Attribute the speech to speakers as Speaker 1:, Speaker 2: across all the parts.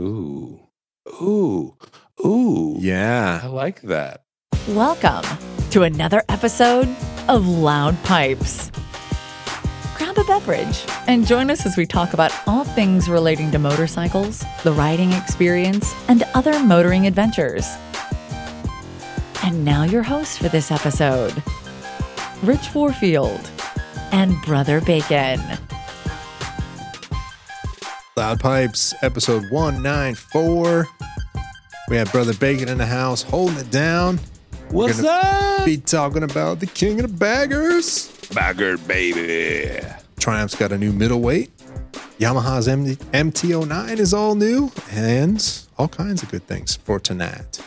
Speaker 1: Ooh. Ooh. Ooh. I
Speaker 2: Yeah.
Speaker 1: like that.
Speaker 3: Welcome to another episode of Loud Pipes. Grab a beverage and join us as we talk about all things relating to motorcycles, the riding experience, and other motoring adventures. And now, your hosts for this episode Rich Warfield and Brother Bacon.
Speaker 2: Loud Pipes, episode 194. We have Brother Bacon in the house holding it down.
Speaker 1: What's
Speaker 2: gonna
Speaker 1: up?
Speaker 2: Be talking about the king of the baggers.
Speaker 1: Bagger baby.
Speaker 2: Triumph's got a new middleweight. Yamaha's M- MT09 is all new and all kinds of good things for tonight.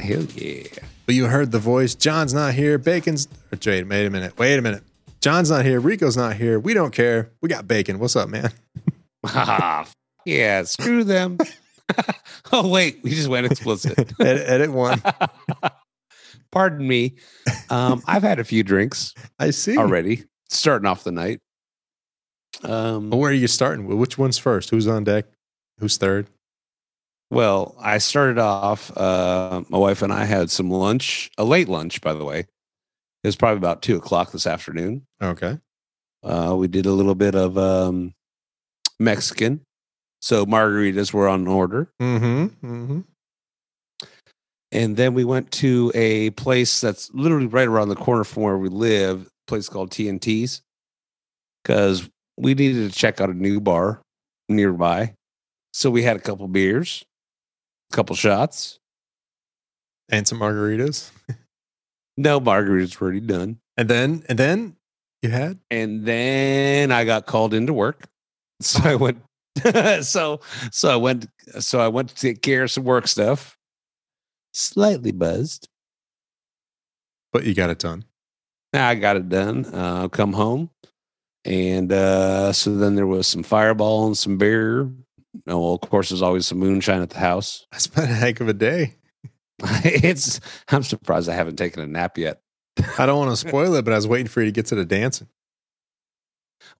Speaker 1: Hell yeah.
Speaker 2: But you heard the voice. John's not here. Bacon's. Or wait, wait a minute. Wait a minute. John's not here. Rico's not here. We don't care. We got Bacon. What's up, man?
Speaker 1: Ah, f- yeah, screw them. oh, wait. We just went explicit.
Speaker 2: edit, edit one.
Speaker 1: Pardon me. Um, I've had a few drinks
Speaker 2: I see.
Speaker 1: already, starting off the night. Um,
Speaker 2: Well, where are you starting? with? Which one's first? Who's on deck? Who's third?
Speaker 1: Well, I started off. Uh, my wife and I had some lunch, a late lunch, by the way. It was probably about two o'clock this afternoon.
Speaker 2: Okay.
Speaker 1: Uh, we did a little bit of um, Mexican, so margaritas were on order,
Speaker 2: Mm-hmm. Mm-hmm.
Speaker 1: and then we went to a place that's literally right around the corner from where we live. A place called TNT's, because we needed to check out a new bar nearby. So we had a couple beers, a couple shots.
Speaker 2: And some margaritas.
Speaker 1: No margaritas were already done.
Speaker 2: And then and then you had
Speaker 1: and then I got called into work. So I went so so I went so I went to take care of some work stuff. Slightly buzzed.
Speaker 2: but you got it done.
Speaker 1: I got it done. Uh come home. And uh so then there was some fireball and some beer. Oh, well, of course there's always some moonshine at the house.
Speaker 2: That's been a heck of a day.
Speaker 1: it's I'm surprised I haven't taken a nap yet.
Speaker 2: I don't want to spoil it, but I was waiting for you to get to the dancing.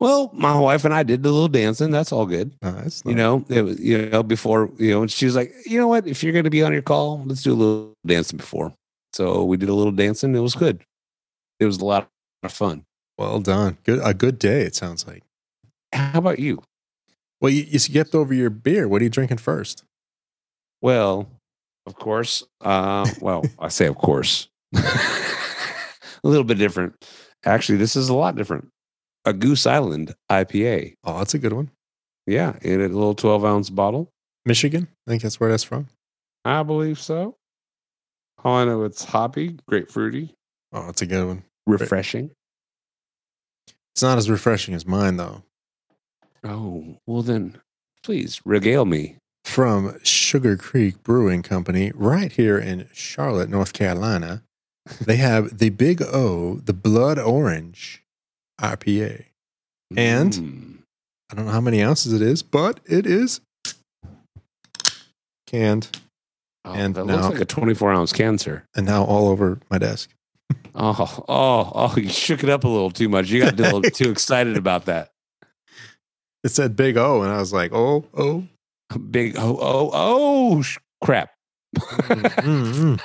Speaker 1: Well, my wife and I did a little dancing. That's all good.
Speaker 2: Oh, that's
Speaker 1: you know it was you know before you know and she was like you know what if you're going to be on your call let's do a little dancing before so we did a little dancing it was good it was a lot of fun
Speaker 2: well done. Good a good day, it sounds like.
Speaker 1: how about you
Speaker 2: Well, you, you skipped over your beer. What are you drinking first?
Speaker 1: well of course uh well i say of course a little bit different actually this is a lot different a goose island ipa
Speaker 2: Oh, that's a good one.
Speaker 1: yeah in a little 12 ounce bottle
Speaker 2: Michigan. I think that's where that's from.
Speaker 1: i believe so all i know it's hoppy grapefruity
Speaker 2: Oh, that's a good one.
Speaker 1: refreshing
Speaker 2: It's not as refreshing as mine though.
Speaker 1: Oh, well then, please regale me.
Speaker 2: from Sugar Creek Brewing Company right here in Charlotte, North Carolina. They have the Big O, the Blood Orange IPA. And?
Speaker 1: Mm.
Speaker 2: I don't know how many ounces it is, but it is canned
Speaker 1: Oh,
Speaker 2: And
Speaker 1: that
Speaker 2: now-
Speaker 1: looks like a 24 ounce can, sir.
Speaker 2: and now all over my desk.
Speaker 1: Oh, oh, oh, you shook it up a little too much. You got a little too excited about that.
Speaker 2: It said Big O, and I was like, oh, oh.
Speaker 1: Big, oh, oh, oh, sh- crap.
Speaker 2: Mm, mm,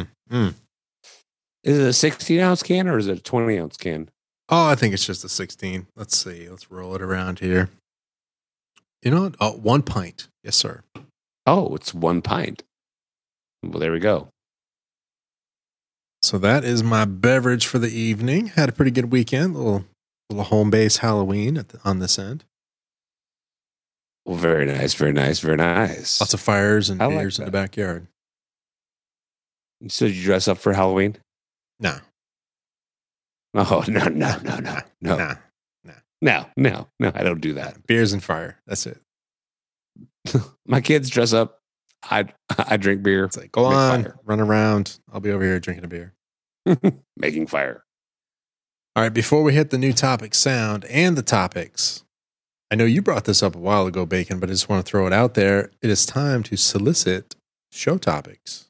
Speaker 2: mm. Mm.
Speaker 1: Is it a 16 ounce can or is it a 20 ounce can?
Speaker 2: Oh, I think it's just a 16. Let's see. Let's roll it around here. You know what? Oh, one pint. Yes, sir.
Speaker 1: Oh, it's one pint. Well, there we go.
Speaker 2: So that is my beverage for the evening. Had a pretty good weekend. Little little home base Halloween at the, on this end.
Speaker 1: Well, very nice, very nice, very nice.
Speaker 2: Lots of fires and
Speaker 1: I like
Speaker 2: beers in the
Speaker 1: that.
Speaker 2: backyard.
Speaker 1: so, did you dress up for Halloween?
Speaker 2: Nah,
Speaker 1: Oh, no, no, no, no, no,
Speaker 2: nah,
Speaker 1: no, no, no, I don't do that.
Speaker 2: nah. Beers and fire. That's it.
Speaker 1: my kids dress up. I I drink beer,
Speaker 2: It's like go
Speaker 1: Make
Speaker 2: on,
Speaker 1: fire.
Speaker 2: run around. I'll be over here drinking a beer.
Speaker 1: making fire.
Speaker 2: All right. Before we hit the new topic sound and the topics, I know you brought this up a while ago, Bacon, but I just want to throw it out there. It is time to solicit show topics.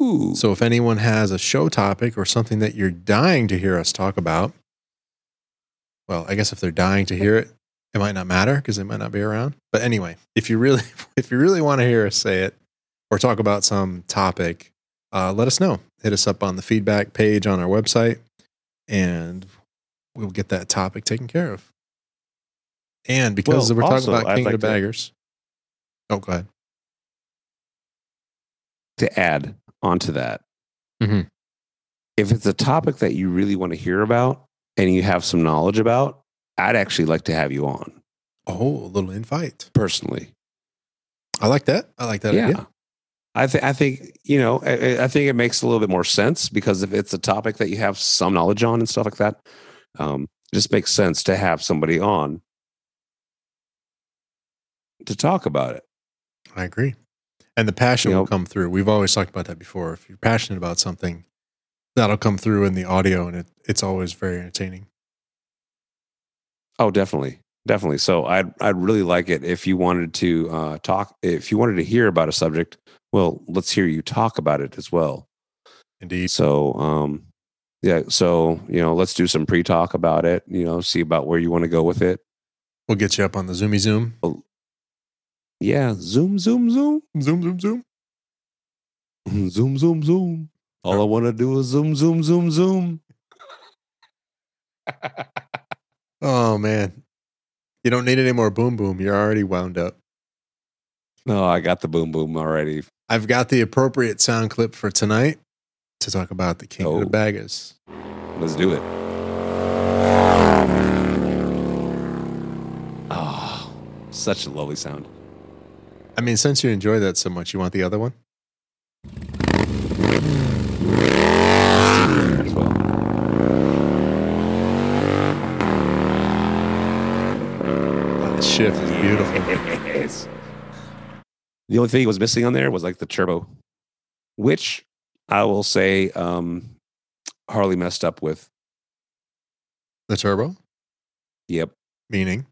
Speaker 1: Ooh.
Speaker 2: So if anyone has a show topic or something that you're dying to hear us talk about, well, I guess if they're dying to hear it, It might not matter because they might not be around. But anyway, if you really if you really want to hear us say it or talk about some topic, uh, let us know. Hit us up on the feedback page on our website, and we'll get that topic taken care of. And because
Speaker 1: Well,
Speaker 2: we're
Speaker 1: also,
Speaker 2: talking about
Speaker 1: I'd
Speaker 2: King
Speaker 1: like
Speaker 2: of the
Speaker 1: to-
Speaker 2: Baggers, oh, go ahead.
Speaker 1: to add onto that.
Speaker 2: Mhm.
Speaker 1: If it's a topic that you really want to hear about and you have some knowledge about, I'd actually like to have you on
Speaker 2: Oh, a little invite.
Speaker 1: personally.
Speaker 2: I like that. I like that
Speaker 1: yeah.
Speaker 2: idea.
Speaker 1: I, th- I think, you know, I, I- I think it makes a little bit more sense because if it's a topic that you have some knowledge on and stuff like that, um, it just makes sense to have somebody on to talk about it.
Speaker 2: I agree. And the passion
Speaker 1: You
Speaker 2: will
Speaker 1: know-
Speaker 2: come through. We've always talked about that before. If you're passionate about something, that'll come through in the audio, and it, it's always very entertaining.
Speaker 1: Oh, definitely, definitely. So I'd I'd really like it if you wanted to uh, talk, if you wanted to hear about a subject. Well, let's hear you talk about it as well.
Speaker 2: Indeed.
Speaker 1: So, um, yeah. So you know, let's do some pre-talk about it. You know, see about where you want to go with it.
Speaker 2: We'll get you up on the Zoomy Zoom.
Speaker 1: Yeah, zoom, zoom, zoom,
Speaker 2: Zoom, zoom, zoom.
Speaker 1: zoom, zoom, zoom. All I want to do is zoom, zoom, zoom, zoom.
Speaker 2: Oh, man. You don't need any more boom boom. You're already wound up.
Speaker 1: No, I got the boom, boom already.
Speaker 2: I've got the appropriate sound clip for tonight to talk about the King of the
Speaker 1: Oh.
Speaker 2: Baggers.
Speaker 1: Let's do it. Oh, such a lovely sound.
Speaker 2: I mean, since you enjoy that so much, you want the other one?
Speaker 1: as well.
Speaker 2: Oh, the shift is beautiful.
Speaker 1: The only thing was missing on there was like the turbo, which I will say um, Harley messed up with.
Speaker 2: The turbo,
Speaker 1: Yep.
Speaker 2: meaning.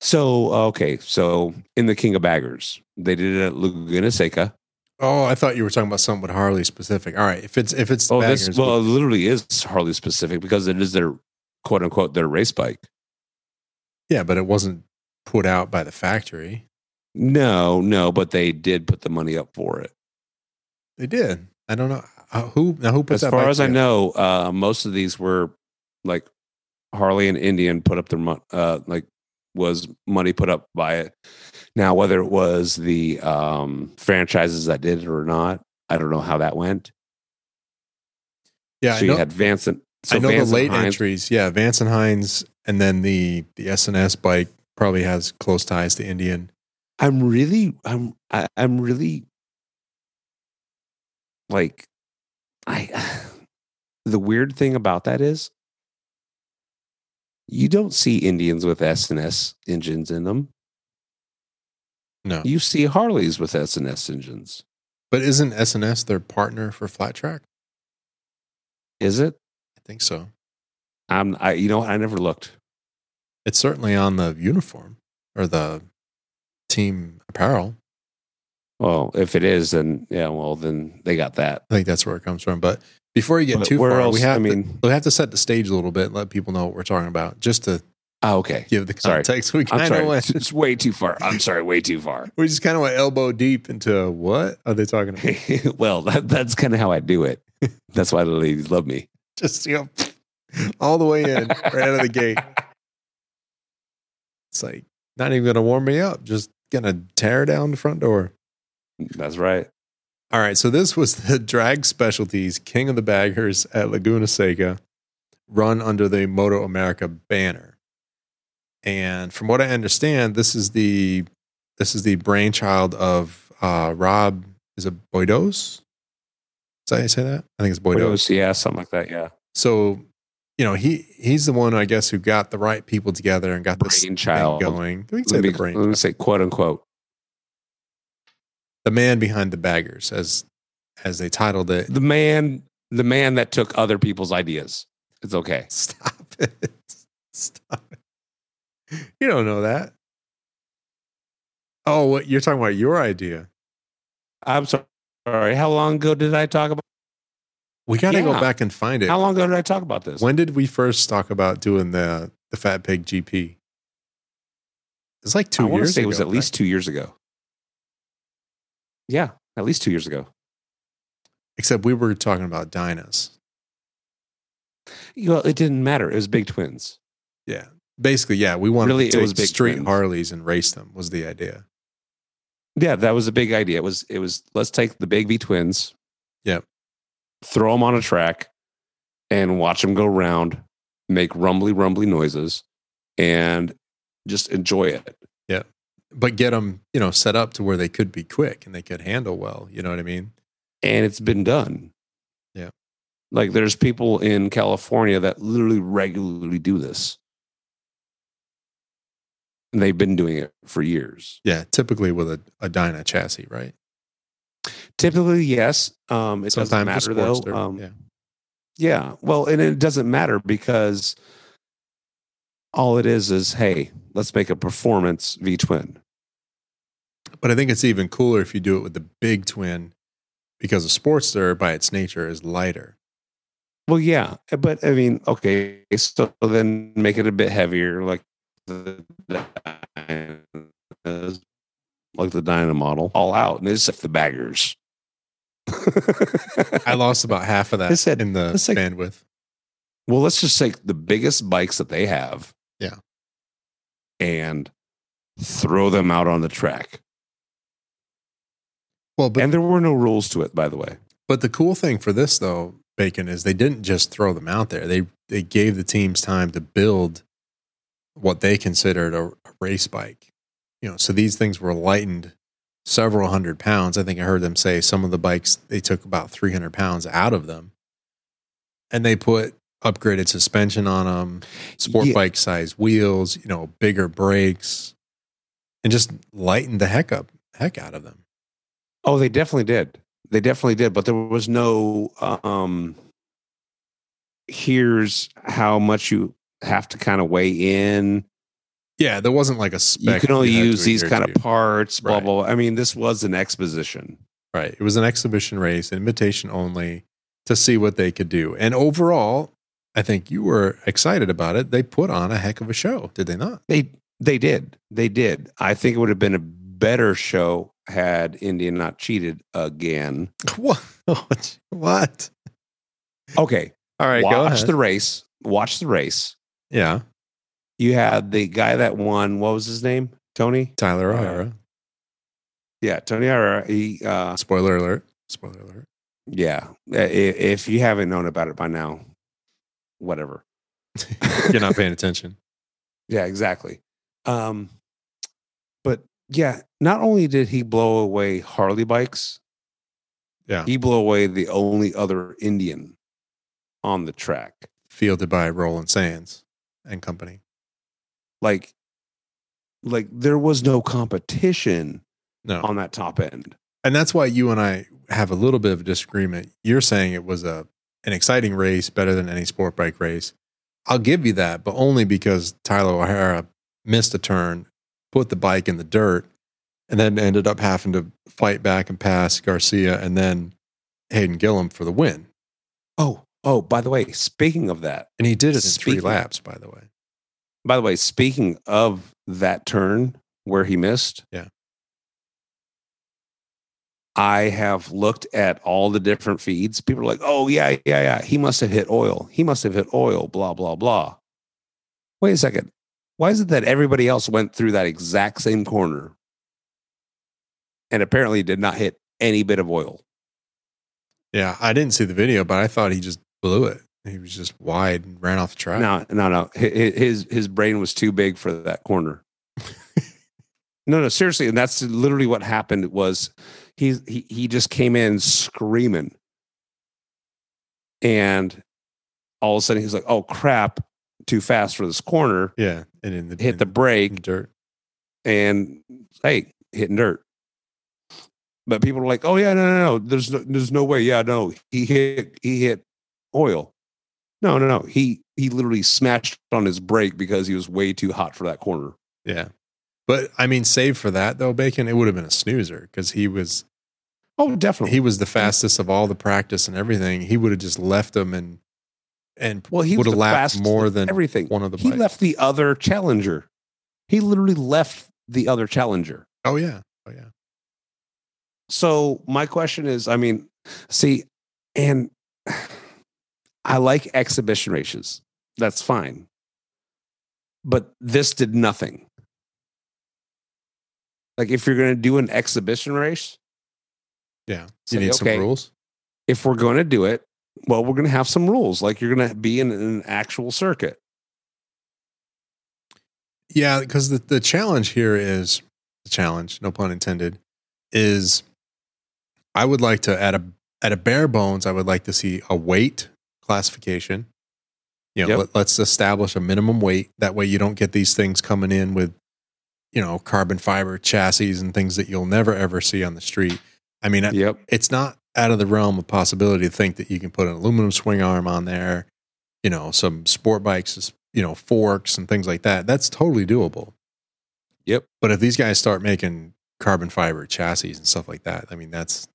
Speaker 1: So okay, so in the King of Baggers, they did it at Laguna Seca.
Speaker 2: Oh, I thought you were talking about something with Harley specific. All right, if it's if it's the
Speaker 1: Oh,
Speaker 2: baggers,
Speaker 1: this well, it literally is Harley specific because it is their quote unquote their race bike.
Speaker 2: yeah, but it wasn't put out by the factory.
Speaker 1: No, no, but they did put the money up for it.
Speaker 2: They did. I don't know uh, who now who put
Speaker 1: as
Speaker 2: that.
Speaker 1: far
Speaker 2: bike
Speaker 1: as I
Speaker 2: together?
Speaker 1: know, uh, most of these were like Harley and Indian put up their money, uh, like was money put up by it. Now, whether it was the um, franchises that did it or not, I don't know how that went.
Speaker 2: yeah,
Speaker 1: so
Speaker 2: I
Speaker 1: you
Speaker 2: know,
Speaker 1: had Vance and so
Speaker 2: I know
Speaker 1: Vance
Speaker 2: the
Speaker 1: and
Speaker 2: late
Speaker 1: Hines-
Speaker 2: entries. Yeah, Vance and Hines, and then the the SNS bike probably has close ties to Indian.
Speaker 1: I'm really, I'm, I, I'm really like, I, the weird thing about that is you don't see Indians with S and S engines in them.
Speaker 2: No,
Speaker 1: You see Harleys with S and S engines.
Speaker 2: but isn't SNS their partner for Flat Track?
Speaker 1: Is it?
Speaker 2: I think so.
Speaker 1: I'm, I, you know, I never looked.
Speaker 2: It's certainly on the uniform or the team apparel.
Speaker 1: Well, if it is, then yeah, well, then they got that.
Speaker 2: I think that's where it comes from. But before you get
Speaker 1: But
Speaker 2: too
Speaker 1: where
Speaker 2: far,
Speaker 1: else?
Speaker 2: we have
Speaker 1: I
Speaker 2: to-
Speaker 1: mean,
Speaker 2: we have to set the stage a little bit, and let people know what we're talking about, just to
Speaker 1: oh, okay.
Speaker 2: give the
Speaker 1: Sorry.
Speaker 2: context. We
Speaker 1: I'm
Speaker 2: kind
Speaker 1: sorry.
Speaker 2: of went,
Speaker 1: It's way too far. I'm sorry. Way too far.
Speaker 2: we just kind of went elbow deep into what are they talking about?
Speaker 1: well, that, that's kind of how I do it. That's why the ladies love me.
Speaker 2: just you know, all the way in, right out of the gate. It's like not even gonna warm me up, just gonna tear down the front door.
Speaker 1: That's right.
Speaker 2: All right, so this was the drag specialties King of the Baggers at Laguna Seca, run under the Moto America banner. And from what I understand, this is the this is the brainchild of uh, Rob. Is it Boydos? Is that how you say that? I think it's
Speaker 1: What it
Speaker 2: Boydos.
Speaker 1: was- yeah, something like that. Yeah.
Speaker 2: So, you know, he he's the one I guess who got the right people together and got this thing
Speaker 1: Brainchild.
Speaker 2: going. We can say
Speaker 1: Let me,
Speaker 2: the brain,
Speaker 1: let me say quote unquote.
Speaker 2: the man behind the baggers, as as they titled it.
Speaker 1: The man, the man that took other people's ideas. It's okay.
Speaker 2: Stop it! Stop it! You don't know that. Oh, what you're talking about your idea?
Speaker 1: I'm so- sorry. How long ago did I talk about?
Speaker 2: We got to go
Speaker 1: Yeah.
Speaker 2: back and find it.
Speaker 1: How long ago did I talk about this?
Speaker 2: When did we first talk about doing the the Fat Pig GP. It's like two
Speaker 1: I want to
Speaker 2: years
Speaker 1: say
Speaker 2: ago.
Speaker 1: it was at
Speaker 2: right?
Speaker 1: least two years ago. Yeah, at least two years ago.
Speaker 2: Except we were talking about Dinah's.
Speaker 1: You know, it didn't matter. It was Big Twins.
Speaker 2: Yeah. Basically, yeah, we wanted
Speaker 1: Really, it
Speaker 2: to take
Speaker 1: was big
Speaker 2: street
Speaker 1: twins.
Speaker 2: Harleys and race them was the idea.
Speaker 1: Yeah, that was a big idea. It was it was let's take the Big V Twins.
Speaker 2: Yep.
Speaker 1: Throw them on a track and watch them go round, make rumbly rumbly noises, and just enjoy it.
Speaker 2: But get them, you know, set up to where they could be quick and they could handle well. You know what I mean?
Speaker 1: and it's been done.
Speaker 2: Yeah.
Speaker 1: Like there's people in California that literally regularly do this. And they've been doing it for years.
Speaker 2: Yeah. Typically with a, a Dyna chassis, right?
Speaker 1: Typically, yes. Um, it doesn't
Speaker 2: a
Speaker 1: matter though.
Speaker 2: Sportster,
Speaker 1: Um, yeah.
Speaker 2: yeah.
Speaker 1: Well, and it doesn't matter because all it is is, hey, let's make a performance V twin.
Speaker 2: But I think it's even cooler if you do it with the big twin because a Sportster by its nature is lighter.
Speaker 1: Well, yeah, eh, but I mean, okay, so then make it a bit heavier, like the Dynas- like the Dyna model, all out, and it's like the baggers.
Speaker 2: I lost about half of that
Speaker 1: It's said-
Speaker 2: in the
Speaker 1: it's like-
Speaker 2: bandwidth.
Speaker 1: well, let's just take the biggest bikes that they have,
Speaker 2: Yeah.
Speaker 1: and throw them out on the track.
Speaker 2: Well, but
Speaker 1: and there were no rules to it, by the way.
Speaker 2: But the cool thing for this though, Bacon, is they didn't just throw them out there. They they gave the teams time to build what they considered a, a race bike. You know, so these things were lightened several hundred pounds. I think I heard them say some of the bikes they took about three hundred pounds out of them, and they put upgraded suspension on them, sport
Speaker 1: Yeah.
Speaker 2: bike size wheels, you know, bigger brakes, and just lightened the heck up heck out of them.
Speaker 1: Oh, they definitely did. They definitely did, but there was no um here's how much you have to kind of weigh in.
Speaker 2: Yeah, there wasn't like a
Speaker 1: you
Speaker 2: spec.
Speaker 1: can only
Speaker 2: had to
Speaker 1: use these
Speaker 2: adhere
Speaker 1: kind
Speaker 2: to.
Speaker 1: of parts, blah
Speaker 2: Right.
Speaker 1: blah. blah. I mean, this was an exposition.
Speaker 2: Right. It was an exhibition race, invitation only to see what they could do. And overall, I think you were excited about it. They put on a heck of a show, did they not?
Speaker 1: They they did. They did. I think it would have been a better show had India not cheated again.
Speaker 2: What? what?
Speaker 1: Okay.
Speaker 2: All right,
Speaker 1: watch
Speaker 2: go ahead.
Speaker 1: the race. Watch the race.
Speaker 2: yeah,
Speaker 1: You had the guy that won, what was his name? Tony?
Speaker 2: Tyler O'Hara.
Speaker 1: Yeah, Tony Herrera. He uh
Speaker 2: Spoiler alert. Spoiler alert.
Speaker 1: Yeah. I- i- If you haven't known about it by now, whatever.
Speaker 2: You're not paying attention.
Speaker 1: yeah, exactly. Um, but yeah, not only did he blow away Harley bikes,
Speaker 2: Yeah.
Speaker 1: he blew away the only other Indian on the track.
Speaker 2: Fielded by Roland Sands and company.
Speaker 1: Like, like there was no competition
Speaker 2: No.
Speaker 1: on that top end.
Speaker 2: and that's why you and I have a little bit of a disagreement. You're saying it was a an exciting race, better than any sport bike race. I'll give you that, but only because Tyler O'Hara missed a turn, put the bike in the dirt, and then ended up having to fight back and pass Garcia and then Hayden Gillum for the win.
Speaker 1: Oh, oh, by the way, speaking of that,
Speaker 2: And he did it in three
Speaker 1: Speaking-
Speaker 2: laps, by the way.
Speaker 1: By the way, speaking of that turn where he missed,
Speaker 2: Yeah.
Speaker 1: I have looked at all the different feeds. People are like, "Oh yeah, yeah, yeah. He must have hit oil. He must have hit oil." Blah blah blah. Wait a second. Why is it that everybody else went through that exact same corner and apparently did not hit any bit of oil?
Speaker 2: Yeah, I didn't see the video, but I thought he just blew it. He was just wide and ran off the track.
Speaker 1: No, no, no. Hi- hi- His his brain was too big for that corner. no, no, seriously, and that's literally what happened. Was he he he just came in screaming, and all of a sudden he's like, "Oh crap, too fast for this corner."
Speaker 2: Yeah, and in the
Speaker 1: Hit the
Speaker 2: in the
Speaker 1: brake
Speaker 2: dirt.
Speaker 1: and hey, hitting dirt. But people are like, "Oh yeah, no, no, no. There's no, there's no way. Yeah, no. He hit he hit oil. No, no, no. He he literally smashed on his brake because he was way too hot for that corner.
Speaker 2: Yeah. But I mean, save for that though, Bacon, it would have been a snoozer because he was
Speaker 1: Oh, definitely.
Speaker 2: he was the fastest of all the practice and everything. He would have just left them and and
Speaker 1: Well, he
Speaker 2: would
Speaker 1: was
Speaker 2: have
Speaker 1: the
Speaker 2: lapped
Speaker 1: fastest
Speaker 2: more
Speaker 1: in
Speaker 2: than
Speaker 1: everything.
Speaker 2: one of the
Speaker 1: he
Speaker 2: bikes.
Speaker 1: left the other challenger. He literally left the other challenger.
Speaker 2: Oh yeah, oh yeah.
Speaker 1: So my question is, I mean, see, and I like exhibition races. That's fine. But this did nothing. Like if you're going to do an exhibition race,
Speaker 2: Yeah.
Speaker 1: Say,
Speaker 2: you need
Speaker 1: okay.
Speaker 2: some rules.
Speaker 1: if we're going to do it, well, we're going to have some rules. Like you're going to be in an actual circuit.
Speaker 2: Yeah, because the, the challenge here is the challenge, no pun intended, is I would like to at a at a bare bones, I would like to see a weight classification. You know,
Speaker 1: Yep.
Speaker 2: let, let's establish a minimum weight. That way you don't get these things coming in with, you know, carbon fiber chassis and things that you'll never ever see on the street. I mean, I-
Speaker 1: Yep.
Speaker 2: it's not out of the realm of possibility to think that you can put an aluminum swing arm on there, you know, some sport bikes, you know, forks and things like that. That's totally doable.
Speaker 1: Yep.
Speaker 2: But if these guys start making carbon fiber chassis and stuff like that, I mean, that's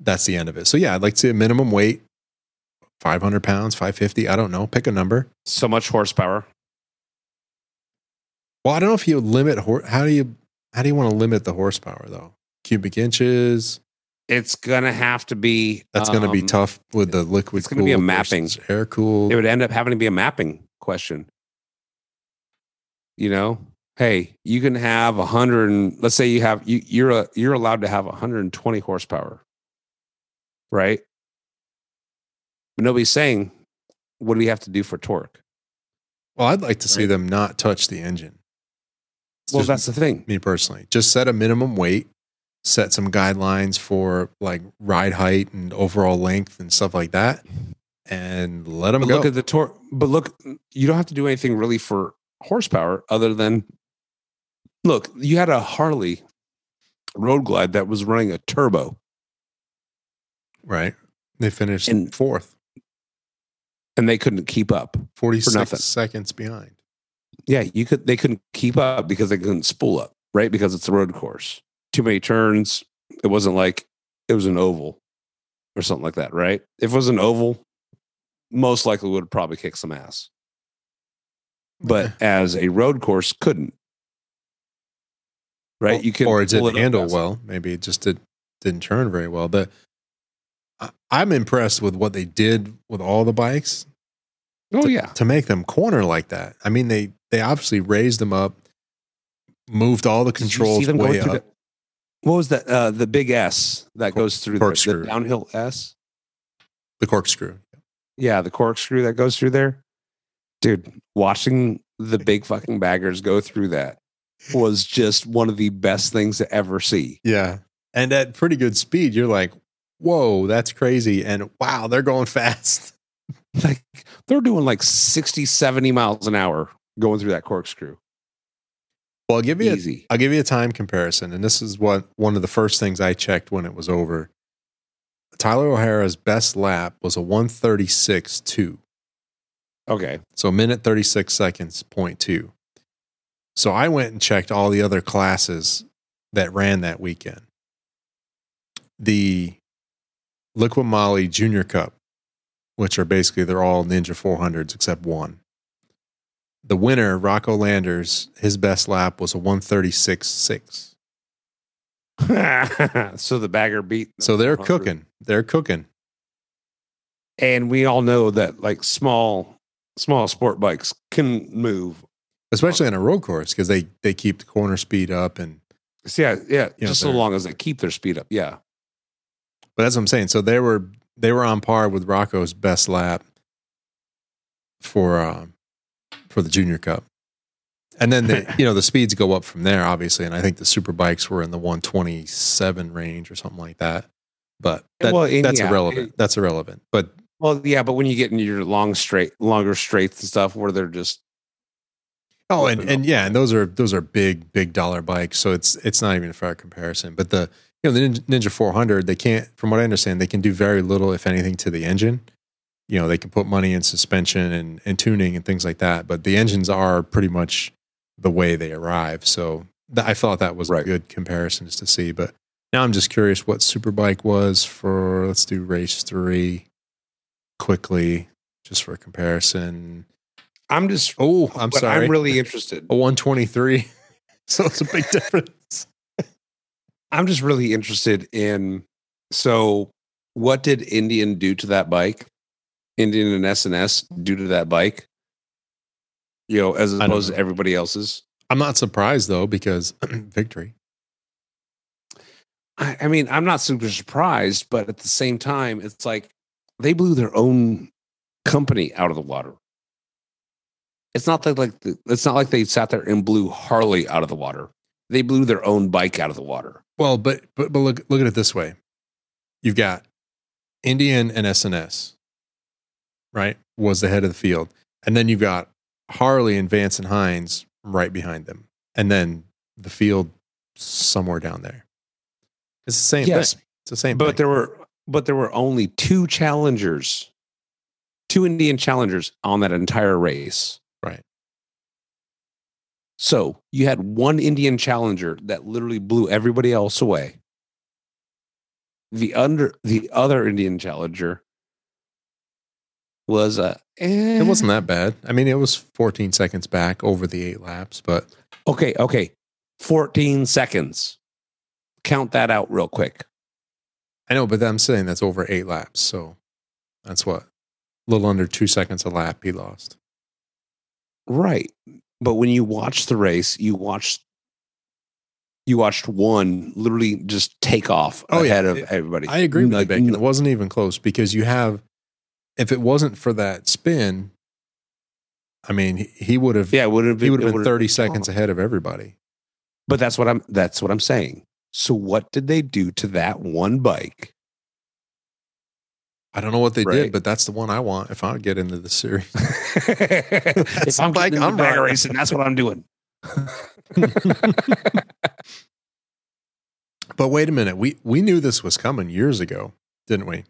Speaker 2: that's the end of it. So yeah, I'd like to see a minimum weight, five hundred pounds, five fifty. I don't know. Pick a number.
Speaker 1: So much horsepower.
Speaker 2: Well, I don't know if you limit. Hor- how do you how do you want to limit the horsepower though? Cubic inches.
Speaker 1: It's going to have to be.
Speaker 2: That's going to be
Speaker 1: um,
Speaker 2: tough with the liquid.
Speaker 1: it's gonna be a mapping.
Speaker 2: Air cooled.
Speaker 1: it would end up having to be a mapping question. You know, hey, you can have a hundred and let's say you have you you're a you're allowed to have 120 horsepower, right? But nobody's saying what do we have to do for torque?
Speaker 2: Well, I'd like to see them not touch the engine.
Speaker 1: Well,
Speaker 2: Just
Speaker 1: that's the thing.
Speaker 2: me personally. Just set a minimum weight, set some guidelines for like ride height and overall length and stuff like that, and let them
Speaker 1: But
Speaker 2: go.
Speaker 1: look at the torque. But look, you don't have to do anything really for horsepower other than look. You had a Harley Road Glide that was running a turbo.
Speaker 2: right? They finished
Speaker 1: And-
Speaker 2: fourth,
Speaker 1: and they couldn't keep up. For
Speaker 2: 46
Speaker 1: nothing.
Speaker 2: seconds behind.
Speaker 1: Yeah, you could they couldn't keep up because they couldn't spool up, right? Because it's a road course. Too many turns. It wasn't like it was an oval or something like that, right? If it was an oval, most likely would probably kick some ass. But as a road course, couldn't. Right? you can
Speaker 2: or it didn't handle
Speaker 1: well.
Speaker 2: well. Maybe it just did, didn't turn very well. But I, I'm impressed with what they did with all the bikes.
Speaker 1: Oh
Speaker 2: to-
Speaker 1: yeah.
Speaker 2: to make them corner like that. I mean, they they obviously raised them up, moved all the
Speaker 1: Did you see
Speaker 2: controls
Speaker 1: them going
Speaker 2: way
Speaker 1: through
Speaker 2: up.
Speaker 1: the- what was that? Uh, the big S that
Speaker 2: Cor-
Speaker 1: goes through there,
Speaker 2: corkscrew.
Speaker 1: the downhill S.
Speaker 2: The corkscrew.
Speaker 1: Yeah, the corkscrew that goes through there. Dude, watching the big fucking baggers go through that was just one of the best things to ever see.
Speaker 2: Yeah, and at pretty good speed, you're like, whoa, that's crazy, and wow, they're going fast.
Speaker 1: Like they're doing like 60, 70 miles an hour going through that corkscrew.
Speaker 2: Well, I'll give you a,
Speaker 1: Easy.
Speaker 2: I'll give you a time comparison, and this is what one of the first things I checked when it was over. Tyler O'Hara's best lap was a one thirty six two.
Speaker 1: Okay.
Speaker 2: So a minute 36 seconds, point two. So I went and checked all the other classes that ran that weekend. The Liqui Moly Junior Cup, which are basically they're all Ninja 400s except one. The winner, Rocco Landers, his best lap was a 136.6.
Speaker 1: so the bagger beat. the
Speaker 2: So they're
Speaker 1: 100.
Speaker 2: cooking. They're cooking.
Speaker 1: And we all know that like small, small sport bikes can move.
Speaker 2: Especially on a road course because they, they keep the corner speed up and
Speaker 1: So yeah, yeah,
Speaker 2: Yeah,
Speaker 1: just so
Speaker 2: they're-
Speaker 1: long as they keep their speed up. Yeah.
Speaker 2: But that's what I'm saying. So they were they were on par with Rocco's best lap for uh, for the Junior Cup, and then the, you know the speeds go up from there, obviously. And I think the super bikes were in the 127 range or something like that. But that,
Speaker 1: Well, and
Speaker 2: that's
Speaker 1: yeah,
Speaker 2: irrelevant.
Speaker 1: it-
Speaker 2: that's irrelevant. But
Speaker 1: Well, yeah, but when you get into your long straight, longer straights and stuff where they're just
Speaker 2: oh, and,
Speaker 1: Open
Speaker 2: and
Speaker 1: up.
Speaker 2: yeah, and those are those are big big dollar bikes. So it's it's not even a fair comparison. But the you know the Ninja- Ninja 400, they can't, from what I understand, they can do very little, if anything, to the engine. you know they can put money in suspension and, and tuning and things like that but the engines are pretty much the way they arrive so th- i thought that was a
Speaker 1: Right.
Speaker 2: good comparisons to see but now i'm just curious what superbike was for let's do race three quickly just for comparison.
Speaker 1: I'm just.
Speaker 2: Oh, I'm
Speaker 1: but
Speaker 2: sorry.
Speaker 1: I'm really interested.
Speaker 2: a 123. so it's a big difference.
Speaker 1: I'm just really interested in. So, what did Indian do to that bike? Indian and SNS do to that bike? You know, as
Speaker 2: don't
Speaker 1: opposed to
Speaker 2: know.
Speaker 1: everybody else's.
Speaker 2: I'm not surprised though because victory.
Speaker 1: I, I mean, I'm not super surprised, but at the same time, it's like they blew their own company out of the water. It's not that like the, it's not like they sat there and blew Harley out of the water. They blew their own bike out of the water.
Speaker 2: Well, but but but look look at it this way. You've got Indian and SNS, right? Was the head of the field. And then you've got Harley and Vance and Hines right behind them. And then the field somewhere down there. It's the same
Speaker 1: Yes.
Speaker 2: thing. It's the same
Speaker 1: But
Speaker 2: thing.
Speaker 1: there were but there were only two challengers, two Indian challengers on that entire race.
Speaker 2: Right.
Speaker 1: So you had one Indian challenger that literally blew everybody else away. The under the other Indian challenger was a eh.
Speaker 2: It wasn't that bad. I mean, it was 14 seconds back over the eight laps, but
Speaker 1: okay, okay. 14 seconds. Count that out real quick.
Speaker 2: I know, but I'm saying that's over eight laps. So that's what? A little under two seconds a lap he lost.
Speaker 1: Right. But when you watch the race, you watched you watched one literally just take off
Speaker 2: Oh, yeah.
Speaker 1: ahead of
Speaker 2: It-
Speaker 1: everybody.
Speaker 2: I agree with you,
Speaker 1: Like,
Speaker 2: Bacon. It wasn't even close because you have, if it wasn't for that spin, I mean, he- he would have,
Speaker 1: yeah, would have
Speaker 2: he would have been 30
Speaker 1: seconds.
Speaker 2: seconds ahead of everybody.
Speaker 1: But that's what I'm that's what I'm saying. So what did they do to that one bike?
Speaker 2: I don't know what they
Speaker 1: Right.
Speaker 2: did, but that's the one I want if I get into the series.
Speaker 1: if I'm
Speaker 2: bike
Speaker 1: getting into
Speaker 2: I'm
Speaker 1: bag
Speaker 2: riding.
Speaker 1: racing, that's what I'm doing.
Speaker 2: But wait a minute, we we knew this was coming years ago, didn't we?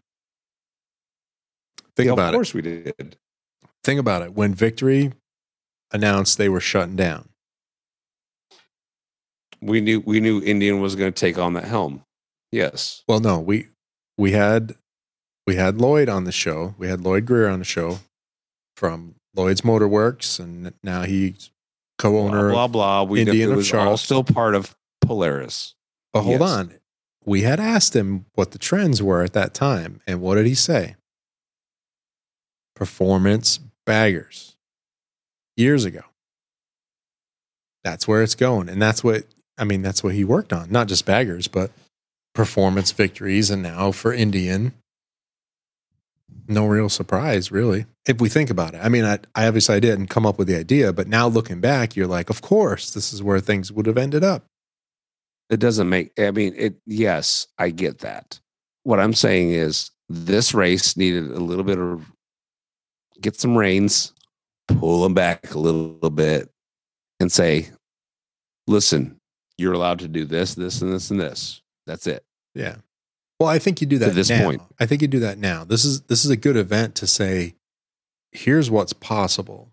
Speaker 2: Think
Speaker 1: Yeah,
Speaker 2: about
Speaker 1: of
Speaker 2: it.
Speaker 1: course we did.
Speaker 2: think about it when victory announced they were shutting down
Speaker 1: We knew we knew Indian was going to take on that helm. Yes.
Speaker 2: well no we we had we had lloyd on the show we had lloyd greer on the show from lloyd's motor works and now he's co-owner
Speaker 1: Blah blah
Speaker 2: of-
Speaker 1: blah. We
Speaker 2: Indian
Speaker 1: it
Speaker 2: of
Speaker 1: was all
Speaker 2: Charles.
Speaker 1: still part of Polaris.
Speaker 2: but hold
Speaker 1: yes.
Speaker 2: on we had asked him what the trends were at that time and what did he say performance baggers years ago that's where it's going and that's what i mean that's what he worked on not just baggers but performance victories and now for indian no real surprise really if we think about it i mean i, I obviously i didn't come up with the idea but now looking back you're like of course this is where things would have ended up
Speaker 1: It doesn't make. I mean, it. Yes, I get that. What I'm saying is, this race needed a little bit of get some reins, pull them back a little bit, and say, "Listen, you're allowed to do this, this, and this, and this. That's it."
Speaker 2: Yeah. Well, I think you do that
Speaker 1: this
Speaker 2: now.
Speaker 1: point.
Speaker 2: I think you do that now. This is this is a good event to say, here's what's possible.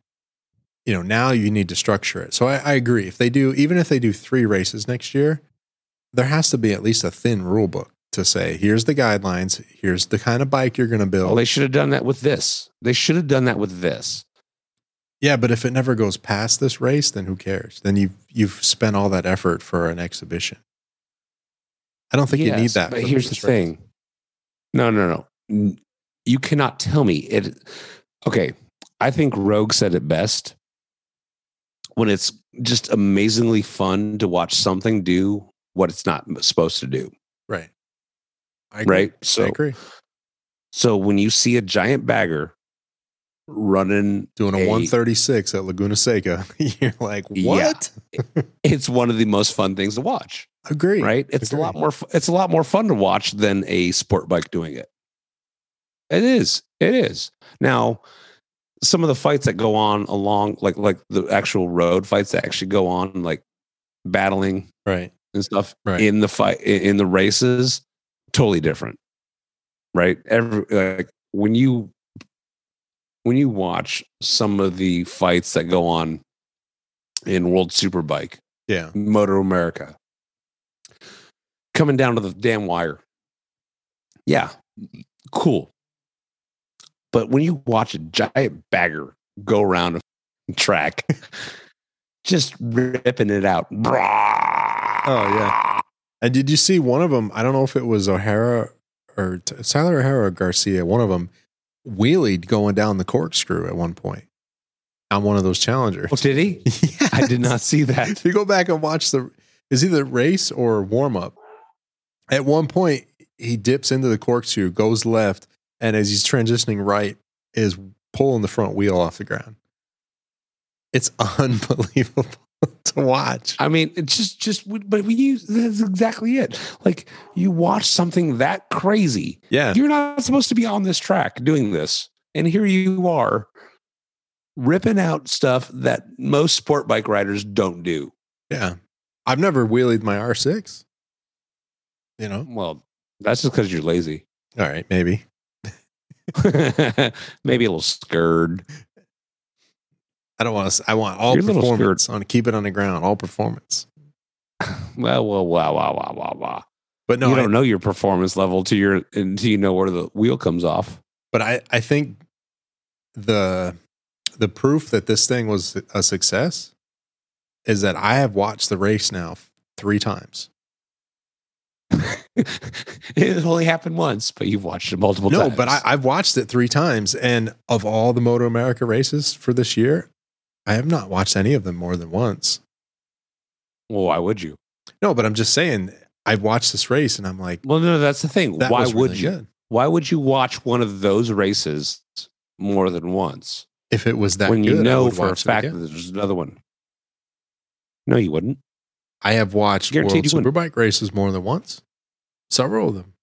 Speaker 2: You know, now you need to structure it. So I, I agree. If they do, even if they do three races next year, there has to be at least a thin rule book to say, here's the guidelines, here's the kind of bike you're gonna build.
Speaker 1: Well, they should have done that with this. They should have done that with this.
Speaker 2: yeah, but if it never goes past this race, then who cares? Then you've you've spent all that effort for an exhibition. I don't think you need
Speaker 1: Yes,
Speaker 2: that.
Speaker 1: But
Speaker 2: for
Speaker 1: here's the
Speaker 2: first race.
Speaker 1: thing. No, no, no. N- You cannot tell me it. Okay, I think Rogue said it best when it's just amazingly fun to watch something do what it's not supposed to do.
Speaker 2: Right. I
Speaker 1: Right.
Speaker 2: I
Speaker 1: So,
Speaker 2: agree.
Speaker 1: so when you see a giant bagger running,
Speaker 2: doing a
Speaker 1: a-
Speaker 2: 136 at Laguna Seca. You're like,
Speaker 1: Yeah.
Speaker 2: what?
Speaker 1: it's one of the most fun things to watch.
Speaker 2: Agree.
Speaker 1: right? It's a lot
Speaker 2: Agreed.
Speaker 1: more. fu- It's a lot more fun to watch than a sport bike doing it. It is. It is. Now, some of the fights that go on along, like like the actual road fights that actually go on, like battling
Speaker 2: Right.
Speaker 1: and stuff
Speaker 2: Right.
Speaker 1: in the fight i- in the races, totally different, right? Every like when you when you watch some of the fights that go on in World Superbike
Speaker 2: Yeah.
Speaker 1: Motor America. Coming down to the damn wire. Yeah, cool. But when you watch a giant bagger go around a track, just ripping it out. Oh,
Speaker 2: yeah. And did you see one of them? I don't know if it was O'Hara or T- Tyler O'Hara or Garcia. One of them wheelied going down the corkscrew at one point on one of those challengers.
Speaker 1: Oh, did he?
Speaker 2: Yes.
Speaker 1: I did not see that.
Speaker 2: If you go back and watch the is either race or warm up. At one point, he dips into the corkscrew, goes left, and as he's transitioning right, is pulling the front wheel off the ground. It's unbelievable to watch.
Speaker 1: I mean, it's just, just, but when you, that's exactly it. Like you watch something that crazy.
Speaker 2: Yeah,
Speaker 1: You're not supposed to be on this track doing this. And here you are ripping out stuff that most sport bike riders don't do.
Speaker 2: yeah. I've never wheelied my R6. You know,
Speaker 1: Well, that's just because you're lazy.
Speaker 2: all right, maybe.
Speaker 1: Maybe a little scared.
Speaker 2: I don't want to. I want all
Speaker 1: You're a little
Speaker 2: performance on keep it on the ground, all performance.
Speaker 1: Well, well, wow, wow, wow, wow, wow.
Speaker 2: But no,
Speaker 1: you
Speaker 2: I-
Speaker 1: don't know your performance level to your until you know where the wheel comes off.
Speaker 2: but I, I think the the proof that this thing was a success is that I have watched the race now three times.
Speaker 1: it only happened once, but you've watched it multiple
Speaker 2: no,
Speaker 1: times.
Speaker 2: but I, I've watched it three times, and of all the Moto America races for this year, I have not watched any of them more than once.
Speaker 1: well, why would you?
Speaker 2: No, but I'm just saying I've watched this race, and I'm like,
Speaker 1: Well, no, that's the thing.
Speaker 2: that
Speaker 1: why
Speaker 2: was
Speaker 1: would
Speaker 2: really
Speaker 1: you?
Speaker 2: good.
Speaker 1: Why would you watch one of those races more than once
Speaker 2: If it was that
Speaker 1: when
Speaker 2: good,
Speaker 1: you
Speaker 2: I
Speaker 1: know
Speaker 2: would
Speaker 1: for a
Speaker 2: watch it
Speaker 1: fact that
Speaker 2: again.
Speaker 1: there's another one? No, you wouldn't.
Speaker 2: I have watched World
Speaker 1: Guaranteed you wouldn't.
Speaker 2: Superbike races more than once. Several of them.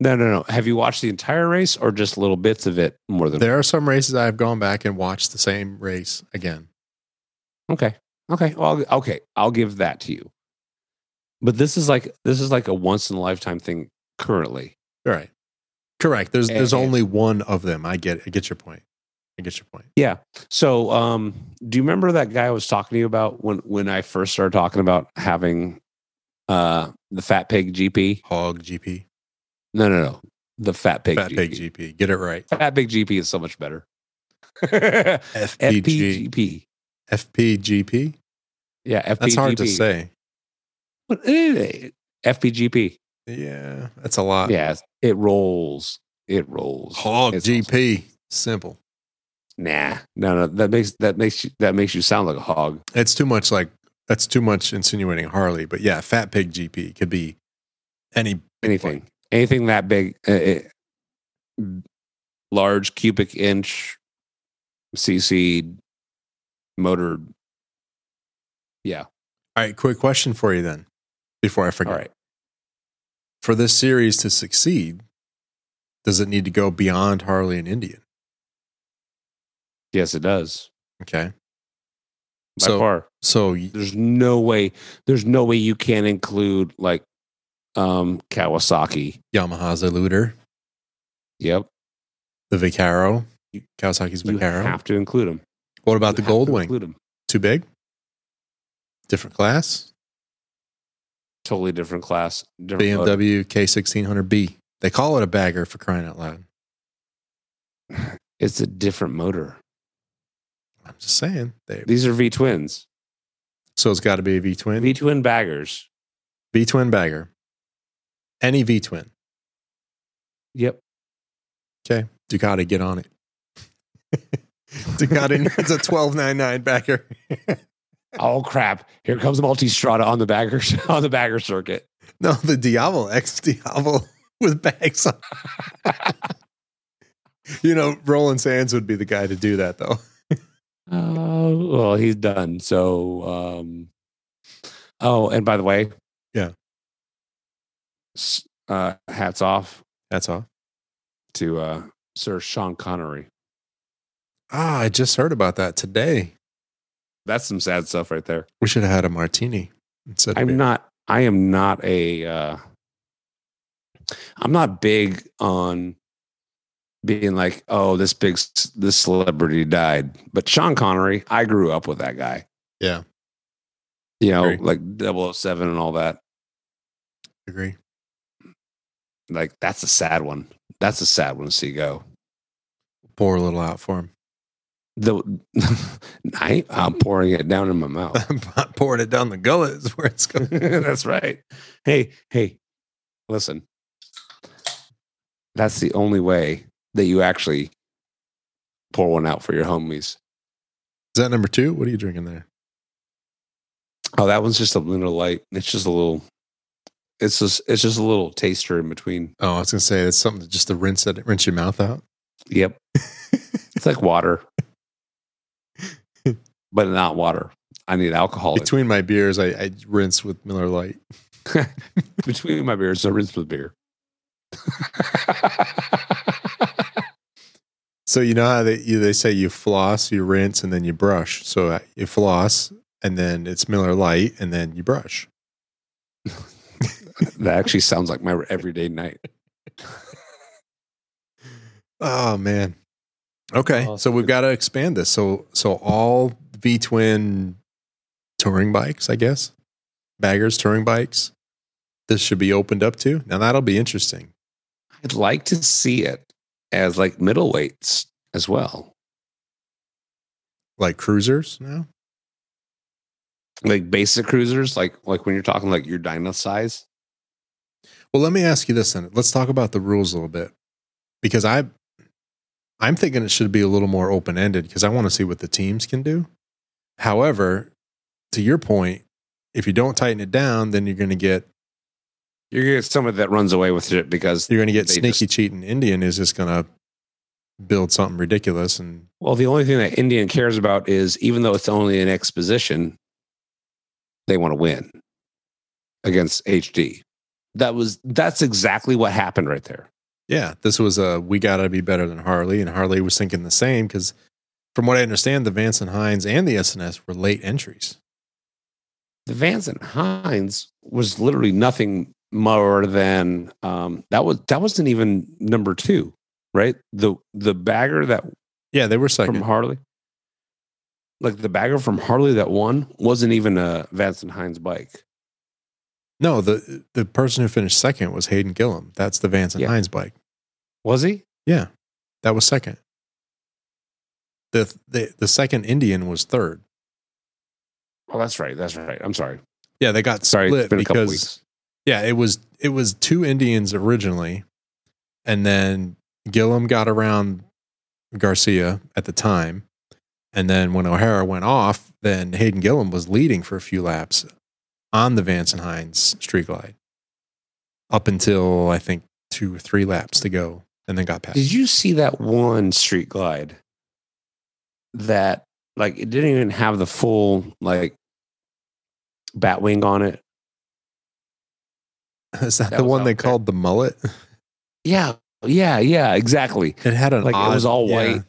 Speaker 1: No, no, no. Have you watched the entire race or just little bits of it more than
Speaker 2: There are some races I have gone back and watched the same race again.
Speaker 1: Okay. Okay. Well, I'll- okay. I'll give that to you. But this is like this is like a once in a lifetime thing currently.
Speaker 2: Right. Correct. There's there's
Speaker 1: And-
Speaker 2: only one of them. I get I get your point. I get your point.
Speaker 1: Yeah. So, um, do you remember that guy I was talking to you about when when I first started talking about having uh the Fat Pig GP?
Speaker 2: Hog GP.
Speaker 1: No, no, no. The Fat Pig
Speaker 2: Fat
Speaker 1: GP.
Speaker 2: Pig GP. Get it right.
Speaker 1: Fat Pig GP is so much better. FPGP.
Speaker 2: FPG. FPGP.
Speaker 1: Yeah, FPGP.
Speaker 2: That's hard to say.
Speaker 1: But, eh, FPGP.
Speaker 2: Yeah. That's a lot.
Speaker 1: Yeah, it rolls. It rolls.
Speaker 2: Uh. Hog
Speaker 1: It's awesome.
Speaker 2: GP. Simple.
Speaker 1: Nah, no, no. That makes that makes you that makes you sound like a hog.
Speaker 2: It's too much like that's too much insinuating Harley, but yeah, Fat Pig GP could be any big
Speaker 1: Anything,
Speaker 2: bike.
Speaker 1: anything that big, uh, it, large cubic inch, CC motor.
Speaker 2: All right, quick question for you then before I forget.
Speaker 1: All right,
Speaker 2: For this series to succeed, does it need to go beyond Harley and Indian?
Speaker 1: yes, it does
Speaker 2: Okay.
Speaker 1: by
Speaker 2: so
Speaker 1: far.
Speaker 2: so y-
Speaker 1: There's no way. There's no way you can include like um Kawasaki.
Speaker 2: Yamaha's Eluder,
Speaker 1: Yep,
Speaker 2: the Vicaro, Kawasaki's
Speaker 1: you
Speaker 2: Vicaro.
Speaker 1: have to include them.
Speaker 2: What about the Goldwing?
Speaker 1: Include them.
Speaker 2: Too big? Different class?
Speaker 1: Totally different class. Different motor.
Speaker 2: BMW K1600B. They call it a bagger for crying out loud.
Speaker 1: It's a different motor.
Speaker 2: I'm just saying. They,
Speaker 1: These are V twins.
Speaker 2: so it's got to be a V twin.
Speaker 1: V twin baggers.
Speaker 2: V twin bagger. Any V twin.
Speaker 1: Yep.
Speaker 2: Okay. Ducati, get on it. Ducati needs a 1299 bagger.
Speaker 1: Oh crap! Here comes Multistrada on the bagger on the bagger circuit.
Speaker 2: No, the Diablo X Diablo with bags on. you know, Roland Sands would be the guy to do that, though.
Speaker 1: Oh well, he's done. So, um, oh, and by the way,
Speaker 2: Yeah.
Speaker 1: s- uh, hats off
Speaker 2: That's all.
Speaker 1: to uh, Sir Sean Connery.
Speaker 2: Ah, I just heard about that today.
Speaker 1: That's some sad stuff right there.
Speaker 2: We should have had a martini instead of
Speaker 1: I'm
Speaker 2: beer.
Speaker 1: not. I am not a. Uh, I'm not big on being like, oh, this big c- this celebrity died. But Sean Connery, I grew up with that guy.
Speaker 2: Yeah.
Speaker 1: You know,
Speaker 2: Agree.
Speaker 1: like 007 and all that.
Speaker 2: agree.
Speaker 1: Like that's a sad one. That's a sad one to see go.
Speaker 2: Pour a little out for him.
Speaker 1: The I, I'm pouring it down in my mouth.
Speaker 2: I'm not pouring it down the gullet is where it's going.
Speaker 1: That's right. Hey, hey, listen. That's the only way that you actually pour one out for your homies.
Speaker 2: Is that number two? What are you drinking there?
Speaker 1: Oh, that one's just a little light. It's just a little. It's just it's just a little taster in between.
Speaker 2: Oh, I was gonna say it's something just to rinse it, rinse your mouth out.
Speaker 1: Yep. it's like water, but not water. I need alcohol in it.
Speaker 2: Between my beers, I, I rinse with Miller Lite.
Speaker 1: between my beers. So rinse with beer.
Speaker 2: So you know how they you, they say you floss, you rinse, and then you brush. So uh, you floss, and then it's Miller Lite, and then you brush.
Speaker 1: that actually sounds like my everyday night.
Speaker 2: Oh man. Okay,
Speaker 1: Oh,
Speaker 2: so we've got to expand this. So so all V twin touring bikes, I guess, baggers touring bikes. This should be opened up to. Now that'll be interesting.
Speaker 1: I'd like to see it as like middleweights as well,
Speaker 2: Like cruisers now.
Speaker 1: like basic cruisers, like like when you're talking like your dyno size.
Speaker 2: Well, let me ask you this then. Let's talk about the rules a little bit. Because I I'm thinking it should be a little more open-ended because I want to see what the teams can do. However, to your point, if you don't tighten it down, then you're going to get
Speaker 1: You're gonna get somebody that runs away with it because
Speaker 2: you're going to get
Speaker 1: They
Speaker 2: sneaky
Speaker 1: just-
Speaker 2: cheating Indian is just going to build something ridiculous and
Speaker 1: well, the only thing that Indian cares about is even though it's only an exposition, they want to win against HD. That was that's exactly what happened right there.
Speaker 2: yeah, this was a we got to be better than Harley and Harley was thinking the same cuz from what I understand, the Vance and Hines and the SNS were late entries.
Speaker 1: the Vance and Hines was literally nothing more than um, that was that wasn't even number two, right? The the bagger that
Speaker 2: Yeah, they were
Speaker 1: from
Speaker 2: second.
Speaker 1: Harley, like the bagger from Harley that won wasn't even a Vance and Hines bike.
Speaker 2: No, the the person who finished second was Hayden Gillum. That's the Vance and
Speaker 1: Yeah.
Speaker 2: Hines bike.
Speaker 1: Was he?
Speaker 2: Yeah, that was second. The, the the second Indian was third.
Speaker 1: Oh, that's right. That's right. I'm sorry.
Speaker 2: Yeah, they got
Speaker 1: Sorry,
Speaker 2: split
Speaker 1: it's been a couple
Speaker 2: because
Speaker 1: weeks.
Speaker 2: yeah, it was it was two Indians originally, and then Gillum got around Garcia at the time, and then when O'Hara went off, then Hayden Gillum was leading for a few laps on the Vance and Hines Street Glide up until I think two or three laps to go, and then got
Speaker 1: Did
Speaker 2: passed.
Speaker 1: you see that one street glide that like it didn't even have the full like bat wing on it?
Speaker 2: Is that,
Speaker 1: That
Speaker 2: the
Speaker 1: was
Speaker 2: one
Speaker 1: out
Speaker 2: they
Speaker 1: there.
Speaker 2: called the mullet?
Speaker 1: Yeah, yeah, yeah, exactly.
Speaker 2: It had an
Speaker 1: Like it was
Speaker 2: odd-
Speaker 1: all
Speaker 2: yeah.
Speaker 1: white.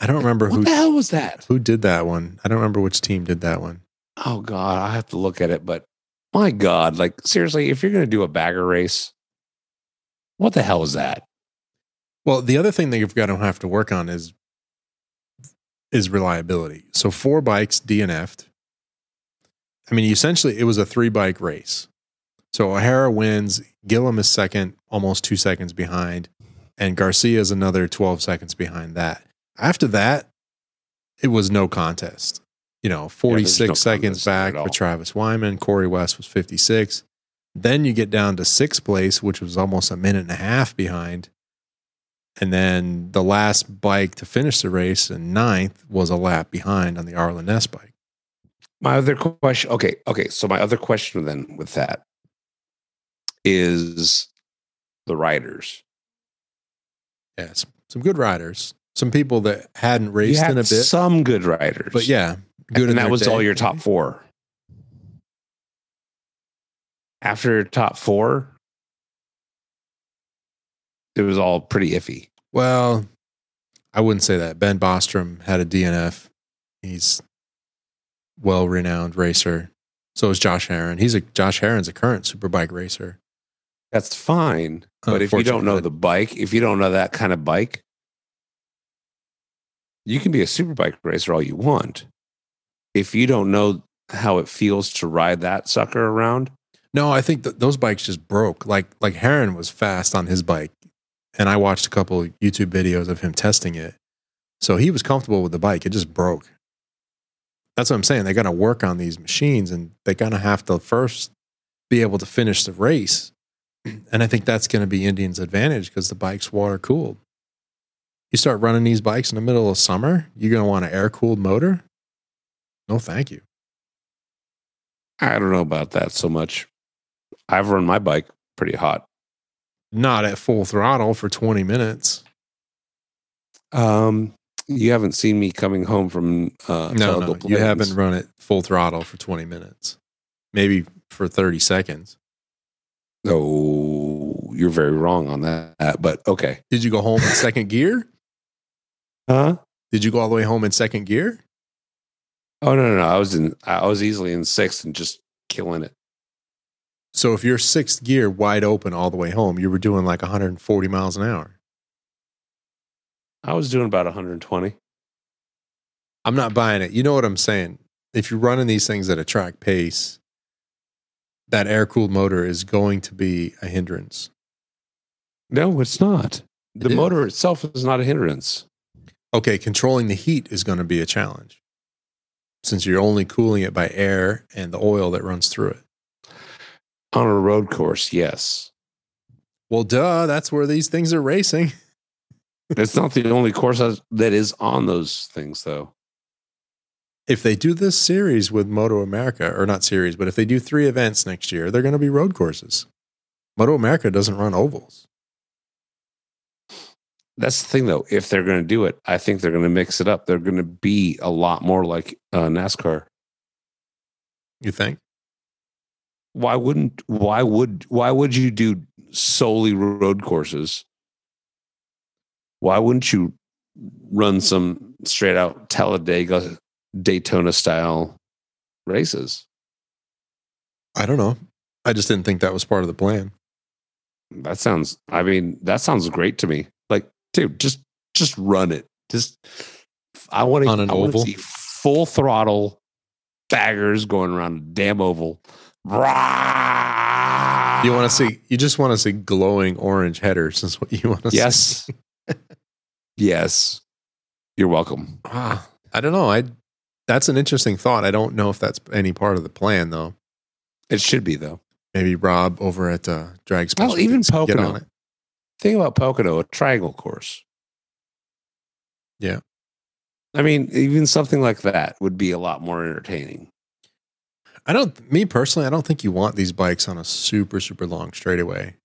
Speaker 2: I don't remember
Speaker 1: What
Speaker 2: who
Speaker 1: the hell was that?
Speaker 2: who did that one. I don't remember which team did that one.
Speaker 1: Oh god, I have to look at it. But my god, like seriously, if you're gonna do a bagger race, what the hell is that?
Speaker 2: Well, the other thing that you've got to have to work on is is reliability. So four bikes DNF'd. I mean, essentially, it was a three bike race. So O'Hara wins. Gillum is second, almost two seconds behind, and Garcia is another twelve seconds behind that. After that, it was no contest. You know, forty six
Speaker 1: no contest
Speaker 2: seconds
Speaker 1: there
Speaker 2: back
Speaker 1: at all.
Speaker 2: for Travis Wyman. Corey West was fifty six. Then you get down to sixth place, which was almost a minute and a half behind. And then the last bike to finish the race in ninth was a lap behind on the Arlen S bike.
Speaker 1: My other question okay, okay. So my other question then with that is the riders.
Speaker 2: Yes. Some good riders, some people that hadn't
Speaker 1: You
Speaker 2: raced
Speaker 1: had
Speaker 2: in a bit,
Speaker 1: some good riders.
Speaker 2: but yeah, good. in
Speaker 1: and that
Speaker 2: their
Speaker 1: was all
Speaker 2: day.
Speaker 1: your top four. After your top four, it was all pretty iffy.
Speaker 2: Well, I wouldn't say that. Ben Bostrom had a DNF. He's well renowned racer. So is Josh Heron. He's a Josh Heron's a current superbike racer.
Speaker 1: That's fine. But if you don't know
Speaker 2: Unfortunately.
Speaker 1: the bike, if you don't know that kind of bike, you can be a superbike racer all you want. If you don't know how it feels to ride that sucker around,
Speaker 2: No, I think th- those bikes just broke. Like like Heron was fast on his bike, and I watched a couple YouTube videos of him testing it. So he was comfortable with the bike. It just broke. That's what I'm saying. They got to work on these machines and they got to have to first be able to finish the race. And I think that's going to be Indian's advantage because the bike's water cooled. You start running these bikes in the middle of summer, you're going to want an air cooled motor? No, thank you.
Speaker 1: I don't know about that so much. I've run my bike pretty hot.
Speaker 2: Not at full throttle for 20 minutes.
Speaker 1: Um, you haven't seen me coming home from uh, Tahoe
Speaker 2: no, no you
Speaker 1: Plains.
Speaker 2: haven't run it full throttle for 20 minutes, maybe for 30 seconds.
Speaker 1: No, you're very wrong on that. But okay,
Speaker 2: Did you go home in second gear?
Speaker 1: huh?
Speaker 2: Did you go all the way home in second gear?
Speaker 1: Oh no, no, no. I was in. I was easily in sixth and just killing it.
Speaker 2: So if you're sixth gear wide open all the way home, you were doing like 140 miles an hour.
Speaker 1: I was doing about 120.
Speaker 2: I'm not buying it. You know what I'm saying? If you're running these things at a track pace, that air cooled motor is going to be a hindrance.
Speaker 1: No, it's not. The
Speaker 2: It is.
Speaker 1: motor itself is not a hindrance.
Speaker 2: Okay, controlling the heat is going to be a challenge since you're only cooling it by air and the oil that runs through it.
Speaker 1: On a road course, yes.
Speaker 2: Well, duh, that's where these things are racing.
Speaker 1: it's not the only course that- that is on those things, though.
Speaker 2: If they do this series with Moto America, or not series, but if they do three events next year, they're going to be road courses. Moto America doesn't run ovals.
Speaker 1: That's the thing, though. If they're going to do it, I think they're going to mix it up. They're going to be a lot more like uh, NASCAR.
Speaker 2: You think?
Speaker 1: Why wouldn't? Why would? Why would you do solely road courses? Why wouldn't you run some straight out Talladega, Daytona style races?
Speaker 2: I don't know. I just didn't think that was part of the plan.
Speaker 1: That sounds. I mean, that sounds great to me. Like, dude, just just run it. Just I want to.
Speaker 2: On an
Speaker 1: I want to
Speaker 2: oval?
Speaker 1: see full throttle baggers going around a damn oval. Rah!
Speaker 2: You want to see? You just want to see glowing orange headers is what you want to see.
Speaker 1: Yes. yes. You're welcome.
Speaker 2: Ah, I don't know. I. That's an interesting thought. I don't know if that's any part of the plan though.
Speaker 1: It should be though.
Speaker 2: Maybe Rob over at uh, Drag Special
Speaker 1: Oh, even
Speaker 2: Fix can get
Speaker 1: Pocono.
Speaker 2: on it.
Speaker 1: Think about Pocono, a triangle course.
Speaker 2: Yeah.
Speaker 1: I mean, even something like that would be a lot more entertaining.
Speaker 2: I don't. Me personally, I don't think you want these bikes on a super super long straightaway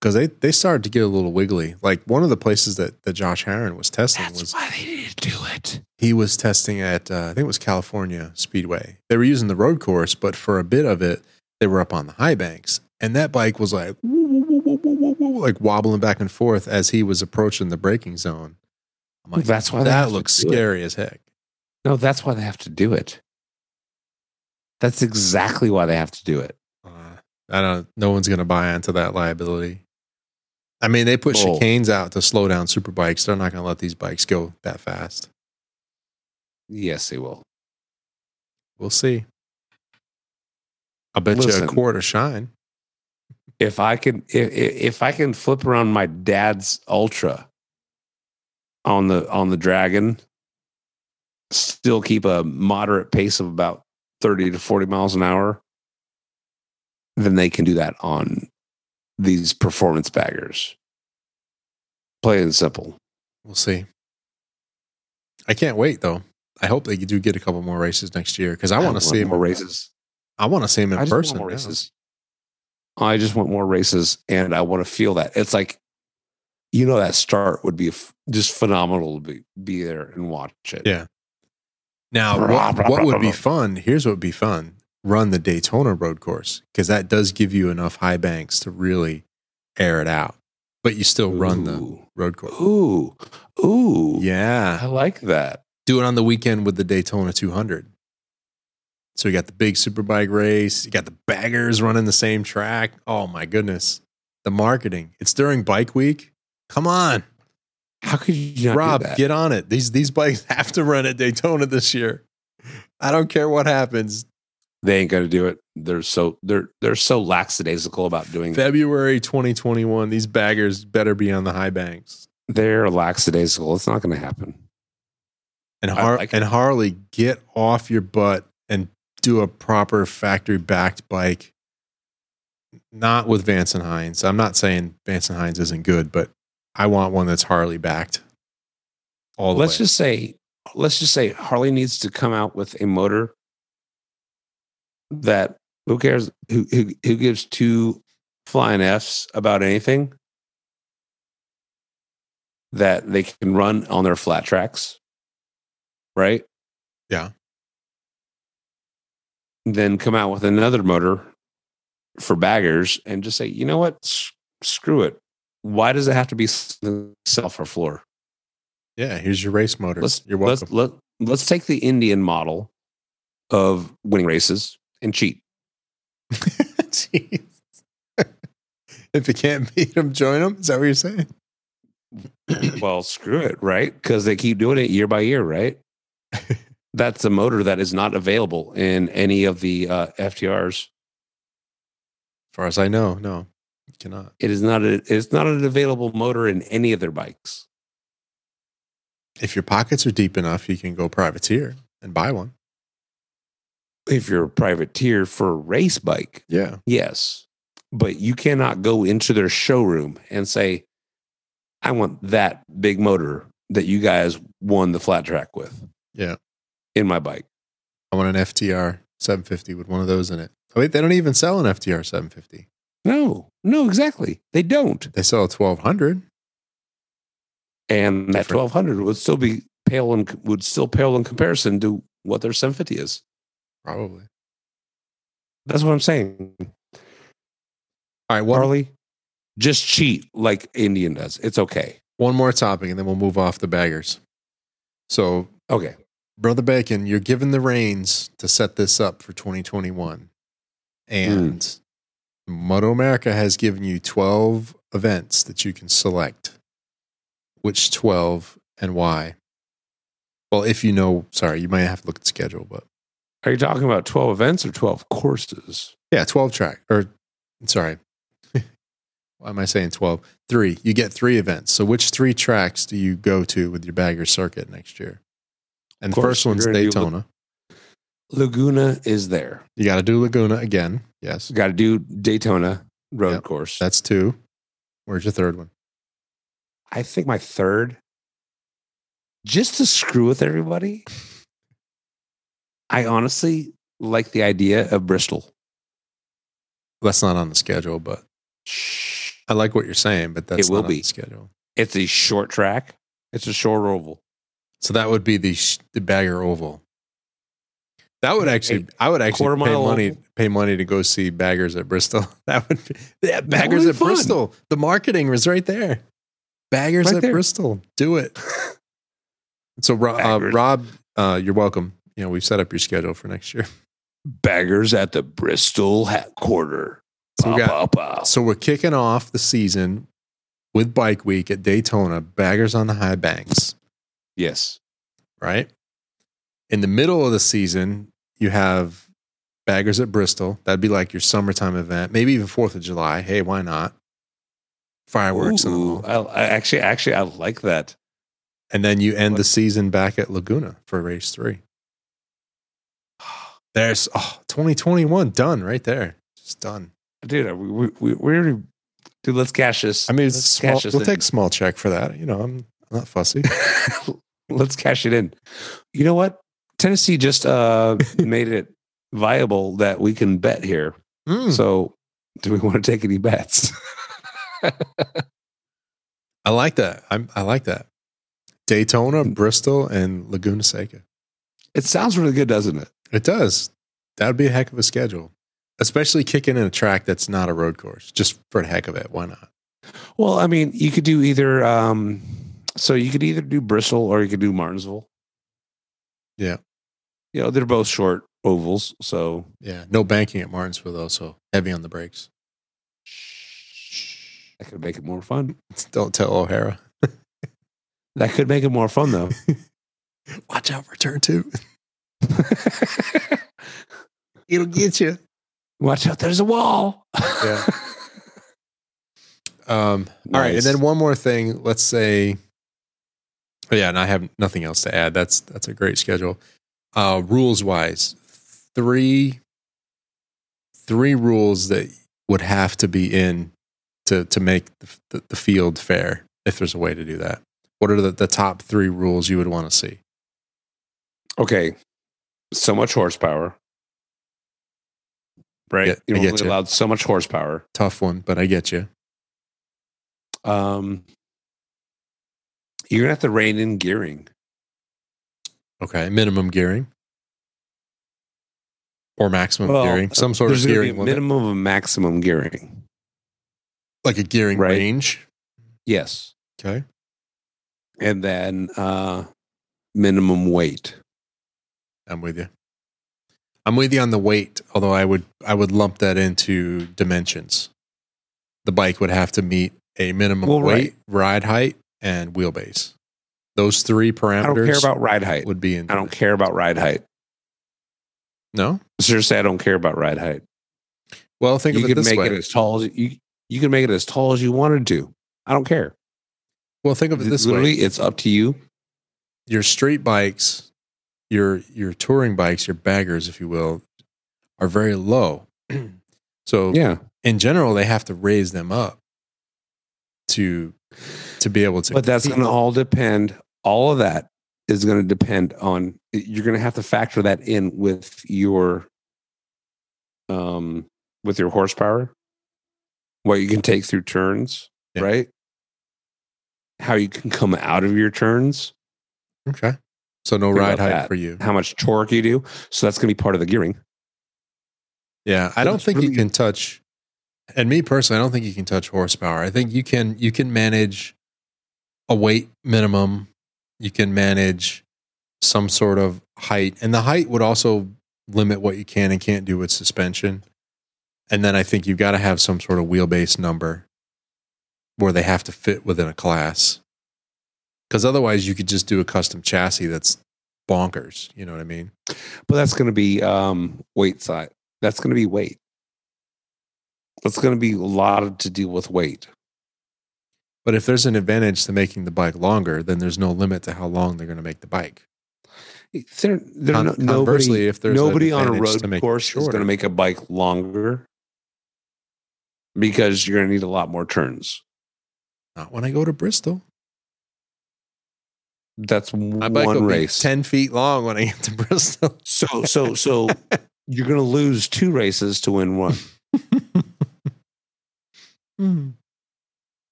Speaker 2: because they they started to get a little wiggly. Like one of the places that that Josh Harron was testing was
Speaker 1: why they need to do it.
Speaker 2: he was testing at uh, I think it was California Speedway. They were using the road course, but for a bit of it, they were up on the high banks, and that bike was like "Woo, woo, woo, woo, woo, woo, woo," like wobbling back and forth as he was approaching the braking zone. I'm like,
Speaker 1: That's why they have
Speaker 2: that
Speaker 1: to
Speaker 2: looks
Speaker 1: do it.
Speaker 2: scary as heck.
Speaker 1: No, that's why they have to do it. That's exactly why they have to do it.
Speaker 2: Uh, I don't. No one's going to buy into that liability. I mean, they put
Speaker 1: Bull.
Speaker 2: chicanes out to slow down super bikes. They're not going to let these bikes go that fast.
Speaker 1: Yes, they will.
Speaker 2: We'll see. I'll bet you a
Speaker 1: Listen.
Speaker 2: quarter shine.
Speaker 1: If I can, if, if I can flip around my dad's Ultra on the on the Dragon, still keep a moderate pace of about thirty to forty miles an hour, then they can do that on these performance baggers. Plain and simple.
Speaker 2: We'll see. I can't wait though. I hope they do get a couple more races next year because I want to see
Speaker 1: more
Speaker 2: them.
Speaker 1: races.
Speaker 2: I want to see them in
Speaker 1: I just want
Speaker 2: person.
Speaker 1: more
Speaker 2: now.
Speaker 1: races. I just want more races, and I want to feel that. It's like, you know, that start would be f- just phenomenal to be, be there and watch it.
Speaker 2: Yeah. Now, what, what would be fun? Here's what would be fun: run the Daytona road course because that does give you enough high banks to really air it out, but you still run the
Speaker 1: Ooh.
Speaker 2: road course.
Speaker 1: Ooh, ooh,
Speaker 2: Yeah,
Speaker 1: I like that.
Speaker 2: do it on the weekend with the Daytona 200. So you got the big superbike race, you got the baggers running the same track. Oh my goodness, the marketing! It's during Bike Week. Come on,
Speaker 1: How could you not do
Speaker 2: Rob,
Speaker 1: that?
Speaker 2: get on it. These these bikes have to run at Daytona this year. I don't care what happens.
Speaker 1: they ain't gonna do it. they're so they're they're so lackadaisical about doing
Speaker 2: February 2021. These baggers better be on the high banks.
Speaker 1: they're lackadaisical. It's not going to happen.
Speaker 2: And
Speaker 1: I
Speaker 2: Har-
Speaker 1: like it.
Speaker 2: and Harley, get off your butt and do a proper factory backed bike. Not with Vance and Hines. I'm not saying Vance and Hines isn't good, but I want one that's Harley backed. All the
Speaker 1: let's
Speaker 2: way.
Speaker 1: just say let's just say Harley needs to come out with a motor that who cares who who, who gives two flying f's about anything that they can run on their flat tracks right
Speaker 2: Yeah.
Speaker 1: then come out with another motor for baggers and just say you know what S- screw it why does it have to be something self or floor
Speaker 2: yeah. Here's your race motor.
Speaker 1: let's
Speaker 2: You're welcome.
Speaker 1: Let's, let, let's take the Indian model of winning races and cheat.
Speaker 2: Jeez. if you can't beat them, join them. Is that what you're saying?
Speaker 1: well, screw it, right? Because they keep doing it year by year, right? That's a motor that is not available in any of the uh, FTRs.
Speaker 2: As far as I know, no, you cannot.
Speaker 1: It is not a, it's not an available motor in any of their bikes.
Speaker 2: If your pockets are deep enough, you can go privateer and buy one.
Speaker 1: If you're a privateer for a race bike,
Speaker 2: Yeah.
Speaker 1: yes, but you cannot go into their showroom and say, "I want that big motor that you guys won the flat track with."
Speaker 2: Yeah.
Speaker 1: in my bike.
Speaker 2: I want an FTR 750 with one of those in it. Oh, wait, they don't even sell an FTR 750.
Speaker 1: No, no, exactly. They don't.
Speaker 2: They sell a 1200.
Speaker 1: And that
Speaker 2: Different.
Speaker 1: twelve hundred would still be pale and would still pale in comparison to what their seven fifty is.
Speaker 2: Probably.
Speaker 1: That's what I'm saying.
Speaker 2: All right. One,
Speaker 1: Harley, just cheat like Indian does. It's okay.
Speaker 2: one more topic and then we'll move off the baggers. So
Speaker 1: Okay.
Speaker 2: Brother Bacon, you're given the reins to set this up for 2021.
Speaker 1: Hmm.
Speaker 2: And Moto America has given you 12 events that you can select. Which 12 and why? Well, if you know, sorry, you might have to look at the schedule, but
Speaker 1: Are you talking about twelve events or twelve courses?
Speaker 2: yeah, 12 track or sorry. Why am I saying 12? Three. You get three events. So which three tracks do you go to with your bagger circuit next year? And
Speaker 1: Of
Speaker 2: the
Speaker 1: course,
Speaker 2: first one's
Speaker 1: you're gonna do-
Speaker 2: Daytona.
Speaker 1: Laguna is there.
Speaker 2: You got to do Laguna again. Yes.
Speaker 1: Got to do Daytona road
Speaker 2: Yep.
Speaker 1: course.
Speaker 2: That's two. Where's your third one?
Speaker 1: I think my third, just to screw with everybody. I honestly like the idea of Bristol.
Speaker 2: That's not on the schedule, but
Speaker 1: Shh.
Speaker 2: I like what you're saying. But that's
Speaker 1: It will
Speaker 2: not on
Speaker 1: be.
Speaker 2: the schedule.
Speaker 1: It's a short track. It's a short oval.
Speaker 2: So that would be the sh- the Bagger Oval. That would actually, I would actually
Speaker 1: quarter
Speaker 2: pay
Speaker 1: mile
Speaker 2: money
Speaker 1: oval?
Speaker 2: pay money to go see Baggers at Bristol. That would be yeah, Baggers
Speaker 1: be
Speaker 2: at
Speaker 1: fun.
Speaker 2: Bristol. The marketing was right there. Baggers
Speaker 1: Right
Speaker 2: at
Speaker 1: there.
Speaker 2: Bristol. Do it. So Ro- uh,
Speaker 1: Baggers.
Speaker 2: Rob, uh, you're welcome. You know we've set up your schedule for next year.
Speaker 1: Baggers at the Bristol hat quarter.
Speaker 2: So we got
Speaker 1: Pow, pow, pow.
Speaker 2: So we're kicking off the season with Bike Week at Daytona, baggers on the high banks,
Speaker 1: Yes.
Speaker 2: right? In the middle of the season, you have baggers at Bristol. That'd be like your summertime event, maybe even 4th of July. Hey, why not? Fireworks and
Speaker 1: Ooh,
Speaker 2: all.
Speaker 1: I, I actually, actually, I like that.
Speaker 2: And then you end the season back at Laguna for race three. There's oh, 2021 done right there. Just done.
Speaker 1: Dude, we, we, we, we already, dude, let's cash this.
Speaker 2: I mean, it's
Speaker 1: let's
Speaker 2: small,
Speaker 1: cash this
Speaker 2: we'll
Speaker 1: in.
Speaker 2: take a small check for that. You know, I'm, I'm not fussy.
Speaker 1: let's cash it in. You know what? Tennessee just uh, made it viable that we can bet here.
Speaker 2: Mm.
Speaker 1: So, do we want to take any bets?
Speaker 2: I like that. I'm, I like that. Daytona, Bristol, and Laguna Seca.
Speaker 1: it sounds really good, doesn't it?
Speaker 2: It does. That would be a heck of a schedule, especially kicking in a track that's not a road course, just for the heck of it. Why not?
Speaker 1: Well, I mean, you could do either. Um, so you could either do Bristol or you could do Martinsville.
Speaker 2: Yeah.
Speaker 1: You know, they're both short ovals. So
Speaker 2: Yeah. No banking at Martinsville, though. So heavy on the brakes.
Speaker 1: that could make it more fun.
Speaker 2: Don't tell O'Hara.
Speaker 1: That could make it more fun, though.
Speaker 2: Watch out for turn two. It'll get you.
Speaker 1: Watch out, there's a wall.
Speaker 2: Yeah. Um, All right, and
Speaker 1: Nice.
Speaker 2: then one more thing. Let's say, oh, yeah, and I have nothing else to add. That's that's a great schedule. Uh, rules wise, three three rules that would have to be in to to make the, the, the field fair if there's a way to do that. What are the, the top three rules you would want to see?
Speaker 1: okay, so much horsepower. Right?
Speaker 2: Yeah, I
Speaker 1: You're
Speaker 2: get
Speaker 1: only
Speaker 2: you.
Speaker 1: allowed so much horsepower.
Speaker 2: Tough one, but I get you.
Speaker 1: Um, you're gonna have to rein in gearing.
Speaker 2: Okay, minimum gearing or maximum
Speaker 1: Well,
Speaker 2: gearing, some sort of
Speaker 1: There's gonna be a
Speaker 2: gearing limit,
Speaker 1: minimum and maximum gearing.
Speaker 2: like a gearing
Speaker 1: Right.
Speaker 2: range.
Speaker 1: Yes.
Speaker 2: Okay.
Speaker 1: And then uh minimum weight.
Speaker 2: I'm with you. I'm with you on the weight, although I would I would lump that into dimensions. The bike would have to meet a minimum
Speaker 1: Well, right.
Speaker 2: weight, ride height, and wheelbase. Those three
Speaker 1: I
Speaker 2: parameters
Speaker 1: don't care about ride height.
Speaker 2: would be in
Speaker 1: I don't care about ride height.
Speaker 2: No?
Speaker 1: Seriously, I don't care about ride height.
Speaker 2: Well, think
Speaker 1: you
Speaker 2: of it
Speaker 1: can
Speaker 2: this
Speaker 1: make
Speaker 2: way.
Speaker 1: it as tall as you you can make it as tall as you wanted to. I don't care.
Speaker 2: well, think of it this way.
Speaker 1: Literally, it's up to you.
Speaker 2: your street bikes, your your touring bikes, your baggers, if you will, are very low. so
Speaker 1: Yeah.
Speaker 2: in general, they have to raise them up to to be able to
Speaker 1: But that's
Speaker 2: compete.
Speaker 1: going to all depend. All of that is going to depend on. You're going to have to factor that in with your, um, with your horsepower, what you can take through turns,
Speaker 2: Yeah.
Speaker 1: right? How you can come out of your turns,
Speaker 2: Okay. So no
Speaker 1: Think
Speaker 2: ride
Speaker 1: about
Speaker 2: height
Speaker 1: that.
Speaker 2: for you.
Speaker 1: how much torque you do. So that's going to be part of the gearing.
Speaker 2: Yeah, I
Speaker 1: So
Speaker 2: don't
Speaker 1: it's
Speaker 2: think you
Speaker 1: really-
Speaker 2: can touch. And me personally, I don't think you can touch horsepower. I think you can you can manage a weight minimum. You can manage some sort of height, and the height would also limit what you can and can't do with suspension. And then I think you've got to have some sort of wheelbase number where they have to fit within a class, because otherwise you could just do a custom chassis that's bonkers. You know what I mean?
Speaker 1: But that's going to be um, weight side. That's going to be weight. That's going to be a lot to deal with weight.
Speaker 2: But if there's an advantage to making the bike longer, then there's no limit to how long they're going to make the bike.
Speaker 1: There, there
Speaker 2: Con-
Speaker 1: no,
Speaker 2: conversely,
Speaker 1: nobody,
Speaker 2: if there's an
Speaker 1: nobody on a
Speaker 2: advantage
Speaker 1: road
Speaker 2: to make it
Speaker 1: course is going
Speaker 2: shorter.
Speaker 1: to make a bike longer because you're going to need a lot more turns.
Speaker 2: Not when I go to Bristol.
Speaker 1: That's
Speaker 2: My
Speaker 1: one
Speaker 2: bike will
Speaker 1: race.
Speaker 2: be ten feet long when I get to Bristol.
Speaker 1: so, so, so you're going to lose two races to win one.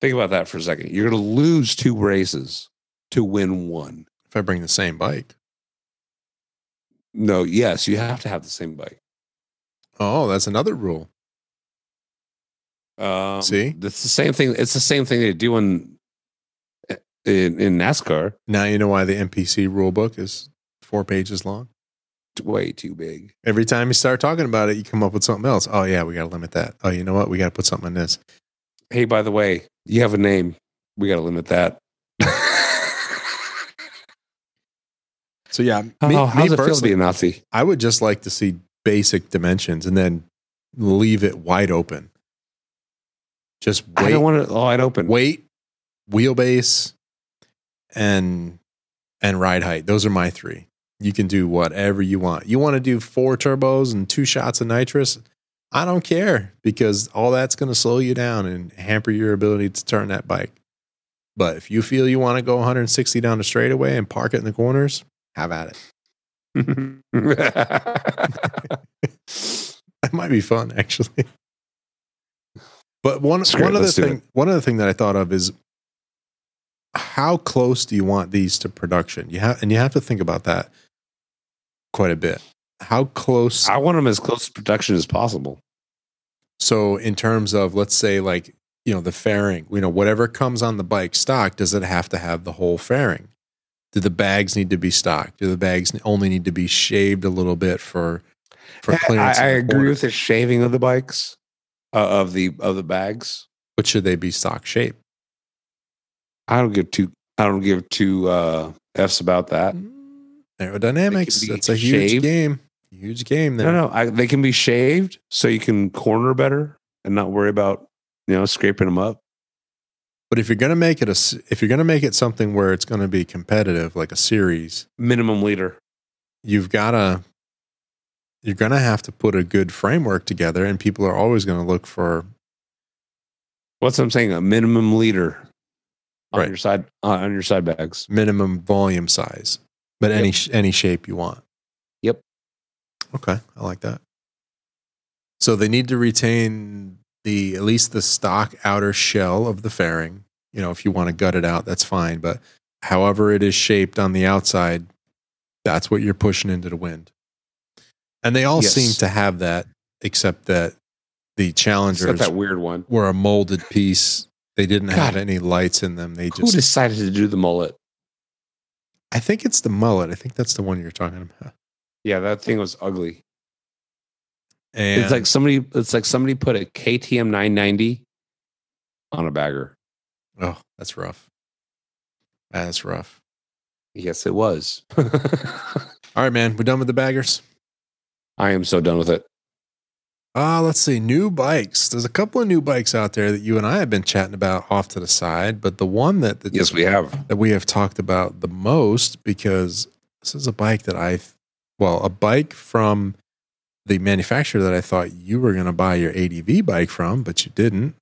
Speaker 1: Think about that for a second. You're going to lose two races to win one.
Speaker 2: If I bring the same bike,
Speaker 1: No, yes, you have to have the same bike.
Speaker 2: oh, that's another rule.
Speaker 1: Um,
Speaker 2: See?
Speaker 1: it's the same thing. It's the same thing they do in eh, in, in NASCAR.
Speaker 2: Now you know why the NPC rule book is four pages long.
Speaker 1: Way too big.
Speaker 2: Every time you start talking about it, you come up with something else. Oh yeah, we got to limit that. Oh, you know what? We got to put something in this.
Speaker 1: hey, by the way, you have a name. We got to limit that.
Speaker 2: So yeah,
Speaker 1: oh, how's it feel to
Speaker 2: personally-
Speaker 1: be a Nazi?
Speaker 2: I would just like to see basic dimensions and then leave it wide open. Just
Speaker 1: I
Speaker 2: wait,
Speaker 1: don't want it all wide open.
Speaker 2: wait, wheelbase, and and ride height. Those are my three. You can do whatever you want. You want to do four turbos and two shots of nitrous? I don't care because all that's going to slow you down and hamper your ability to turn that bike. But if you feel you want to go 160 down the straightaway and park it in the corners, have at it. That might be fun, actually. But one
Speaker 1: Screw it,
Speaker 2: one other
Speaker 1: let's do
Speaker 2: thing, one other thing that I thought of is how close do you want these to production? You have, and you have to think about that quite a bit. How close?
Speaker 1: I want them as close to production as possible.
Speaker 2: So, in terms of let's say like you know the fairing, you know whatever comes on the bike stock, does it have to have the whole fairing? Do the bags need to be stocked? Do the bags only need to be shaved a little bit for for
Speaker 1: I,
Speaker 2: clearance? in
Speaker 1: I
Speaker 2: the
Speaker 1: agree
Speaker 2: corner?
Speaker 1: with the shaving of the bikes, uh, of the of the bags.
Speaker 2: But should they be stock shape?
Speaker 1: I don't give two. I don't give two uh, f's about that.
Speaker 2: Mm. Aerodynamics.
Speaker 1: be
Speaker 2: That's a huge
Speaker 1: shaved.
Speaker 2: game. Huge game there.
Speaker 1: No, no, I, they can be shaved so you can corner better and not worry about you know scraping them up.
Speaker 2: But if you're gonna make it a, s- if you're gonna make it something where it's gonna be competitive, like a series,
Speaker 1: Minimum leader.
Speaker 2: you've gotta, you're gonna have to put a good framework together, and people are always gonna look for
Speaker 1: What's I'm saying? A minimum leader on
Speaker 2: Right.
Speaker 1: your side uh, on on your side bags.
Speaker 2: minimum volume size, but any sh- any shape you want.
Speaker 1: Yep.
Speaker 2: Okay, I like that. So they need to retain the at least the stock outer shell of the fairing. You know, if you want to gut it out, that's fine. But however it is shaped on the outside, that's what you're pushing into the wind. And they all
Speaker 1: Yes.
Speaker 2: seem to have that, except that the
Speaker 1: Except
Speaker 2: challengers
Speaker 1: that weird one.
Speaker 2: were a molded piece. They didn't have
Speaker 1: God.
Speaker 2: any lights in them. They
Speaker 1: Who
Speaker 2: just
Speaker 1: decided to do the mullet?
Speaker 2: I think it's the mullet. I think that's the one you're talking about.
Speaker 1: Yeah, that thing was ugly.
Speaker 2: And
Speaker 1: It's like somebody. It's like somebody put a KTM 990 on a bagger.
Speaker 2: oh, that's rough. That's rough.
Speaker 1: Yes, it was.
Speaker 2: All right, man, we're done with the baggers.
Speaker 1: I am so done with it.
Speaker 2: Ah, let's see. New bikes. There's a couple of new bikes out there that you and I have been chatting about off to the side, but the one that that,
Speaker 1: Yes, we have.
Speaker 2: that we have talked about the most because this is a bike that I, well, a bike from the manufacturer that I thought you were going to buy your ADV bike from, but you didn't.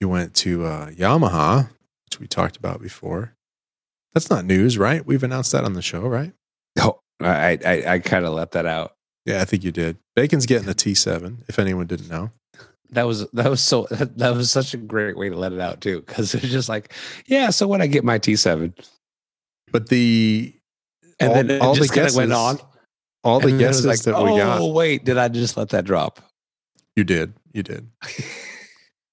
Speaker 2: You went to uh, Yamaha, which we talked about before. That's not news, right? We've announced that on the show, right?
Speaker 1: Oh, I I, I kind of let that out.
Speaker 2: Yeah, I think you did. Bacon's getting a T7, if anyone didn't know.
Speaker 1: That was that was so that, that was such a great way to let it out too, because it's just like, yeah. So when I get my T7,
Speaker 2: But the
Speaker 1: and
Speaker 2: All-
Speaker 1: then it
Speaker 2: all the
Speaker 1: just kind of went
Speaker 2: guesses-
Speaker 1: on.
Speaker 2: all the
Speaker 1: and then it was
Speaker 2: guesses that we got,
Speaker 1: Oh wait, did I just let that drop?
Speaker 2: you did, you did.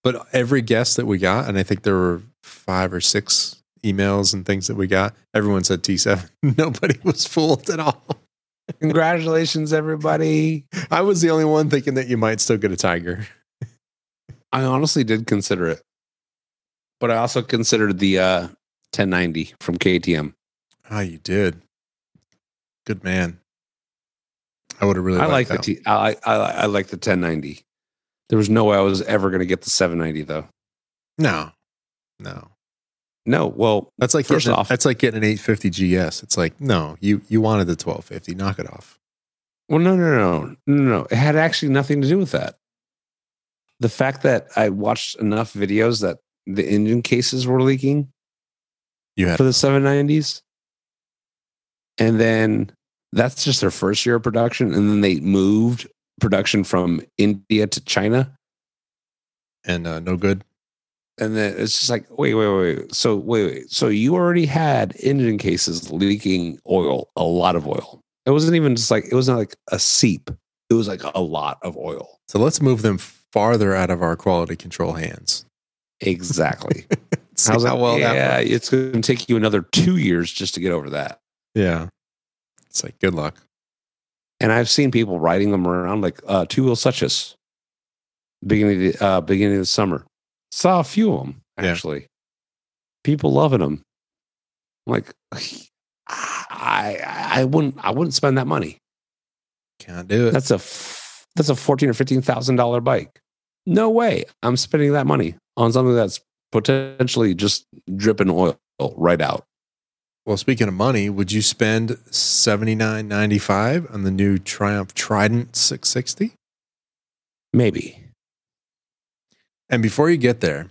Speaker 2: But every guess that we got, and I think there were five or six emails and things that we got, everyone said T7. Nobody was fooled at all.
Speaker 1: Congratulations, everybody!
Speaker 2: I was the only one thinking that you might still get a tiger.
Speaker 1: I honestly did consider it, but I also considered the uh, 1090 from KTM.
Speaker 2: Ah, you did. Good man. I would have really
Speaker 1: I like
Speaker 2: liked
Speaker 1: the
Speaker 2: that
Speaker 1: T. I I, I like the 1090. There was no way I was ever going to get the 790 though.
Speaker 2: one. No. No.
Speaker 1: No, well,
Speaker 2: That's like
Speaker 1: First
Speaker 2: getting, an-
Speaker 1: off-
Speaker 2: that's like getting an 850 GS. It's like, no, you you wanted the 1250. Knock it off.
Speaker 1: Well, no, no, no, no, no. It had actually nothing to do with that. The fact that I watched enough videos that the engine cases were leaking
Speaker 2: You had
Speaker 1: for the 790s. And then that's just their first year of production. And then they moved production from India to China.
Speaker 2: and uh, no good.
Speaker 1: And then it's just like, wait, wait, wait. wait. So, wait, wait. So, you already had engine cases leaking oil, a lot of oil. It wasn't even just like, it wasn't like a seep, it was like a lot of oil.
Speaker 2: So let's move them farther out of our quality control hands.
Speaker 1: Exactly.
Speaker 2: See
Speaker 1: I was
Speaker 2: how
Speaker 1: like,
Speaker 2: well that
Speaker 1: yeah, it's going to take you another two years just to get over that.
Speaker 2: Yeah. It's like, good luck.
Speaker 1: And I've seen people riding them around like uh, two wheel suches. Beginning of the, uh, beginning of the summer, saw a few of them
Speaker 2: Yeah.
Speaker 1: actually. People loving them. I'm like I, I wouldn't I wouldn't spend that money.
Speaker 2: Can't do it.
Speaker 1: That's a f- that's a fourteen or fifteen thousand dollar bike. No way I'm spending that money on something that's potentially just dripping oil right out.
Speaker 2: Well, speaking of money, would you spend seventy nine ninety five on the new Triumph Trident six sixty?
Speaker 1: Maybe.
Speaker 2: And before you get there,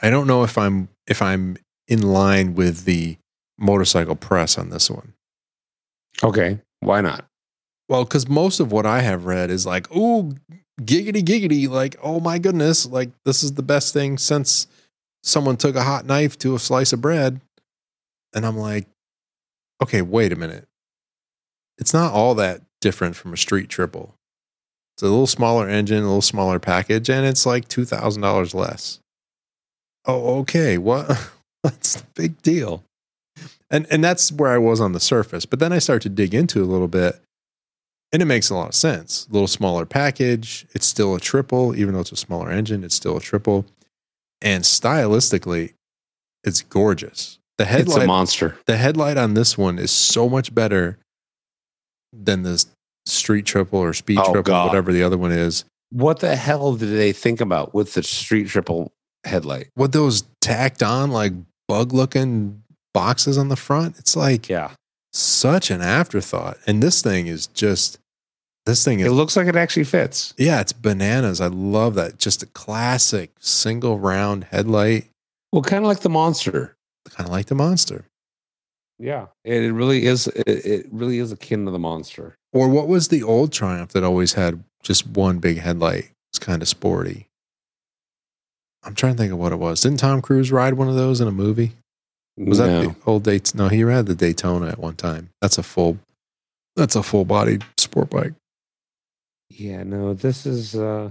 Speaker 2: I don't know if I'm if I'm in line with the motorcycle press on this one.
Speaker 1: Okay, why not?
Speaker 2: Well, because most of what I have read is like, oh, giggity giggity, like, oh my goodness, like this is the best thing since someone took a hot knife to a slice of bread. And I'm like, okay, wait a minute. It's not all that different from a street triple. It's a little smaller engine, a little smaller package, and it's like two thousand dollars less. Oh, okay. What what's the big deal? And and that's where I was on the surface. But then I start to dig into it a little bit and it makes a lot of sense. A little smaller package. It's still a triple, even though it's a smaller engine. It's still a triple, and stylistically, it's gorgeous. The
Speaker 1: It's a
Speaker 2: headlight,
Speaker 1: monster.
Speaker 2: the headlight on this one is so much better than the street triple or speed
Speaker 1: Oh,
Speaker 2: triple,
Speaker 1: God.
Speaker 2: whatever the other one is.
Speaker 1: What the hell did they think about with the street triple headlight?
Speaker 2: What those tacked on like bug looking boxes on the front? It's like
Speaker 1: Yeah.
Speaker 2: such an afterthought. And this thing is just this thing
Speaker 1: It
Speaker 2: is
Speaker 1: looks like it actually fits.
Speaker 2: yeah, it's bananas. I love that. Just a classic single round headlight,
Speaker 1: Well, kind of like the monster.
Speaker 2: kind of like the monster.
Speaker 1: Yeah. It, it really is. It, it really is akin to the monster.
Speaker 2: Or what was the old Triumph that always had just one big headlight? It's kind of sporty. I'm trying to think of what it was. Didn't Tom Cruise ride one of those in a movie? Was
Speaker 1: No.
Speaker 2: that the old Dayton? No, he ran the Daytona at one time. That's a full, that's a full bodied sport bike.
Speaker 1: Yeah. No. This is. uh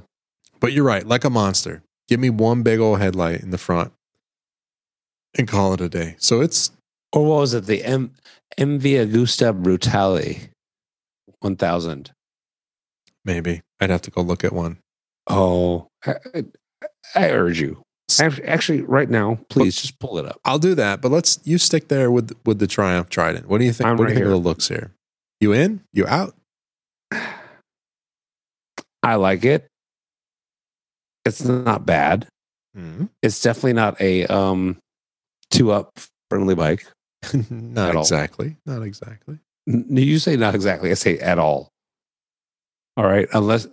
Speaker 2: But you're right, like a monster. Give me one big old headlight in the front, and call it a day. So it's
Speaker 1: Or what was it? The M MV Augusta Brutale, one thousand.
Speaker 2: maybe I'd have to go look at one.
Speaker 1: Oh, I, I- I urge you. Act- Actually, right now, please just pull it up.
Speaker 2: I'll do that. But let's you stick there with with the Triumph Trident. What do you think?
Speaker 1: I'm
Speaker 2: what do
Speaker 1: right
Speaker 2: you think
Speaker 1: here.
Speaker 2: of the looks here? You in? You out?
Speaker 1: I like it. It's not bad.
Speaker 2: Hmm.
Speaker 1: It's definitely not a um two up friendly bike.
Speaker 2: not
Speaker 1: At all.
Speaker 2: exactly. Not exactly.
Speaker 1: N- You say not exactly. I say at all. All right, unless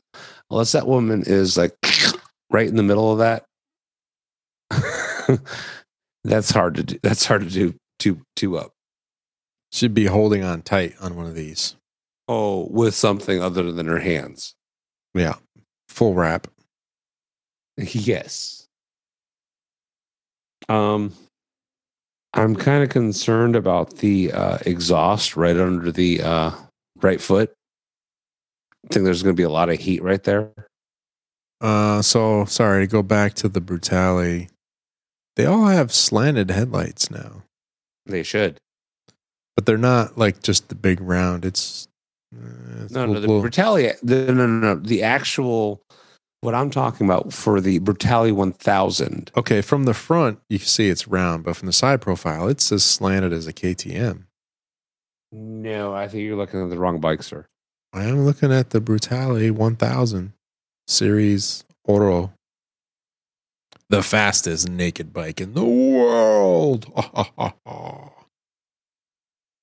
Speaker 1: unless that woman is like right in the middle of that. that's hard to do. That's hard to do. Two two up.
Speaker 2: Should be holding on tight on one of these.
Speaker 1: Oh, with something other than her hands.
Speaker 2: Yeah. Full wrap.
Speaker 1: Yes. Um, I'm kind of concerned about the uh, exhaust right under the uh, right foot. I think there's going to be a lot of heat right there.
Speaker 2: Uh, so sorry to go back to the brutality. They all have slanted headlights now,
Speaker 1: They should.
Speaker 2: but they're not like just the big round. It's, uh, it's
Speaker 1: No,
Speaker 2: a
Speaker 1: no, the
Speaker 2: little-
Speaker 1: Brutale. The, no, no, no. The actual, what I'm talking about for the Brutale 1000.
Speaker 2: okay. From the front, you can see it's round, but from the side profile, it's as slanted as a KTM.
Speaker 1: No, I think you're looking at the wrong bike, sir.
Speaker 2: I am looking at the Brutale 1000 Series Oro. The fastest naked bike in the world.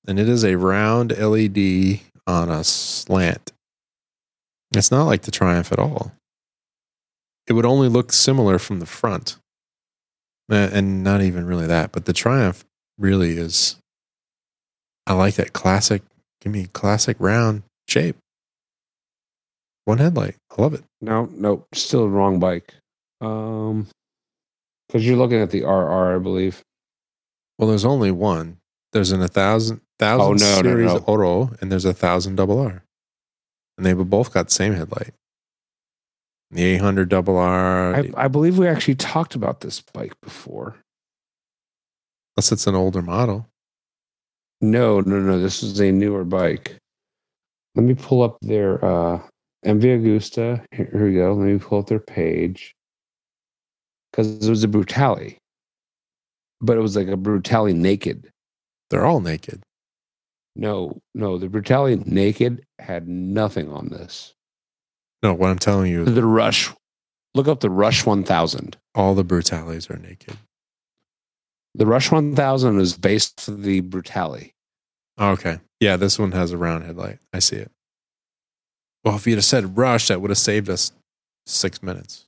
Speaker 2: and it is a round LED on a slant. It's not like the Triumph at all. It would only look similar from the front. Uh, And not even really that, but the Triumph really is. I like that classic. Give me classic round shape. One headlight. I love it.
Speaker 1: No, no, still the wrong bike. Um, because you're looking at the RR, I believe.
Speaker 2: Well, there's only one. There's an a thousand thousand
Speaker 1: Oh, no, no,
Speaker 2: series
Speaker 1: no.
Speaker 2: Oro, and there's a thousand double R, and they both got the same headlight. The 800 double R.
Speaker 1: I, I believe we actually talked about this bike before.
Speaker 2: unless it's an older model.
Speaker 1: No, no, no. This is a newer bike. Let me pull up their uh, MV Augusta. Here, here we go. Let me pull up their page. Because it was a Brutale, but it was like a Brutale naked.
Speaker 2: They're all naked.
Speaker 1: No, no. The Brutale naked had nothing on this.
Speaker 2: No, what I'm telling you,
Speaker 1: The Rush. Look up the Rush 1000.
Speaker 2: all the Brutales are naked.
Speaker 1: The Rush 1000 is based on the Brutale.
Speaker 2: Oh, Okay. Yeah, this one has a round headlight. I see it. Well, if you'd have said rush, that would have saved us six minutes.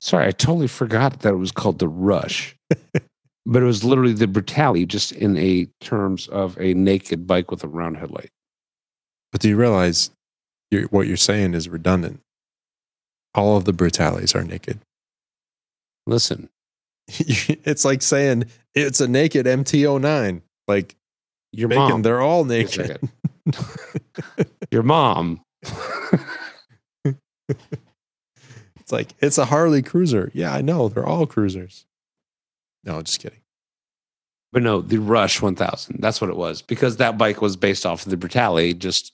Speaker 1: Sorry, I totally forgot that it was called the Rush. but it was literally the Brutale, just in a terms of a naked bike with a round headlight.
Speaker 2: But do you realize you're, what you're saying is redundant? All of the brutales are naked.
Speaker 1: Listen,
Speaker 2: it's like saying it's a naked MT09. Like
Speaker 1: your
Speaker 2: bacon,
Speaker 1: mom.
Speaker 2: they're all
Speaker 1: wait a
Speaker 2: naked.
Speaker 1: second. your mom.
Speaker 2: It's like it's a Harley Cruiser. Yeah, I know they're all cruisers. No, just kidding.
Speaker 1: but no, the Rush 1000. That's what it was because that bike was based off of the Brutale, just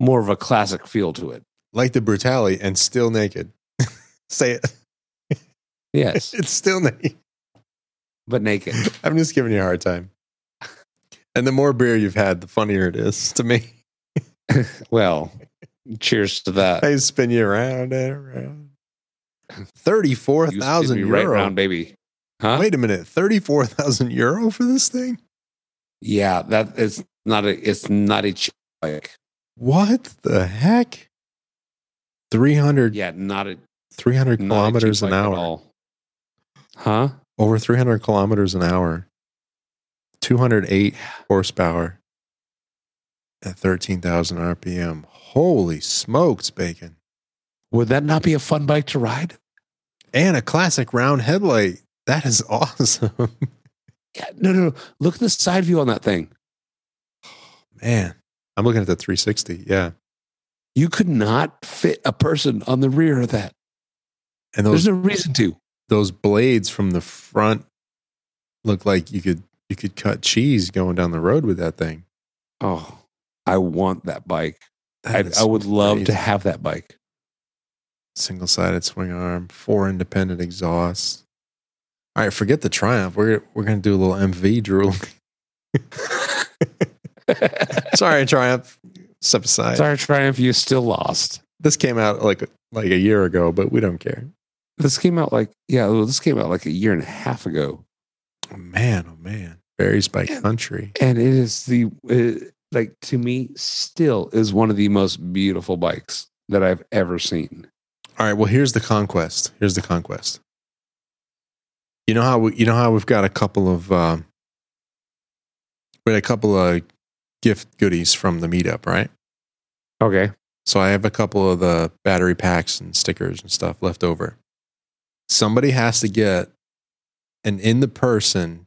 Speaker 1: more of a classic feel to it.
Speaker 2: Like the brutale and still naked. Say it.
Speaker 1: Yes,
Speaker 2: It's still naked.
Speaker 1: but naked.
Speaker 2: I'm just giving you a hard time. And the more beer you've had, the funnier it is to me.
Speaker 1: Well, cheers to that.
Speaker 2: They spin you around and around. Thirty-four
Speaker 1: You spin
Speaker 2: thousand
Speaker 1: me
Speaker 2: euro.
Speaker 1: right round, baby. Huh?
Speaker 2: Wait a minute, thirty-four thousand euro for this thing?
Speaker 1: Yeah, that is not a. It's not a cheap bike.
Speaker 2: What the heck? 300,
Speaker 1: Yeah, not a
Speaker 2: 300
Speaker 1: not a cheap
Speaker 2: kilometers an
Speaker 1: bike at
Speaker 2: hour.
Speaker 1: all. Huh?
Speaker 2: Over three hundred kilometers an hour. Two hundred eight horsepower at thirteen thousand RPM. Holy smokes, bacon!
Speaker 1: Would that not be a fun bike to ride?
Speaker 2: And a classic round headlight. That is awesome,
Speaker 1: Yeah, no, no, no. Look at the side view on that thing.
Speaker 2: man. I'm looking at the 360. Yeah,
Speaker 1: You could not fit a person on the rear of that.
Speaker 2: and
Speaker 1: There's
Speaker 2: those
Speaker 1: no reason to.
Speaker 2: those blades from the front look like you could you could cut cheese going down the road with that thing.
Speaker 1: Oh, I want that bike.
Speaker 2: That
Speaker 1: I,
Speaker 2: is
Speaker 1: I would love
Speaker 2: crazy.
Speaker 1: to have that bike.
Speaker 2: single sided swing arm, four independent exhausts. All right, forget the Triumph. We're we're gonna do a little MV drool. Sorry, Triumph. Step aside.
Speaker 1: Sorry, Triumph, you still lost.
Speaker 2: This came out like like a year ago, but we don't care.
Speaker 1: This came out like yeah, well, this came out like a year and a half ago,
Speaker 2: Man, oh man, varies by
Speaker 1: Yeah.
Speaker 2: country.
Speaker 1: and it is the uh, like to me still is one of the most beautiful bikes that I've ever seen.
Speaker 2: All right, well here's the conquest. Here's the conquest. You know how we, you know how we've got a couple of um, we had a couple of gift goodies from the meetup, right?
Speaker 1: Okay,
Speaker 2: So I have a couple of the battery packs and stickers and stuff left over. Somebody has to get an in the person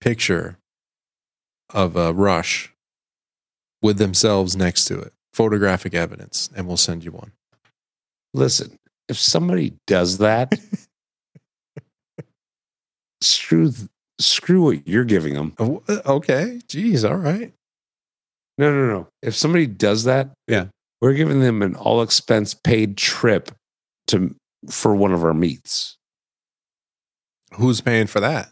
Speaker 2: picture of a rush with themselves next to it, photographic evidence, and we'll send you one.
Speaker 1: listen, if somebody does that, screw th- screw what you're giving them.
Speaker 2: Oh, Okay. Geez. All right.
Speaker 1: No, no, no. If somebody does that,
Speaker 2: Yeah.
Speaker 1: we're giving them an all expense paid trip to for one of our meets.
Speaker 2: Who's paying for that?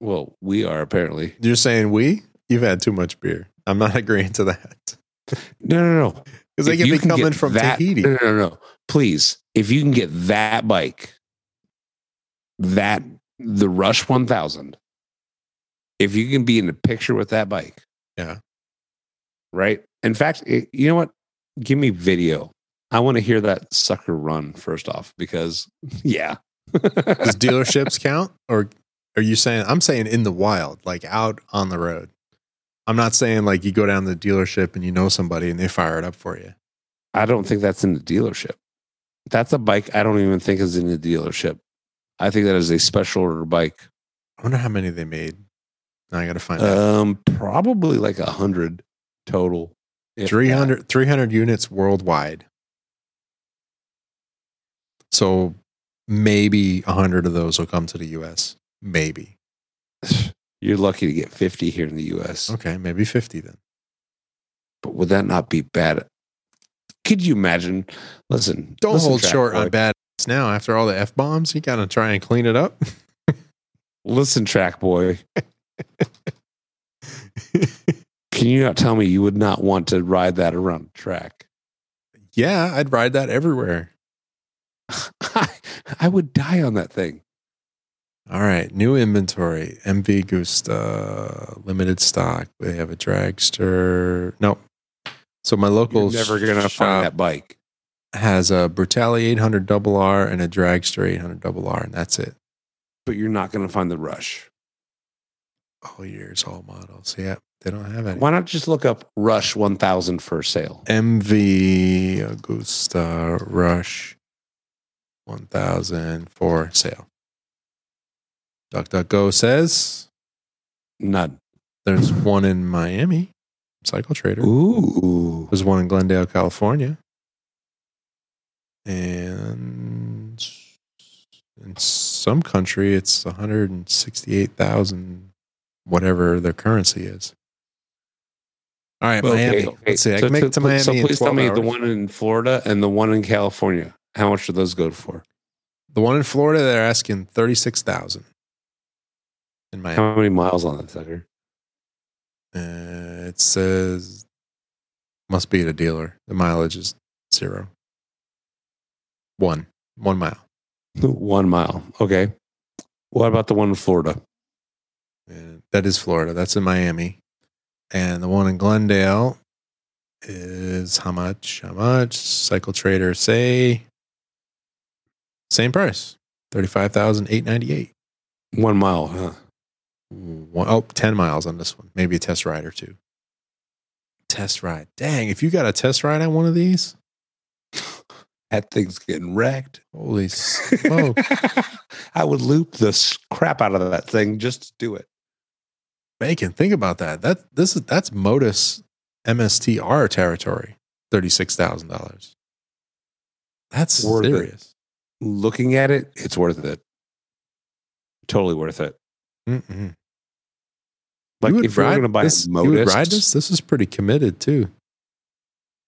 Speaker 1: Well, we are apparently.
Speaker 2: You're saying we? You've had too much beer. I'm not agreeing to that
Speaker 1: No, no, no.
Speaker 2: because they
Speaker 1: If
Speaker 2: could
Speaker 1: you
Speaker 2: be
Speaker 1: can
Speaker 2: coming
Speaker 1: get
Speaker 2: from
Speaker 1: that-
Speaker 2: Tahiti.
Speaker 1: No, no, no. Please, if you can get that bike, that the Rush 1000, if you can be in the picture with that bike,
Speaker 2: Yeah.
Speaker 1: right. In fact, it- you know what? Give me video. I want to hear that sucker run first off because yeah,
Speaker 2: Does dealerships count, or are you saying? I'm saying in the wild, like out on the road. I'm not saying like you go down to the dealership and you know somebody and they fire it up for you.
Speaker 1: I don't think that's in the dealership. That's a bike I don't even think is in the dealership. I think that is a special order bike.
Speaker 2: I wonder how many they made. Now I got to find out.
Speaker 1: Um, probably like a hundred total. if
Speaker 2: 300, 300 units worldwide. So maybe 100 of those will come to the US. Maybe.
Speaker 1: that. You're lucky to get fifty here in the U.S.
Speaker 2: Okay, maybe 50 then.
Speaker 1: But would that not be bad? Could you imagine? Listen,
Speaker 2: Don't
Speaker 1: listen,
Speaker 2: hold
Speaker 1: Track
Speaker 2: short
Speaker 1: boy.
Speaker 2: on bad ass now after all the F bombs. You got to try and clean it up.
Speaker 1: Listen, track boy. Can you not tell me you would not want to ride that around the track?
Speaker 2: yeah, I'd ride that everywhere.
Speaker 1: I, I would die on that thing.
Speaker 2: All right, new inventory. MV Gusta, limited stock. They have a dragster. Nope. So my local
Speaker 1: You're never gonna find
Speaker 2: shop
Speaker 1: that bike.
Speaker 2: has a Brutale 800 double R and a dragster 800 double R, and that's it.
Speaker 1: But you're not gonna find the rush.
Speaker 2: All years, all models. Yeah, they don't have any.
Speaker 1: Why not just look up Rush 1000 for sale?
Speaker 2: MV Augusta Rush 1000 for sale. DuckDuckGo says
Speaker 1: None.
Speaker 2: there's one in Miami, Cycle Trader.
Speaker 1: Ooh.
Speaker 2: There's one in Glendale, California. And in some country, it's 168,000, whatever their currency is. All right, Miami. Let's see. I
Speaker 1: So
Speaker 2: can make it
Speaker 1: to-
Speaker 2: to Miami.
Speaker 1: So
Speaker 2: in
Speaker 1: please tell
Speaker 2: 12
Speaker 1: me
Speaker 2: hours.
Speaker 1: the one in Florida and the one in California. How much do those go for?
Speaker 2: The one in Florida, they're asking 36,000 in Miami.
Speaker 1: How many miles on that sucker?
Speaker 2: Uh, it says Must be at a dealer. The mileage is zero. One. One mile.
Speaker 1: One mile. Okay. What about the one in Florida?
Speaker 2: And that is Florida. That's in Miami. And the one in Glendale is how much? How much? Cycle Trader say same price. Thirty-five thousand eight ninety-eight.
Speaker 1: One mile, huh?
Speaker 2: One, oh, 10 miles on this one. Maybe a test ride or two. Test ride. Dang, if you got a test ride on one of these,
Speaker 1: That thing's getting wrecked.
Speaker 2: holy smoke.
Speaker 1: I would loop the s- crap out of that thing just to do it.
Speaker 2: Bacon, think about that. That this is that's Modus MSTR territory. Thirty-six thousand dollars. That's
Speaker 1: Worth it.
Speaker 2: serious.
Speaker 1: Looking at it, it's worth it. Totally worth it.
Speaker 2: Mm-mm.
Speaker 1: Like
Speaker 2: would
Speaker 1: if you're
Speaker 2: ride
Speaker 1: going to buy
Speaker 2: this,
Speaker 1: a
Speaker 2: you
Speaker 1: Modus,
Speaker 2: would ride this. This is pretty committed too.
Speaker 1: no,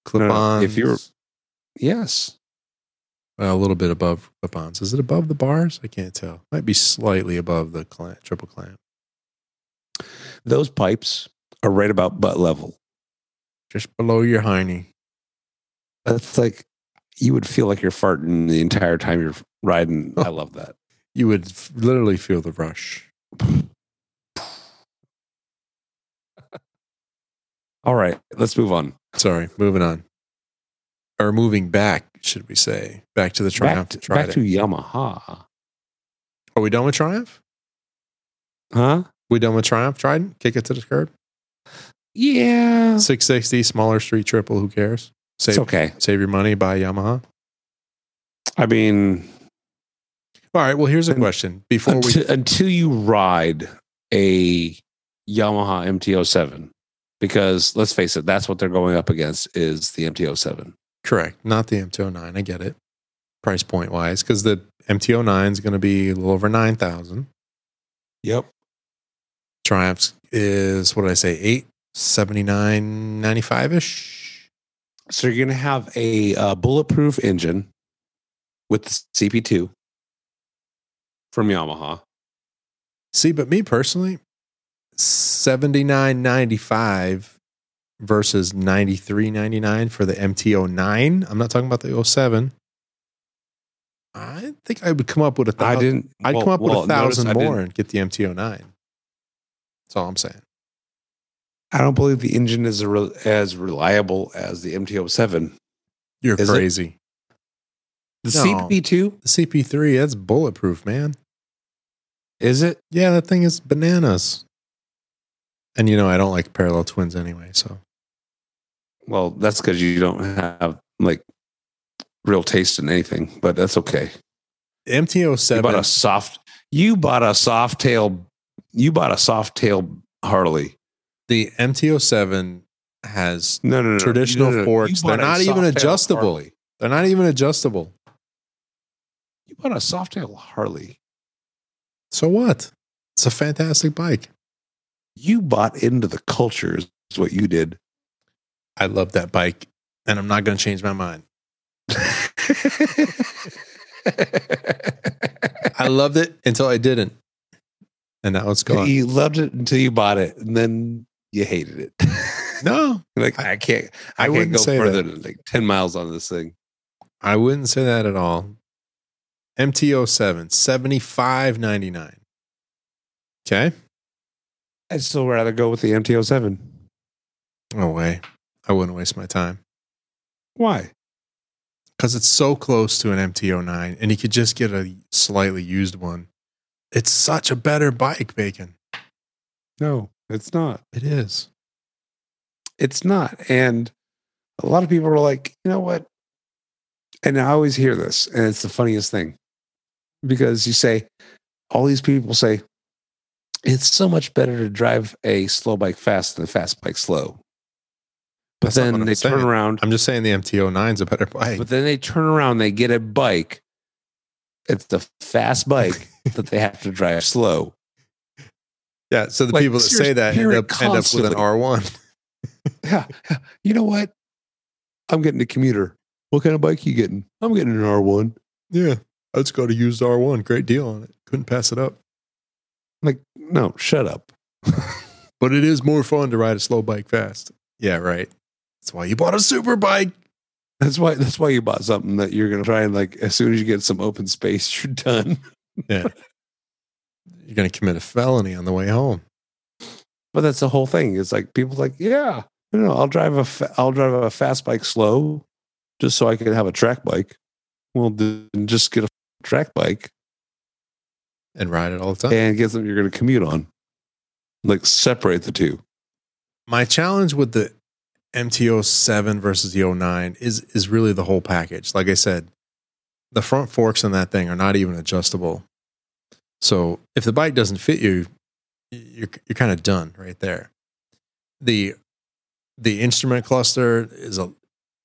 Speaker 2: Clip
Speaker 1: no.
Speaker 2: on.
Speaker 1: If you're- yes,
Speaker 2: well, Uh, a little bit above clip ons. Is it above the bars? I can't tell. Might be slightly above the clamp, triple clamp.
Speaker 1: those pipes are right about butt level.
Speaker 2: Just below your hiney.
Speaker 1: That's like you would feel like you're farting the entire time you're riding.
Speaker 2: Oh.
Speaker 1: I love that.
Speaker 2: You would f- literally feel the rush.
Speaker 1: All right, let's move on.
Speaker 2: Sorry, moving on. Or moving back, should we say? Back to the Triumph.
Speaker 1: back to,
Speaker 2: Triumph.
Speaker 1: back to Yamaha,
Speaker 2: Are we done with Triumph?
Speaker 1: huh?
Speaker 2: We done with Triumph? Trident? Kick it to the curb?
Speaker 1: Yeah,
Speaker 2: 660, smaller street triple. Who cares? Save,
Speaker 1: it's okay.
Speaker 2: save your money, buy a Yamaha.
Speaker 1: I mean,
Speaker 2: All right. Well, here's a question. Before we
Speaker 1: until, until you ride a Yamaha MT-07, because let's face it, that's what they're going up against is the MT-07.
Speaker 2: Correct. Not the MT09. I get it. Price point wise, because the MT09 is going to be a little over 9,000.
Speaker 1: Yep.
Speaker 2: Triumphs is, what did I say, 879 95 ish?
Speaker 1: So you're going to have a uh, bulletproof engine with the CP2 from Yamaha.
Speaker 2: See, but me personally, 79.95 versus 93.99 for the MT09. I'm not talking about the 07. I think I would come up with a
Speaker 1: I
Speaker 2: thousand.
Speaker 1: didn't.
Speaker 2: I'd
Speaker 1: well-
Speaker 2: come up
Speaker 1: well,
Speaker 2: with a
Speaker 1: notice I
Speaker 2: thousand
Speaker 1: didn't-
Speaker 2: more and get the MT09. That's all I'm saying.
Speaker 1: I don't believe the engine is a re- as reliable as the MT-07.
Speaker 2: You're
Speaker 1: Is it?
Speaker 2: crazy.
Speaker 1: The
Speaker 2: No.
Speaker 1: CP2
Speaker 2: The CP3, that's bulletproof, man.
Speaker 1: is it?
Speaker 2: Yeah, that thing is bananas. And you know, I don't like parallel twins anyway, so
Speaker 1: Well, that's because you don't have like real taste in anything, but that's okay. You bought a
Speaker 2: MT07
Speaker 1: soft. You bought a soft tail. You bought a soft tail Harley.
Speaker 2: the MT07 has
Speaker 1: No, no, no.
Speaker 2: Traditional forks,
Speaker 1: You bought
Speaker 2: they're
Speaker 1: a
Speaker 2: not even
Speaker 1: soft-tail
Speaker 2: adjustable.
Speaker 1: Harley.
Speaker 2: they're not even adjustable.
Speaker 1: You bought a soft tail Harley.
Speaker 2: So what? It's a fantastic bike.
Speaker 1: You bought into the culture is is what you did.
Speaker 2: I love that bike and I'm not going to change my mind. I loved it until I didn't. And now it's gone.
Speaker 1: you loved it until you bought it, and then you hated it.
Speaker 2: No,
Speaker 1: like I can't. I,
Speaker 2: I
Speaker 1: can't
Speaker 2: wouldn't
Speaker 1: go
Speaker 2: say
Speaker 1: further than like ten miles on this thing.
Speaker 2: I wouldn't say that at all. MT07 75.99. Okay?
Speaker 1: I'd still rather go with the MT-07.
Speaker 2: No way. I wouldn't waste my time
Speaker 1: Why?
Speaker 2: because it's so close to an MT09 and you could just get a slightly used one. It's such a better bike, Bacon.
Speaker 1: No, it's not.
Speaker 2: It is.
Speaker 1: It's not. And a lot of people are like, you know what? And I always hear this, and it's the funniest thing because you say, all these people say, it's so much better to drive a slow bike fast than a fast bike slow. But
Speaker 2: That's not what
Speaker 1: then
Speaker 2: I'm
Speaker 1: they
Speaker 2: saying.
Speaker 1: turn around.
Speaker 2: I'm just saying the MT09 is a better bike.
Speaker 1: But then they turn around, they get a bike. It's the fast bike that they have to drive slow.
Speaker 2: Yeah. So the
Speaker 1: Like,
Speaker 2: people that say
Speaker 1: serious-
Speaker 2: that
Speaker 1: hear
Speaker 2: end
Speaker 1: it
Speaker 2: up, end up with an
Speaker 1: constantly.
Speaker 2: R1.
Speaker 1: Yeah. You know what? I'm getting a commuter. What kind of bike you getting? I'm getting an R1.
Speaker 2: Yeah. I just got a used R1. Great deal on it. Couldn't pass it up.
Speaker 1: Like, no, shut up.
Speaker 2: But it is more fun to ride a slow bike fast. Yeah. Right. That's why you bought a super bike.
Speaker 1: That's why that's why you bought something that you're gonna try and like as soon as you get some open space, you're done.
Speaker 2: You're going to commit a felony on the way home.
Speaker 1: But that's the whole thing. It's like people like, yeah, no, no, I'll drive a fa- I'll drive a fast bike slow, just so I can have a track bike. Well, then just get a track bike
Speaker 2: and ride it all the time.
Speaker 1: and get something you're gonna commute on. Like separate the two.
Speaker 2: My challenge with the MTO 7 versus the 09 is is really the whole package. Like I said, the front forks on that thing are not even adjustable. So if the bike doesn't fit you, you're you're kind of done right there. The the instrument cluster is a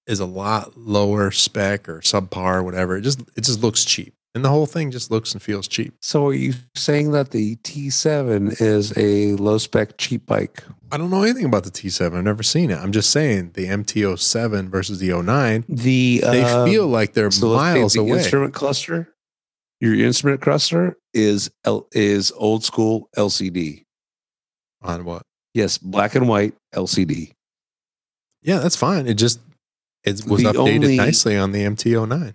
Speaker 2: is a lot lower spec or subpar, whatever. It just it just looks cheap, and the whole thing just looks and feels cheap.
Speaker 1: So are you saying that the T7 is a low spec cheap bike?
Speaker 2: I don't know anything about the T7. I've never seen it. I'm just saying the MT07 versus the 09,
Speaker 1: The
Speaker 2: they
Speaker 1: um,
Speaker 2: feel like they're
Speaker 1: so let's say
Speaker 2: miles
Speaker 1: the
Speaker 2: away.
Speaker 1: Instrument cluster. Your instrument cluster is L- is old school LCD.
Speaker 2: on what?
Speaker 1: Yes, black and white LCD.
Speaker 2: Yeah, that's fine. It just it was
Speaker 1: The
Speaker 2: updated
Speaker 1: only-
Speaker 2: nicely on the MT09.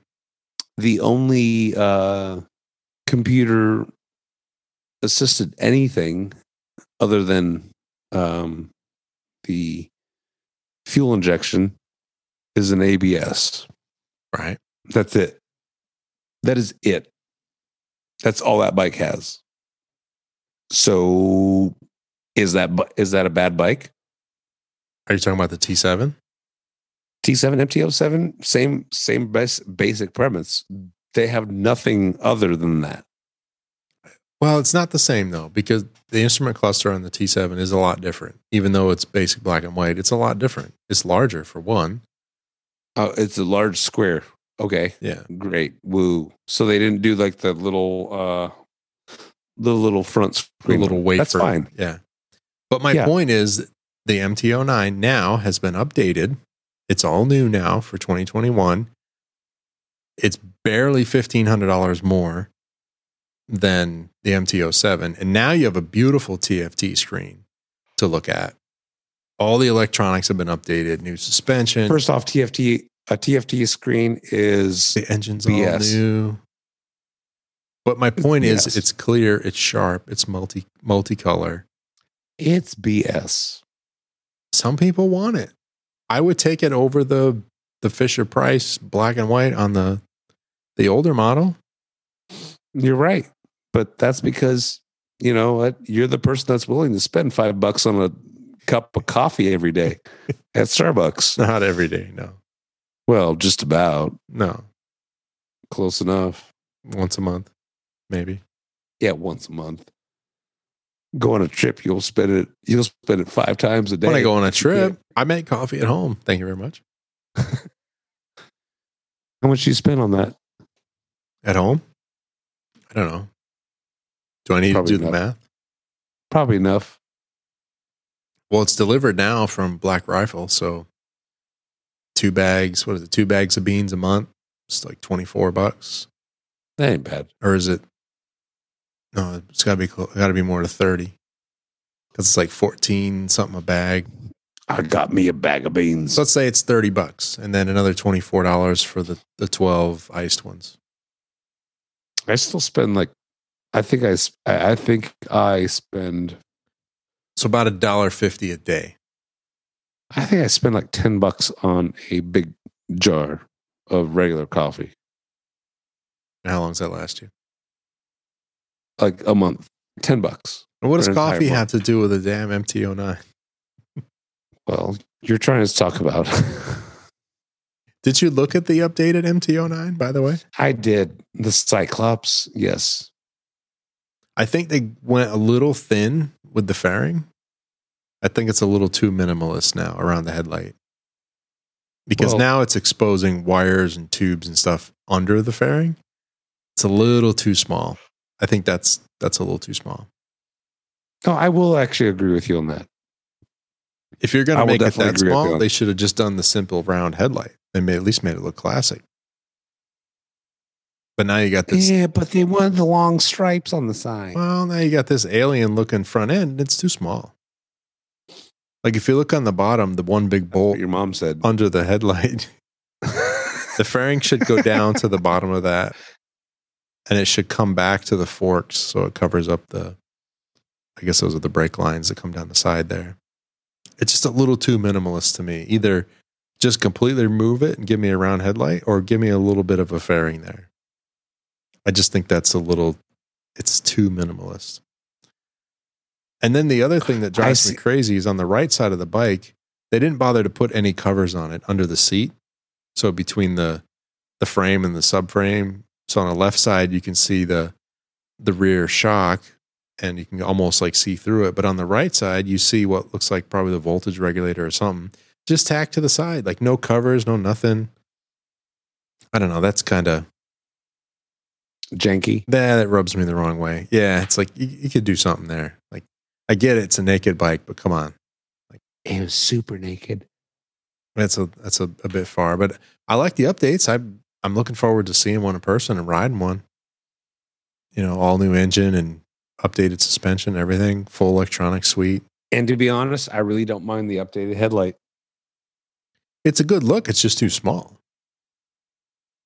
Speaker 1: The only uh, computer assisted anything other than um, the fuel injection is an ABS.
Speaker 2: Right.
Speaker 1: That's it. That is it. That's all that bike has. So is that bu- is that a bad bike?
Speaker 2: Are you talking about the T7?
Speaker 1: T7 MT07 same same bas- basic premise. They have nothing other than that.
Speaker 2: Well, it's not the same though, because the instrument cluster on the T7 is a lot different. Even though it's basic black and white, it's a lot different. It's larger for one.
Speaker 1: Oh, it's a large square. Okay,
Speaker 2: Yeah.
Speaker 1: great. Woo. So they didn't do like the little uh the little front
Speaker 2: A
Speaker 1: screen.
Speaker 2: little weight
Speaker 1: That's
Speaker 2: for-
Speaker 1: fine.
Speaker 2: Yeah. But my
Speaker 1: Yeah.
Speaker 2: point is the MT09 now has been updated. It's all new now for 2021. It's barely $1,500 more than the MT07. And now you have a beautiful TFT screen to look at. All the electronics have been updated, new suspension.
Speaker 1: First off, TFT a TFT screen is
Speaker 2: the engine's all
Speaker 1: BS.
Speaker 2: new. But my point
Speaker 1: BS.
Speaker 2: is it's clear, it's sharp, it's multi multicolor.
Speaker 1: it's BS.
Speaker 2: some people want it. I would take it over the the Fisher Price black and white on the the older model.
Speaker 1: You're right. But that's because, you know what, you're the person that's willing to spend five bucks on a cup of coffee every day at Starbucks.
Speaker 2: Not every day, no,
Speaker 1: Well, just about
Speaker 2: no,
Speaker 1: close enough.
Speaker 2: once a month, maybe.
Speaker 1: Yeah, once a month. Go on a trip, you'll spend it you'll spend it five times a day.
Speaker 2: When I go on a trip, I make coffee at home. Thank you very much.
Speaker 1: How much do you spend on that?
Speaker 2: At home, I don't know. Do I need
Speaker 1: Probably
Speaker 2: to do
Speaker 1: not.
Speaker 2: the math?
Speaker 1: Probably enough.
Speaker 2: Well, it's delivered now from Black Rifle, so two bags. What is it? Two bags of beans a month. It's like twenty four bucks.
Speaker 1: That ain't bad.
Speaker 2: or is it? No, it's got to be clo- got to be more to thirty, because it's like fourteen something a bag.
Speaker 1: I got me a bag of beans.
Speaker 2: So let's say it's thirty bucks, and then another twenty four dollars for the the twelve iced ones.
Speaker 1: I still spend like I think I sp- I I think I spend
Speaker 2: So about a dollar fifty a day.
Speaker 1: I think I spend like 10 bucks on a big jar of regular coffee,
Speaker 2: And how long does that last you?
Speaker 1: like a month, 10 bucks.
Speaker 2: And what does
Speaker 1: For an entire
Speaker 2: coffee
Speaker 1: month.
Speaker 2: have to do with the damn MT09?
Speaker 1: Well, you're trying to talk about.
Speaker 2: Did you look at the updated MT09? By the way,
Speaker 1: I did the Cyclops. Yes.
Speaker 2: I think they went a little thin with the fairing. I think it's a little too minimalist now around the headlight. Because
Speaker 1: Well-
Speaker 2: now it's exposing wires and tubes and stuff under the fairing. It's a little too small. I think that's that's a little too small.
Speaker 1: No, I will actually agree with you on that.
Speaker 2: If you're going
Speaker 1: I
Speaker 2: to
Speaker 1: will
Speaker 2: make it
Speaker 1: definitely
Speaker 2: that
Speaker 1: agree with you
Speaker 2: small,
Speaker 1: on
Speaker 2: they should have just done the simple round headlight. They may at least made it look classic. But now you got this.
Speaker 1: yeah, but they wanted the long stripes on the side.
Speaker 2: Well, now you got this alien looking front end. It's too small. Like if you look on the bottom, the one big bolt
Speaker 1: What your mom said.
Speaker 2: under the headlight, the fairing should go down to the bottom of that, and it should come back to the forks, so it covers up the. I guess those are the brake lines that come down the side there. It's just a little too minimalist to me. Either just completely remove it and give me a round headlight, or give me a little bit of a fairing there. I just think that's a little. It's too minimalist. And then the other thing that
Speaker 1: I
Speaker 2: drives me
Speaker 1: see.
Speaker 2: crazy is on the right side of the bike, they didn't bother to put any covers on it under the seat. So between the the frame and the subframe. So on the left side you can see the the rear shock and you can almost like see through it. But on the right side you see what looks like probably the voltage regulator or something. Just tacked to the side. Like no covers, no nothing. I don't know. That's kind of
Speaker 1: Janky.
Speaker 2: Nah, that rubs me the wrong way. Yeah, it's like you, you could do something there. Like I get it, it's a naked bike, but come on,
Speaker 1: It was super naked.
Speaker 2: that's a that's a, a bit far. But I like the updates. I I'm looking forward to seeing one in person and riding one. You know, all new engine and updated suspension, everything, full electronic suite.
Speaker 1: And to be honest, I really don't mind the updated headlight.
Speaker 2: It's a good look. It's just too small.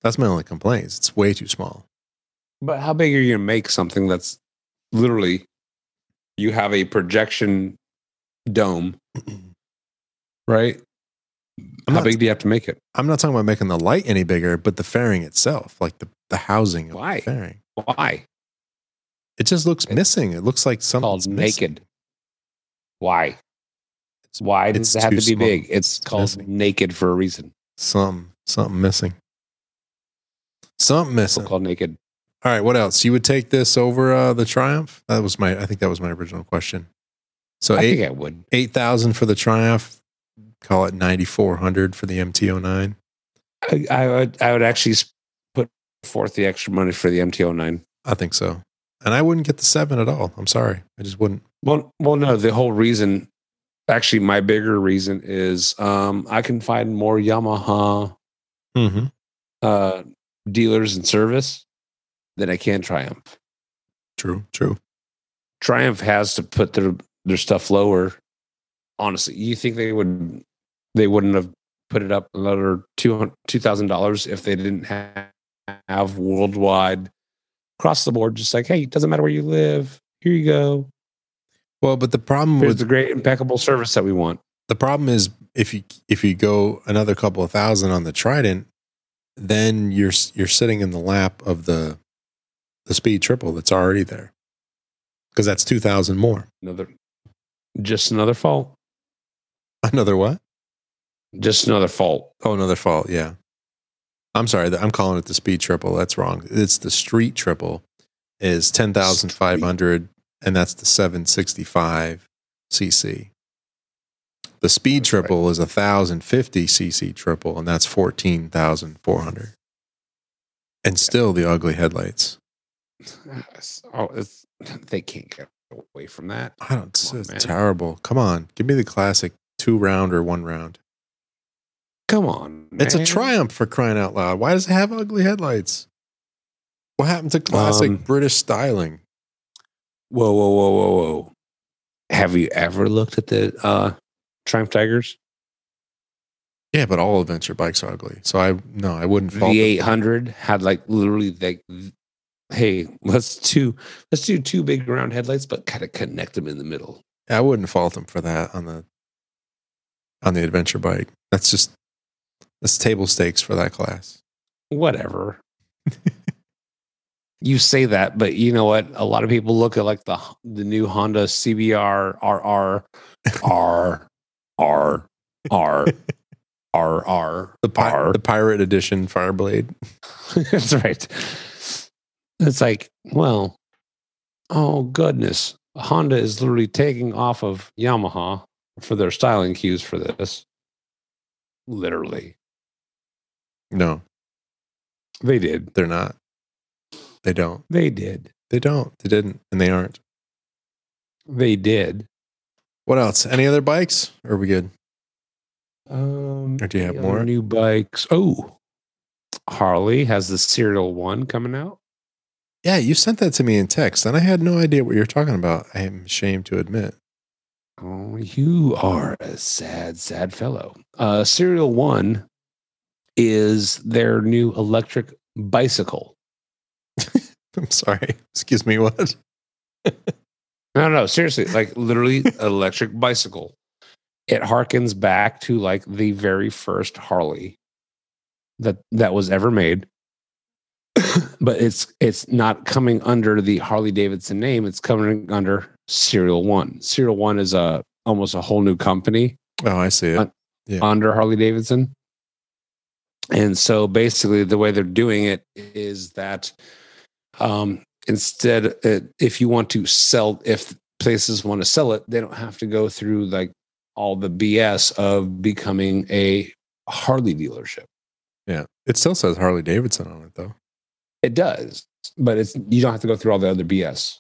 Speaker 2: That's my only complaint. is It's way too small.
Speaker 1: But how big are you gonna make something that's literally you have a projection dome, right?
Speaker 2: I'm
Speaker 1: how
Speaker 2: not-
Speaker 1: big do you have to make it?
Speaker 2: I'm not talking about making the light any bigger, but the fairing itself, like the the housing of
Speaker 1: Why?
Speaker 2: the fairing.
Speaker 1: Why?
Speaker 2: It just looks
Speaker 1: It's
Speaker 2: missing. It looks like
Speaker 1: called
Speaker 2: something's missing.
Speaker 1: naked. Why? Why does
Speaker 2: it's
Speaker 1: it have
Speaker 2: too
Speaker 1: to be
Speaker 2: small.
Speaker 1: big? It's called
Speaker 2: missing.
Speaker 1: naked for a reason.
Speaker 2: Something, something missing. Something
Speaker 1: So
Speaker 2: missing.
Speaker 1: called naked.
Speaker 2: All right, what else? You would take this over uh, the Triumph? That was my, I think that was my original question. So
Speaker 1: I think
Speaker 2: eight
Speaker 1: I would.
Speaker 2: eight thousand for the Triumph. Call it ninety four hundred for the MT09.
Speaker 1: I, I would. I would actually s- put forth the extra money for the MT09.
Speaker 2: I think so. And I wouldn't get the seven at all. I'm sorry, I just wouldn't.
Speaker 1: Well, well, no. The whole reason, actually, my bigger reason is um, I can find more Yamaha
Speaker 2: Mm-hmm.
Speaker 1: uh, dealers and service than I can Triumph.
Speaker 2: True, true.
Speaker 1: Triumph has to put their their stuff lower. Honestly, you think they would they wouldn't have put it up another two thousand dollars if they didn't have, have worldwide across the board? Just like, hey, it doesn't matter where you live. Here you go.
Speaker 2: Well, but the problem
Speaker 1: Here's
Speaker 2: with
Speaker 1: the great impeccable service that we want.
Speaker 2: the problem is if you if you go another couple of thousand on the Trident, then you're s- you're sitting in the lap of the the speed triple that's already there because that's two thousand more.
Speaker 1: Another, just another fault.
Speaker 2: Another what?
Speaker 1: Just another fault.
Speaker 2: Oh, another fault. Yeah, I'm sorry. th- I'm calling it the speed triple. That's wrong. It's the street triple is ten thousand five hundred, and that's the seven sixty five cc. The speed
Speaker 1: That's right.
Speaker 2: triple is a thousand fifty cc triple, and that's fourteen thousand four hundred. And still the ugly headlights.
Speaker 1: Oh, it's, they can't get away from that.
Speaker 2: I don't. It's,
Speaker 1: Come on,
Speaker 2: it's
Speaker 1: man.
Speaker 2: terrible. Come on, give me the classic two round or one round.
Speaker 1: Come on,
Speaker 2: It's a
Speaker 1: man.
Speaker 2: triumph for crying out loud. Why does it have ugly headlights? What happened to classic
Speaker 1: Um,
Speaker 2: British styling?
Speaker 1: Whoa, whoa, whoa, whoa, whoa! Have you ever looked at the uh, Triumph Tigers?
Speaker 2: Yeah, but all adventure bikes are ugly. So I no, I wouldn't fault.
Speaker 1: The
Speaker 2: them.
Speaker 1: eight hundred had like literally like, hey, let's two, let's do two big round headlights, but kind of connect them in the middle.
Speaker 2: I wouldn't fault them for that on the on the adventure bike. That's just that's table stakes for that class.
Speaker 1: Whatever. you say that, but you know what? A lot of people look at like the the new Honda CBR RR R R R R R
Speaker 2: The pi-
Speaker 1: R.
Speaker 2: the pirate edition Fireblade.
Speaker 1: That's right. It's like, well, oh goodness. Honda is literally taking off of Yamaha for their styling cues for this. Literally.
Speaker 2: No,
Speaker 1: They did.
Speaker 2: they're not. They don't.
Speaker 1: They did.
Speaker 2: They don't. They didn't, and they aren't.
Speaker 1: They did.
Speaker 2: What else? Any other bikes? Are we good?
Speaker 1: Um
Speaker 2: Or do you have
Speaker 1: any other
Speaker 2: more?
Speaker 1: new bikes? Oh. Harley has the serial one coming out.
Speaker 2: Yeah, you sent that to me in text, and I had no idea what you were talking about. I am ashamed to admit.
Speaker 1: Oh, you are a sad, sad fellow. Uh, Serial One is their new electric bicycle.
Speaker 2: I'm sorry. Excuse me. What?
Speaker 1: No, no, seriously, like literally electric bicycle. It harkens back to like the very first Harley that that was ever made. but it's it's not coming under the Harley Davidson name, it's coming under Serial 1. Serial 1 is a almost a whole new company
Speaker 2: Oh, I see it.
Speaker 1: Uh, under Harley Davidson. And so basically, the way they're doing it is that um, instead, uh, if you want to sell, if places want to sell it, they don't have to go through like all the BS of becoming a Harley dealership.
Speaker 2: Yeah. It still says Harley Davidson on it, though.
Speaker 1: It does, but it's you don't have to go through all the other BS.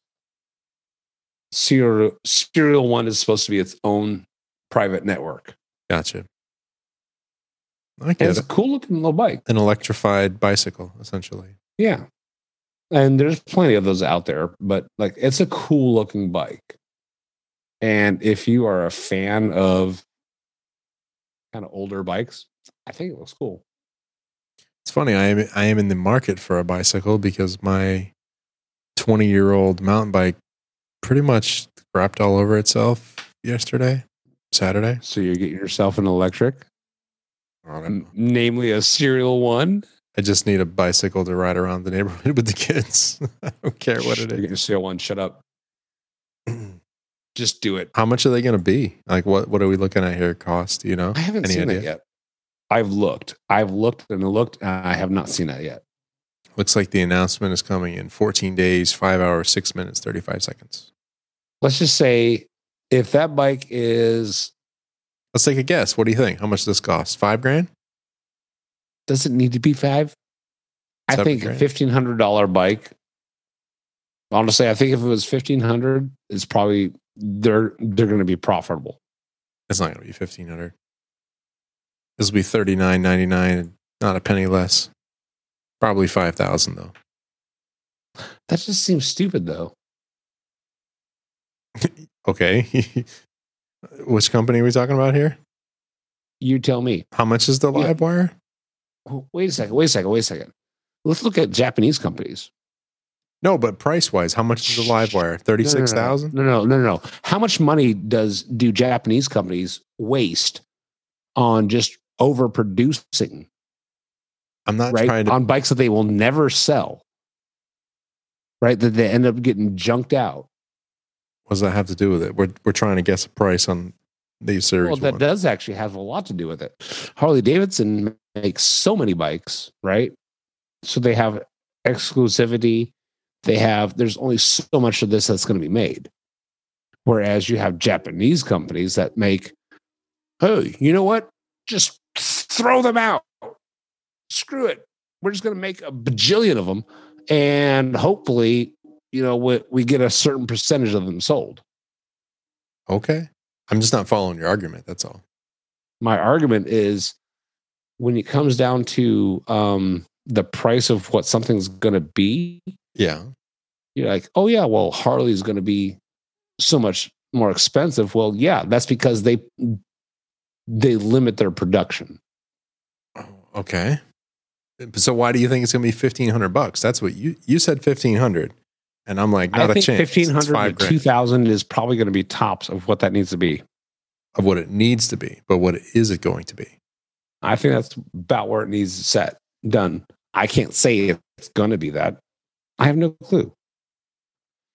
Speaker 1: Serial Serial One is supposed to be its own private network.
Speaker 2: Gotcha. I
Speaker 1: And
Speaker 2: get
Speaker 1: it's
Speaker 2: it.
Speaker 1: a cool looking little bike.
Speaker 2: An electrified bicycle, essentially.
Speaker 1: Yeah. And there's plenty of those out there, but like it's a cool looking bike. And if you are a fan of kind of older bikes, I think it looks cool.
Speaker 2: It's funny. I am I am in the market for a bicycle because my 20 year old mountain bike pretty much wrapped all over itself yesterday, Saturday.
Speaker 1: So you're getting yourself an electric,
Speaker 2: I don't know.
Speaker 1: n- namely a serial one.
Speaker 2: I just need a bicycle to ride around the neighborhood with the kids. I don't care what
Speaker 1: Shh,
Speaker 2: it
Speaker 1: You're
Speaker 2: is.
Speaker 1: getting a serial one. Shut up. Just do it.
Speaker 2: How much are they going to be? Like, what what are we looking at here? Cost? You know?
Speaker 1: I haven't
Speaker 2: Any
Speaker 1: seen it
Speaker 2: idea?
Speaker 1: yet. I've looked. I've looked and looked. and I have not seen that yet.
Speaker 2: Looks like the announcement is coming in 14 days, five hours, six minutes, 35 seconds.
Speaker 1: Let's just say if that bike is
Speaker 2: Let's take a guess. What do you think? How much does this cost? Five grand?
Speaker 1: does it need to be five? I
Speaker 2: Seven
Speaker 1: think a
Speaker 2: grand.
Speaker 1: fifteen hundred dollar bike. Honestly, I think if it was fifteen hundred, it's probably they're they're going to be profitable.
Speaker 2: It's not going to be 1500 This will be 39.99, not a penny less. Probably 5000 though.
Speaker 1: That just seems stupid, though.
Speaker 2: Okay. Which company are we talking about here?
Speaker 1: You tell me.
Speaker 2: How much is the
Speaker 1: Yeah.
Speaker 2: live wire?
Speaker 1: Oh, Wait a second. Wait a second. Wait a second. Let's look at Japanese companies.
Speaker 2: No, but price wise, how much is the live
Speaker 1: No,
Speaker 2: wire?
Speaker 1: no, no, no.
Speaker 2: 36,000?
Speaker 1: No, no, no, no, no. How much money does do Japanese companies waste on just overproducing
Speaker 2: I'm not
Speaker 1: right
Speaker 2: trying to
Speaker 1: on bikes that they will never sell right that they end up getting junked out
Speaker 2: what does that have to do with it? We're we're trying to guess a price on these series
Speaker 1: well that
Speaker 2: ones.
Speaker 1: does actually have a lot to do with it harley davidson makes so many bikes right so they have exclusivity they have there's only so much of this that's going to be made whereas you have japanese companies that make hey you know what just throw them out screw it we're just going to make a bajillion of them and hopefully you know we, we get a certain percentage of them sold
Speaker 2: Okay. I'm just not following your argument. That's all.
Speaker 1: my argument is when it comes down to um, the price of what something's going to be,
Speaker 2: Yeah.
Speaker 1: you're like, oh, yeah, well, Harley's going to be so much more expensive. Well, yeah, that's because they they limit their production.
Speaker 2: Oh, okay. So why do you think it's going to be 1500 bucks? That's what you you said 1500. And I'm like, not
Speaker 1: I
Speaker 2: a
Speaker 1: think
Speaker 2: chance. It's
Speaker 1: fifteen hundred
Speaker 2: five
Speaker 1: to
Speaker 2: grand
Speaker 1: two thousand is probably going to be tops of what that needs to be.
Speaker 2: of what it needs to be, but what is it going to be?
Speaker 1: I think that's about where it needs to set. Done. I can't say it's going to be that. I have no clue.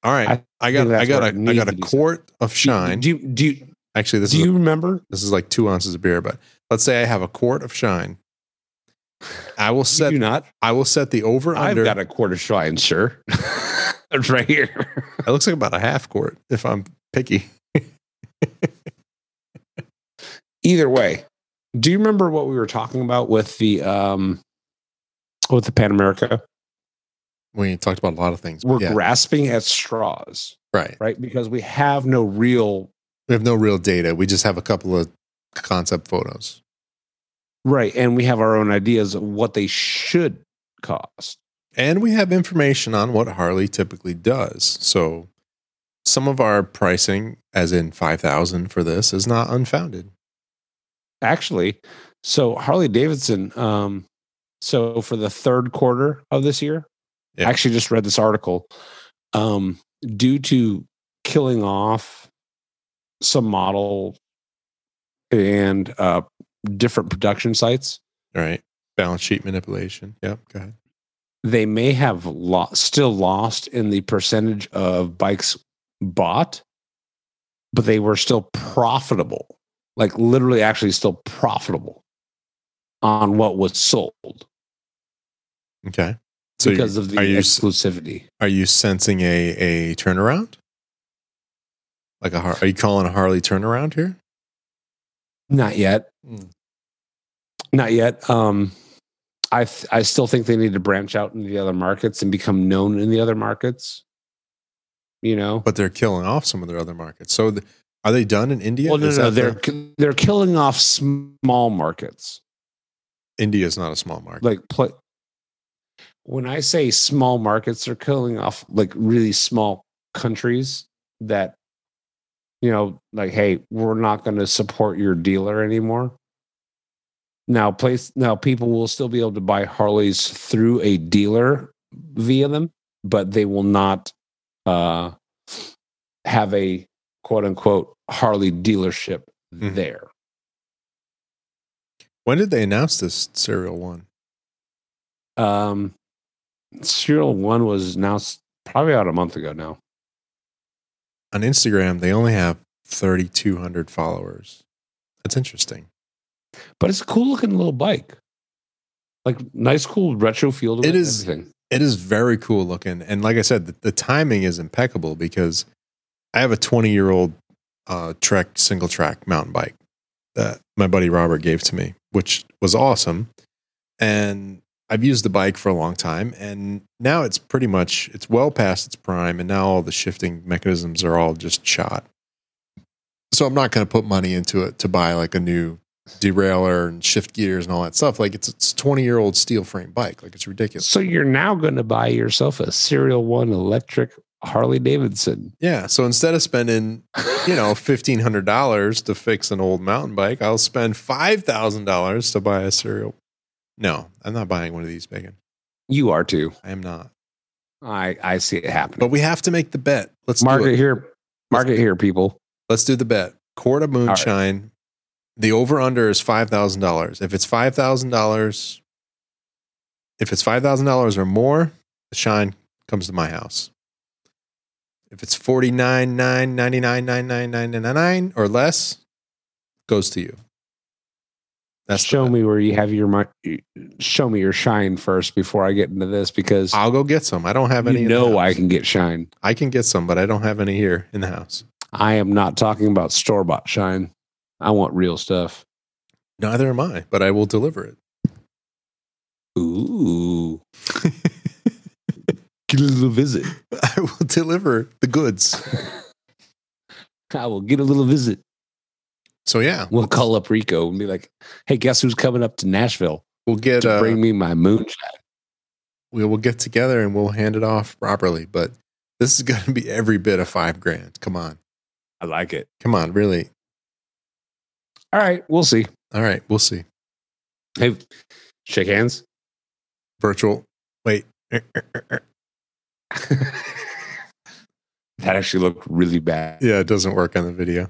Speaker 2: All right. I, got
Speaker 1: think
Speaker 2: I
Speaker 1: that's
Speaker 2: got
Speaker 1: where it
Speaker 2: a I got
Speaker 1: needs to
Speaker 2: a
Speaker 1: be set.
Speaker 2: quart of shine.
Speaker 1: Do you, do you,
Speaker 2: Actually, this
Speaker 1: do
Speaker 2: is
Speaker 1: you remember?
Speaker 2: this is like 2 ounces of beer, but let's say I have a quart of shine. I will set
Speaker 1: Do you not?
Speaker 2: I will set the over under.
Speaker 1: I've got a quarter shine, sure. it's right here.
Speaker 2: It looks like about a half quart if I'm picky.
Speaker 1: Either way, do you remember what we were talking about with the um with the Pan America?
Speaker 2: We talked about a lot of things. but
Speaker 1: We're
Speaker 2: yeah,
Speaker 1: grasping at straws,
Speaker 2: right.
Speaker 1: right? Because we have no real
Speaker 2: We have no real data. We just have a couple of concept photos.
Speaker 1: right, and we have our own ideas of what they should cost.
Speaker 2: And we have information on what Harley typically does. So some of our pricing, as in 5000 for this, is not unfounded.
Speaker 1: actually. So Harley Davidson, um, so for the third quarter of this year,
Speaker 2: Yeah.
Speaker 1: I actually just read this article. Um, due to killing off some model and uh, different production sites,
Speaker 2: All right. Balance sheet manipulation. Yep. Go ahead.
Speaker 1: they may have lo- still lost in the percentage of bikes bought, but they were still profitable, like literally, actually, still profitable on what was sold.
Speaker 2: Okay. So
Speaker 1: because of the
Speaker 2: are you, s-
Speaker 1: exclusivity.
Speaker 2: are you sensing a, a turnaround? Like a Har- are you calling a Harley turnaround here?
Speaker 1: Not yet.
Speaker 2: Mm.
Speaker 1: Not yet. Um, I th- I still think they need to branch out into the other markets and become known in the other markets. You know,
Speaker 2: But they're killing off some of their other markets. So th- are they done in India?
Speaker 1: well, no,
Speaker 2: Is
Speaker 1: no,
Speaker 2: that
Speaker 1: they're
Speaker 2: the-
Speaker 1: they're killing off small markets.
Speaker 2: India is not a small market.
Speaker 1: Like pla when I say small markets, they're killing off like really small countries that, you know, like hey, we're not going to support your dealer anymore. Now, place now people will still be able to buy Harleys through a dealer via them, but they will not uh, have a quote unquote Harley dealership
Speaker 2: Mhm.
Speaker 1: there.
Speaker 2: when did they announce this serial one?
Speaker 1: Um, serial one was announced probably about a month ago now.
Speaker 2: On Instagram, they only have 3,200 followers. That's interesting.
Speaker 1: but it's a cool looking little bike. Like nice, cool retro feel to
Speaker 2: It
Speaker 1: it. and
Speaker 2: is-
Speaker 1: everything.
Speaker 2: It is very cool looking. And like I said, the, the timing is impeccable because I have a 20 year old uh, Trek single track mountain bike that my buddy Robert gave to me, which was awesome. And I've used the bike for a long time and now it's pretty much it's well past its prime and now all the shifting mechanisms are all just shot. So I'm not going to put money into it to buy like a new derailleur and shift gears and all that stuff. Like it's it's 20 year old steel frame bike. Like it's ridiculous.
Speaker 1: So you're now going to buy yourself a serial one electric Harley Davidson.
Speaker 2: Yeah. So instead of spending, you know, fifteen hundred dollars to fix an old mountain bike, I'll spend five thousand dollars to buy a serial. No, I'm not buying one of these, Megan.
Speaker 1: you are too.
Speaker 2: I am not.
Speaker 1: I I see it happening.
Speaker 2: But we have to make the bet. Let's
Speaker 1: mark
Speaker 2: do
Speaker 1: it
Speaker 2: it.
Speaker 1: here. Mark it here, people.
Speaker 2: Let's do the bet. Quart of moonshine. The over under is five thousand dollars. If it's five thousand dollars, if it's five thousand dollars or more, the shine comes to my house. If it's forty nine nine ninety nine nine nine nine nine nine or less, goes to you. That's the
Speaker 1: show
Speaker 2: bet.
Speaker 1: me where you have your mar- show me your shine first before I get into this because
Speaker 2: I'll go get some. I don't have any.
Speaker 1: you
Speaker 2: in the
Speaker 1: know I
Speaker 2: house.
Speaker 1: can get shine.
Speaker 2: I can get some, but I don't have any here in the house.
Speaker 1: I am not talking about store bought shine. I want real stuff.
Speaker 2: Neither am I, but I will deliver it.
Speaker 1: Ooh. Get a little visit.
Speaker 2: I will deliver the goods.
Speaker 1: I will get a little visit.
Speaker 2: So yeah,
Speaker 1: We'll call up Rico and be like, "Hey, guess who's coming up to Nashville
Speaker 2: we'll get
Speaker 1: to
Speaker 2: uh,
Speaker 1: bring me my moonshine?"
Speaker 2: we will get together and we'll hand it off properly. But this is going to be every bit of five grand. Come on,
Speaker 1: I like it.
Speaker 2: come on, really.
Speaker 1: All right, we'll see.
Speaker 2: All right, we'll see.
Speaker 1: Hey, shake hands.
Speaker 2: Virtual. Wait,
Speaker 1: that actually looked really bad.
Speaker 2: yeah, it doesn't work on the video.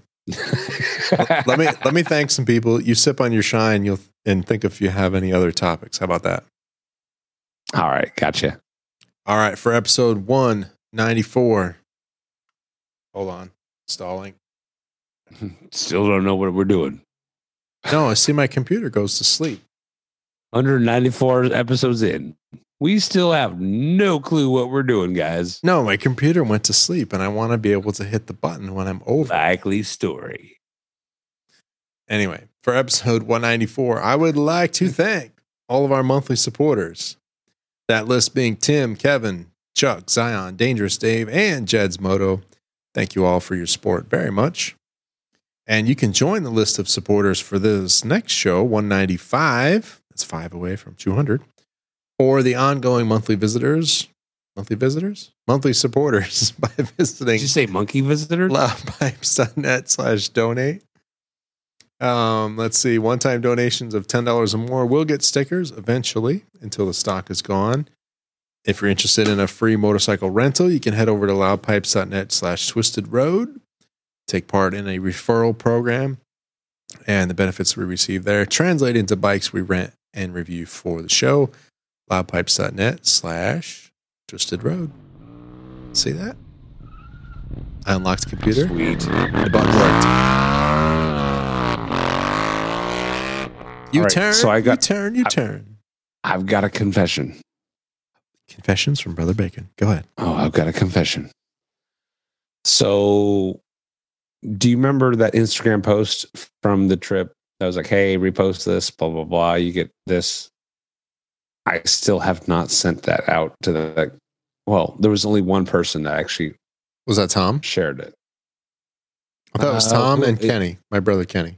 Speaker 2: Let me let me thank some people. You sip on your shine. You'll and think if you have any other topics. How about that?
Speaker 1: All right, gotcha.
Speaker 2: All right, for episode one ninety four. Hold on, stalling.
Speaker 1: Still don't know what we're doing.
Speaker 2: No, I see my computer goes to sleep.
Speaker 1: 194 episodes in. We still have no clue what we're doing, guys.
Speaker 2: No, my computer went to sleep, and I want to be able to hit the button when I'm over.
Speaker 1: Likely story.
Speaker 2: Anyway, for episode 194, I would like to thank all of our monthly supporters. That list being Tim, Kevin, Chuck, Zion, Dangerous Dave, and Jed's Moto. Thank you all for your support very much. And you can join the list of supporters for this next show, 195. That's five away from 200. Or the ongoing monthly visitors, monthly visitors, monthly supporters by visiting
Speaker 1: Did you say monkey visitor?
Speaker 2: loudpipes.net slash donate. Um, let's see. One time donations of $10 or more will get stickers eventually until the stock is gone. If you're interested in a free motorcycle rental, you can head over to loudpipes.net slash twisted road, take part in a referral program, and the benefits we receive there translate into bikes we rent and review for the show. Loudpipes.net slash twisted road. See that? I unlocked the computer.
Speaker 1: Sweet.
Speaker 2: The button worked. You
Speaker 1: All right,
Speaker 2: turn.
Speaker 1: so I got-
Speaker 2: you turn. You
Speaker 1: I-
Speaker 2: turn.
Speaker 1: I've got a confession.
Speaker 2: Confessions from Brother Bacon. Go ahead.
Speaker 1: Oh, I've got a confession. So, do you remember that Instagram post from the trip that was like, hey, repost this, blah, blah, blah, you get this? I still have not sent that out to the, well, there was only one person that actually
Speaker 2: Was that Tom?
Speaker 1: shared it.
Speaker 2: I thought it was
Speaker 1: Uh,
Speaker 2: Tom and
Speaker 1: it-
Speaker 2: Kenny, my brother Kenny.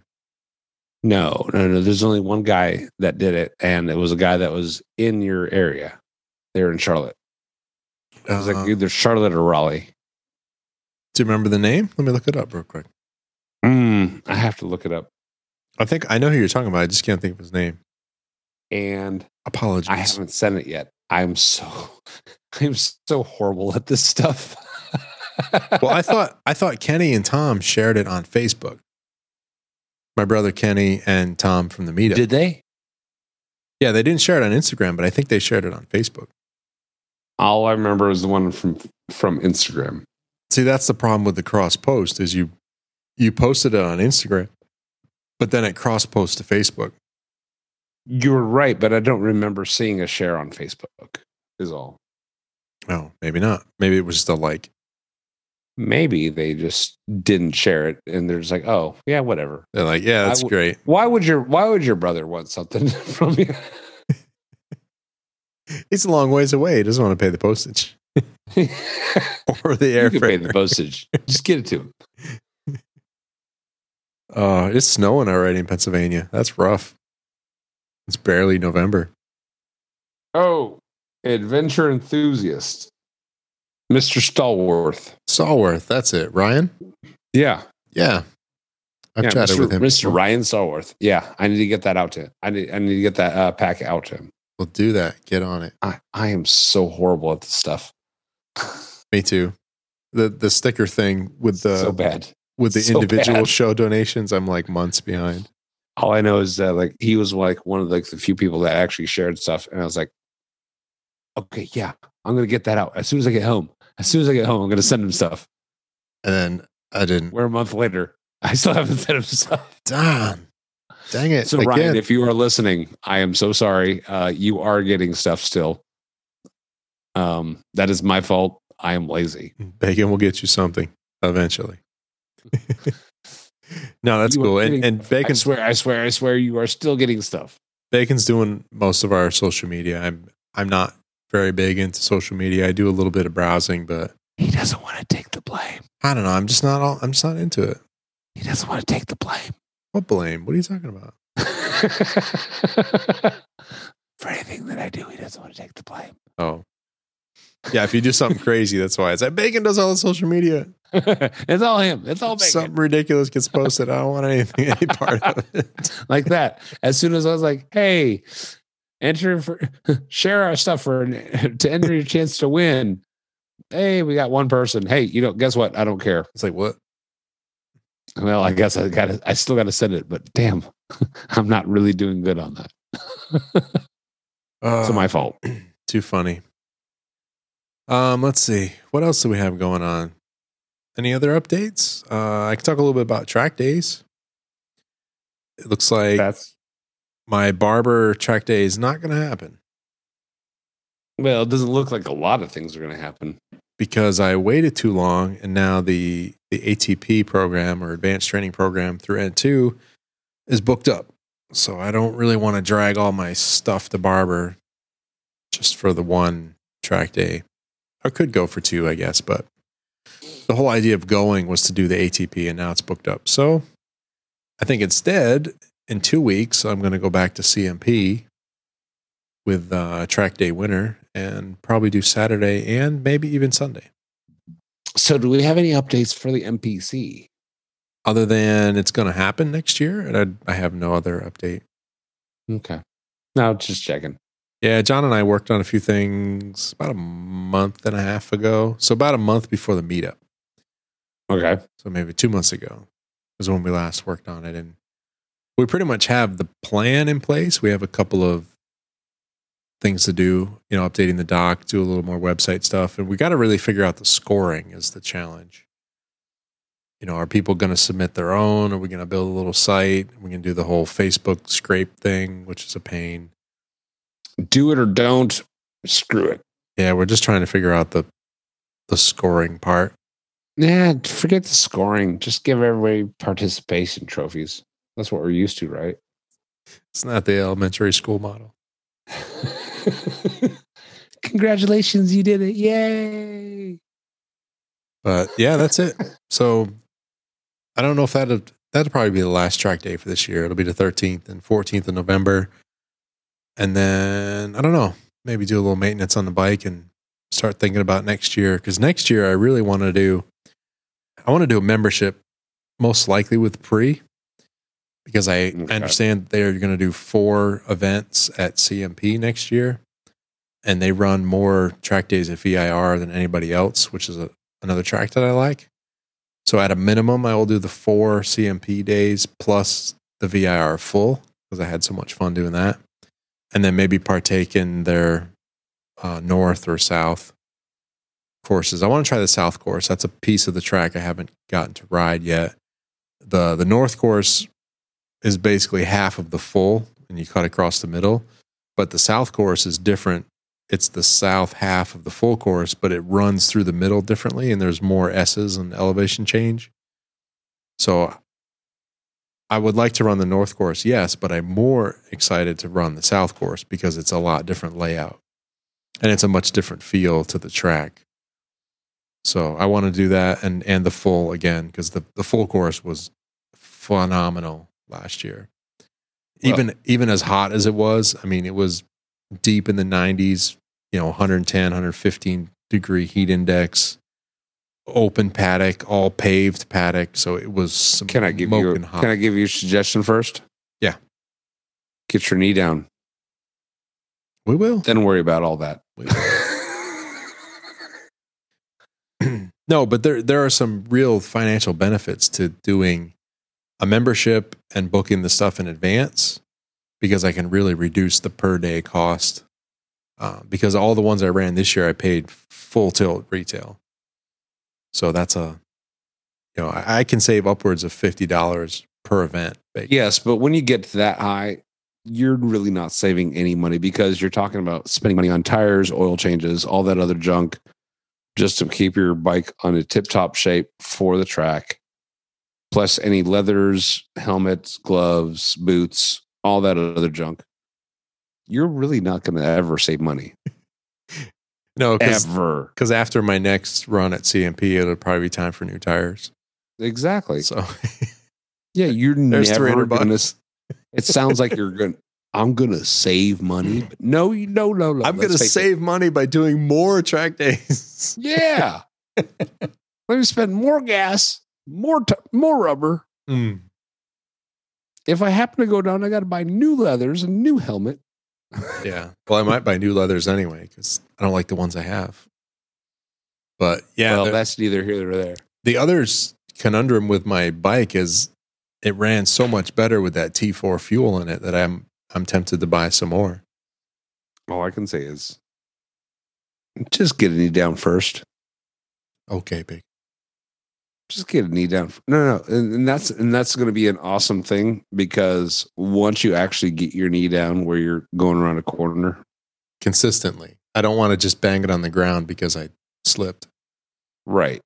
Speaker 1: No, no, no. There's only one guy that did it, and it was a guy that was in your area. They were in Charlotte. It was
Speaker 2: Uh,
Speaker 1: like either Charlotte or Raleigh.
Speaker 2: do you remember the name? Let me look it up real quick.
Speaker 1: Mm, I have to look it up.
Speaker 2: I think I know who you're talking about. I just can't think of his name.
Speaker 1: And
Speaker 2: Apologies.
Speaker 1: I haven't sent it yet. I'm so I'm so horrible at this stuff.
Speaker 2: well, I thought I thought Kenny and Tom shared it on Facebook. My brother Kenny and Tom from the meetup.
Speaker 1: did they?
Speaker 2: yeah, they didn't share it on Instagram, but I think they shared it on Facebook.
Speaker 1: All I remember was the one from from Instagram.
Speaker 2: See, that's the problem with the cross post is you you posted it on Instagram, but then it cross posts to Facebook.
Speaker 1: You were right, but I don't remember seeing a share on Facebook. Is all.
Speaker 2: Oh, maybe not. Maybe it was just a like.
Speaker 1: Maybe they just didn't share it, and they're just like, "Oh, yeah, whatever."
Speaker 2: They're like, yeah, that's
Speaker 1: I w-
Speaker 2: great.
Speaker 1: Why would your Why would your brother want something from you?
Speaker 2: It's a long ways away. He doesn't want to pay the postage
Speaker 1: you
Speaker 2: or the air
Speaker 1: can pay the
Speaker 2: freight.
Speaker 1: postage. Just get it to him.
Speaker 2: Oh, it's snowing already in Pennsylvania. That's rough. It's barely November.
Speaker 1: Oh, adventure enthusiast, Mister Stallworth.
Speaker 2: Stallworth, that's it. Ryan.
Speaker 1: Yeah,
Speaker 2: Yeah, I've
Speaker 1: yeah,
Speaker 2: chatted
Speaker 1: Mr.
Speaker 2: with him.
Speaker 1: Mr. Ryan Stallworth. Yeah, I need to get that out to him. I need I need to get that uh, pack out to him.
Speaker 2: We'll do that. Get on it.
Speaker 1: I I am so horrible at this stuff.
Speaker 2: Me too. The the sticker thing with the
Speaker 1: so bad.
Speaker 2: with the
Speaker 1: So
Speaker 2: individual
Speaker 1: bad.
Speaker 2: show donations, I'm like months behind.
Speaker 1: all I know is that like he was like one of like the few people that actually shared stuff, and I was like, okay, yeah, I'm gonna get that out as soon as I get home. As soon as I get home, I'm gonna send him stuff.
Speaker 2: And then I didn't.
Speaker 1: We're a month later. I still haven't sent him stuff.
Speaker 2: Damn. Dang it.
Speaker 1: So
Speaker 2: Again.
Speaker 1: Ryan, if you are listening, I am so sorry. Uh, you are getting stuff still. Um, that is my fault. I am lazy.
Speaker 2: Bacon will get you something eventually. no, that's
Speaker 1: You are
Speaker 2: cool. And,
Speaker 1: kidding.
Speaker 2: and
Speaker 1: I
Speaker 2: Bacon,
Speaker 1: swear, I swear, I swear, you are still getting stuff.
Speaker 2: Bacon's doing most of our social media. I'm I'm not very big into social media. I do a little bit of browsing, but
Speaker 1: He doesn't want to take the blame.
Speaker 2: I don't know. I'm just not all. I'm just not into it.
Speaker 1: He doesn't want to take the blame.
Speaker 2: What blame? What are you talking about?
Speaker 1: For anything that I do, he doesn't want to take the blame.
Speaker 2: Oh, yeah. If you do something crazy, that's why it's like Bacon does all the social media.
Speaker 1: it's all him. It's all Oh, Bacon.
Speaker 2: something ridiculous gets posted. I don't want anything any part of it.
Speaker 1: like that. As soon as I was like, "Hey, enter for share our stuff for to enter your chance to win." Hey, we got one person. Hey, you know, guess what? I don't care.
Speaker 2: It's like what?
Speaker 1: Well, I guess I got to. I still got to send it, but damn, I'm not really doing good on that.
Speaker 2: Uh,
Speaker 1: It's my fault.
Speaker 2: Too funny. Um, let's see. What else do we have going on? Any other updates? Uh, I can talk a little bit about track days. It looks like
Speaker 1: That's
Speaker 2: my barber track day is not going to happen
Speaker 1: well. It doesn't look like a lot of things are going to happen.
Speaker 2: because I waited too long, and now the the ATP program or advanced training program through N two is booked up. So I don't really want to drag all my stuff to barber just for the one track day. I could go for two, I guess, but the whole idea of going was to do the ATP, and now it's booked up. So I think instead, in two weeks, I'm going to go back to CMP with uh, track day winner and probably do Saturday and maybe even Sunday.
Speaker 1: So, do we have any updates for the MPC?
Speaker 2: Other than it's going to happen next year, and I, I have no other update.
Speaker 1: Okay. No, just checking.
Speaker 2: Yeah, John and I worked on a few things about a month and a half ago. So about a month before the meetup.
Speaker 1: Okay.
Speaker 2: So maybe two months ago was when we last worked on it. And we pretty much have the plan in place. We have a couple of things to do, you know, updating the doc, do a little more website stuff. And we got to really figure out the scoring is the challenge. You know, are people going to submit their own? Are we going to build a little site? We're going to do the whole Facebook scrape thing, which is a pain.
Speaker 1: Do it or don't. Screw it.
Speaker 2: Yeah, we're just trying to figure out the the scoring part.
Speaker 1: Nah, forget the scoring. Just give everybody participation trophies. That's what we're used to, right?
Speaker 2: It's not the elementary school model.
Speaker 1: Congratulations, you did it. Yay.
Speaker 2: But yeah, that's it. So I don't know if that'll that'll probably be the last track day for this year. It'll be the 13th and 14th of November. And then I don't know, maybe do a little maintenance on the bike and start thinking about next year because next year I really want to do I want to do a membership most likely with pre because I,
Speaker 1: Okay.
Speaker 2: I understand they're going to do four events at CMP next year, and they run more track days at VIR than anybody else, which is a, another track that I like. So at a minimum, I will do the four CMP days plus the VIR full because I had so much fun doing that, and then maybe partake in their uh, north or south courses. I want to try the south course. That's a piece of the track I haven't gotten to ride yet. the The north course is basically half of the full and you cut across the middle. But the south course is different. It's the south half of the full course, but it runs through the middle differently and there's more S's and elevation change. So I would like to run the north course, yes, but I'm more excited to run the south course because it's a lot different layout and it's a much different feel to the track. So I want to do that and and the full again because the the full course was phenomenal last year.
Speaker 1: Well-
Speaker 2: Even even as hot as it was, I mean, it was deep in the 90s, you know, 110, 115 degree heat index, open paddock, all paved paddock, so it was smoking
Speaker 1: Can I give you
Speaker 2: hot.
Speaker 1: can I give you a suggestion first?
Speaker 2: Yeah.
Speaker 1: Get your knee down.
Speaker 2: we will.
Speaker 1: Then worry about all that.
Speaker 2: We will. no, but there there are some real financial benefits to doing a membership and booking the stuff in advance because I can really reduce the per day cost. Uh, because all the ones I ran this year, I paid full tilt retail, so that's a you know I, I can save upwards of fifty dollars per event.
Speaker 1: yes, but when you get to that high, you're really not saving any money because you're talking about spending money on tires, oil changes, all that other junk just to keep your bike on a tip top shape for the track. Plus any leathers, helmets, gloves, boots, all that other junk. You're really not going to ever save money.
Speaker 2: no, because
Speaker 1: Ever.
Speaker 2: after my next run at CMP, it'll probably be time for new tires.
Speaker 1: Exactly.
Speaker 2: So
Speaker 1: Yeah, you're
Speaker 2: there's
Speaker 1: never
Speaker 2: three hundred
Speaker 1: going
Speaker 2: bucks.
Speaker 1: to. It sounds like you're going. to I'm going to save money, but no, you no no no. let's
Speaker 2: I'm going to
Speaker 1: face it.
Speaker 2: save money by doing more track days.
Speaker 1: Yeah, let me spend more gas, more t- more rubber. Mm. If I happen to go down, I got to buy new leathers and new helmet.
Speaker 2: Yeah. Well, I might buy new leathers anyway because I don't like the ones I have. But yeah,
Speaker 1: well,
Speaker 2: the,
Speaker 1: that's neither here nor there.
Speaker 2: the other s- conundrum with my bike is it ran so much better with that T4 fuel in it that I'm I'm tempted to buy some more.
Speaker 1: All I can say is, just get a knee down first.
Speaker 2: Okay, big.
Speaker 1: just get a knee down. No, no, and, and that's and that's going to be an awesome thing because once you actually get your knee down where you're going around a corner,
Speaker 2: Consistently. I don't want to just bang it on the ground because I slipped.
Speaker 1: right?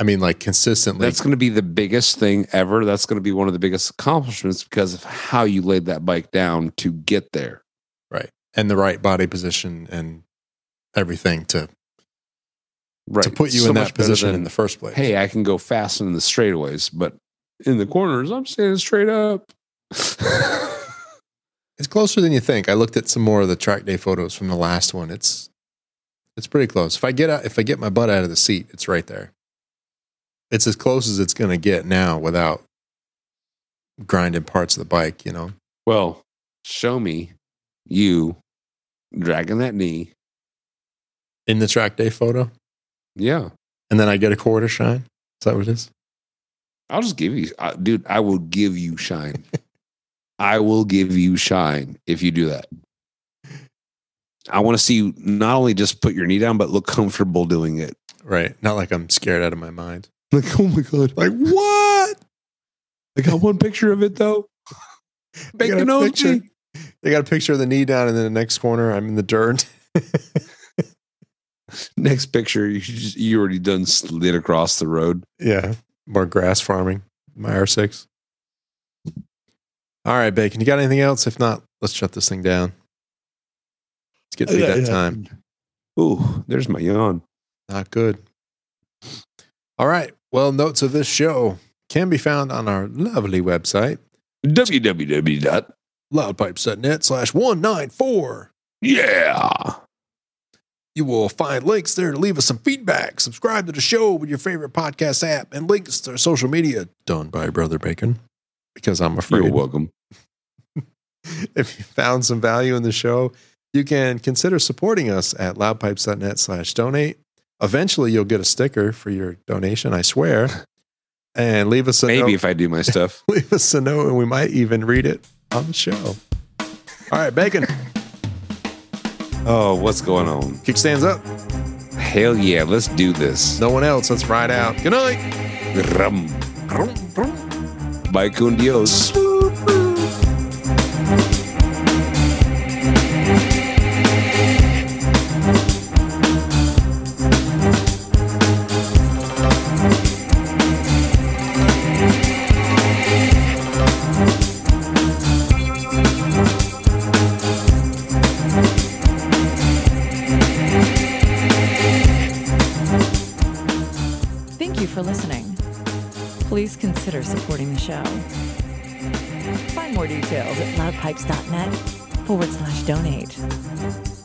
Speaker 2: I mean, like consistently.
Speaker 1: That's going to be the biggest thing ever. That's going to be one of the biggest accomplishments because of how you laid that bike down to get there.
Speaker 2: right. And the right body position and everything to,
Speaker 1: Right
Speaker 2: to put you
Speaker 1: So
Speaker 2: in
Speaker 1: much
Speaker 2: that
Speaker 1: better
Speaker 2: position
Speaker 1: than,
Speaker 2: in the first place.
Speaker 1: hey, I can go fast in the straightaways, but in the corners, I'm standing straight up.
Speaker 2: It's closer than you think. I looked at some more of the track day photos from the last one. It's It's pretty close. If I get out, if I get my butt out of the seat, it's right there. It's as close as it's going to get now without grinding parts of the bike, you know.
Speaker 1: Well, show me you dragging that knee.
Speaker 2: In the track day photo,
Speaker 1: Yeah.
Speaker 2: and then I get a quarter shine. Is that what it is?
Speaker 1: I'll just give you, uh, dude, I will give you shine. I will give you shine if you do that. I want to see you not only just put your knee down, but look comfortable doing it.
Speaker 2: Right. Not like I'm scared out of my mind.
Speaker 1: Like, oh my God.
Speaker 2: Like what?
Speaker 1: I got one picture of it though.
Speaker 2: They
Speaker 1: Make
Speaker 2: got
Speaker 1: an
Speaker 2: a picture.
Speaker 1: OG.
Speaker 2: They got a picture of the knee down, and then the next corner, I'm in the dirt.
Speaker 1: Next picture, you just, you already done slid across the road.
Speaker 2: Yeah. More grass farming. My R6. All right, Bacon. You got anything else? If not, let's shut this thing down. It's getting to be that time.
Speaker 1: Ooh, there's my yawn.
Speaker 2: Not good. All right. Well, notes of this show can be found on our lovely website,
Speaker 1: www dot
Speaker 2: loudpipes.net slash 194.
Speaker 1: yeah.
Speaker 2: You will find links there to leave us some feedback. Subscribe to the show with your favorite podcast app and links to our social media done by Brother Bacon. Because I'm
Speaker 1: You're
Speaker 2: afraid
Speaker 1: welcome.
Speaker 2: if you found some value in the show, you can consider supporting us at loudpipes.net slash donate. Eventually, you'll get a sticker for your donation, I swear. And leave us a
Speaker 1: Maybe
Speaker 2: note.
Speaker 1: if I do my stuff.
Speaker 2: Leave us a note, and we might even read it on the show. All right, Bacon,
Speaker 1: Oh, what's going on?
Speaker 2: kickstands up.
Speaker 1: Hell yeah, let's do this.
Speaker 2: No one else. Let's ride out. Good night.
Speaker 1: Rum. Bye con Dios.
Speaker 3: Thank you for listening. Please consider supporting the show. Find more details at loudpipes.net forward slash donate.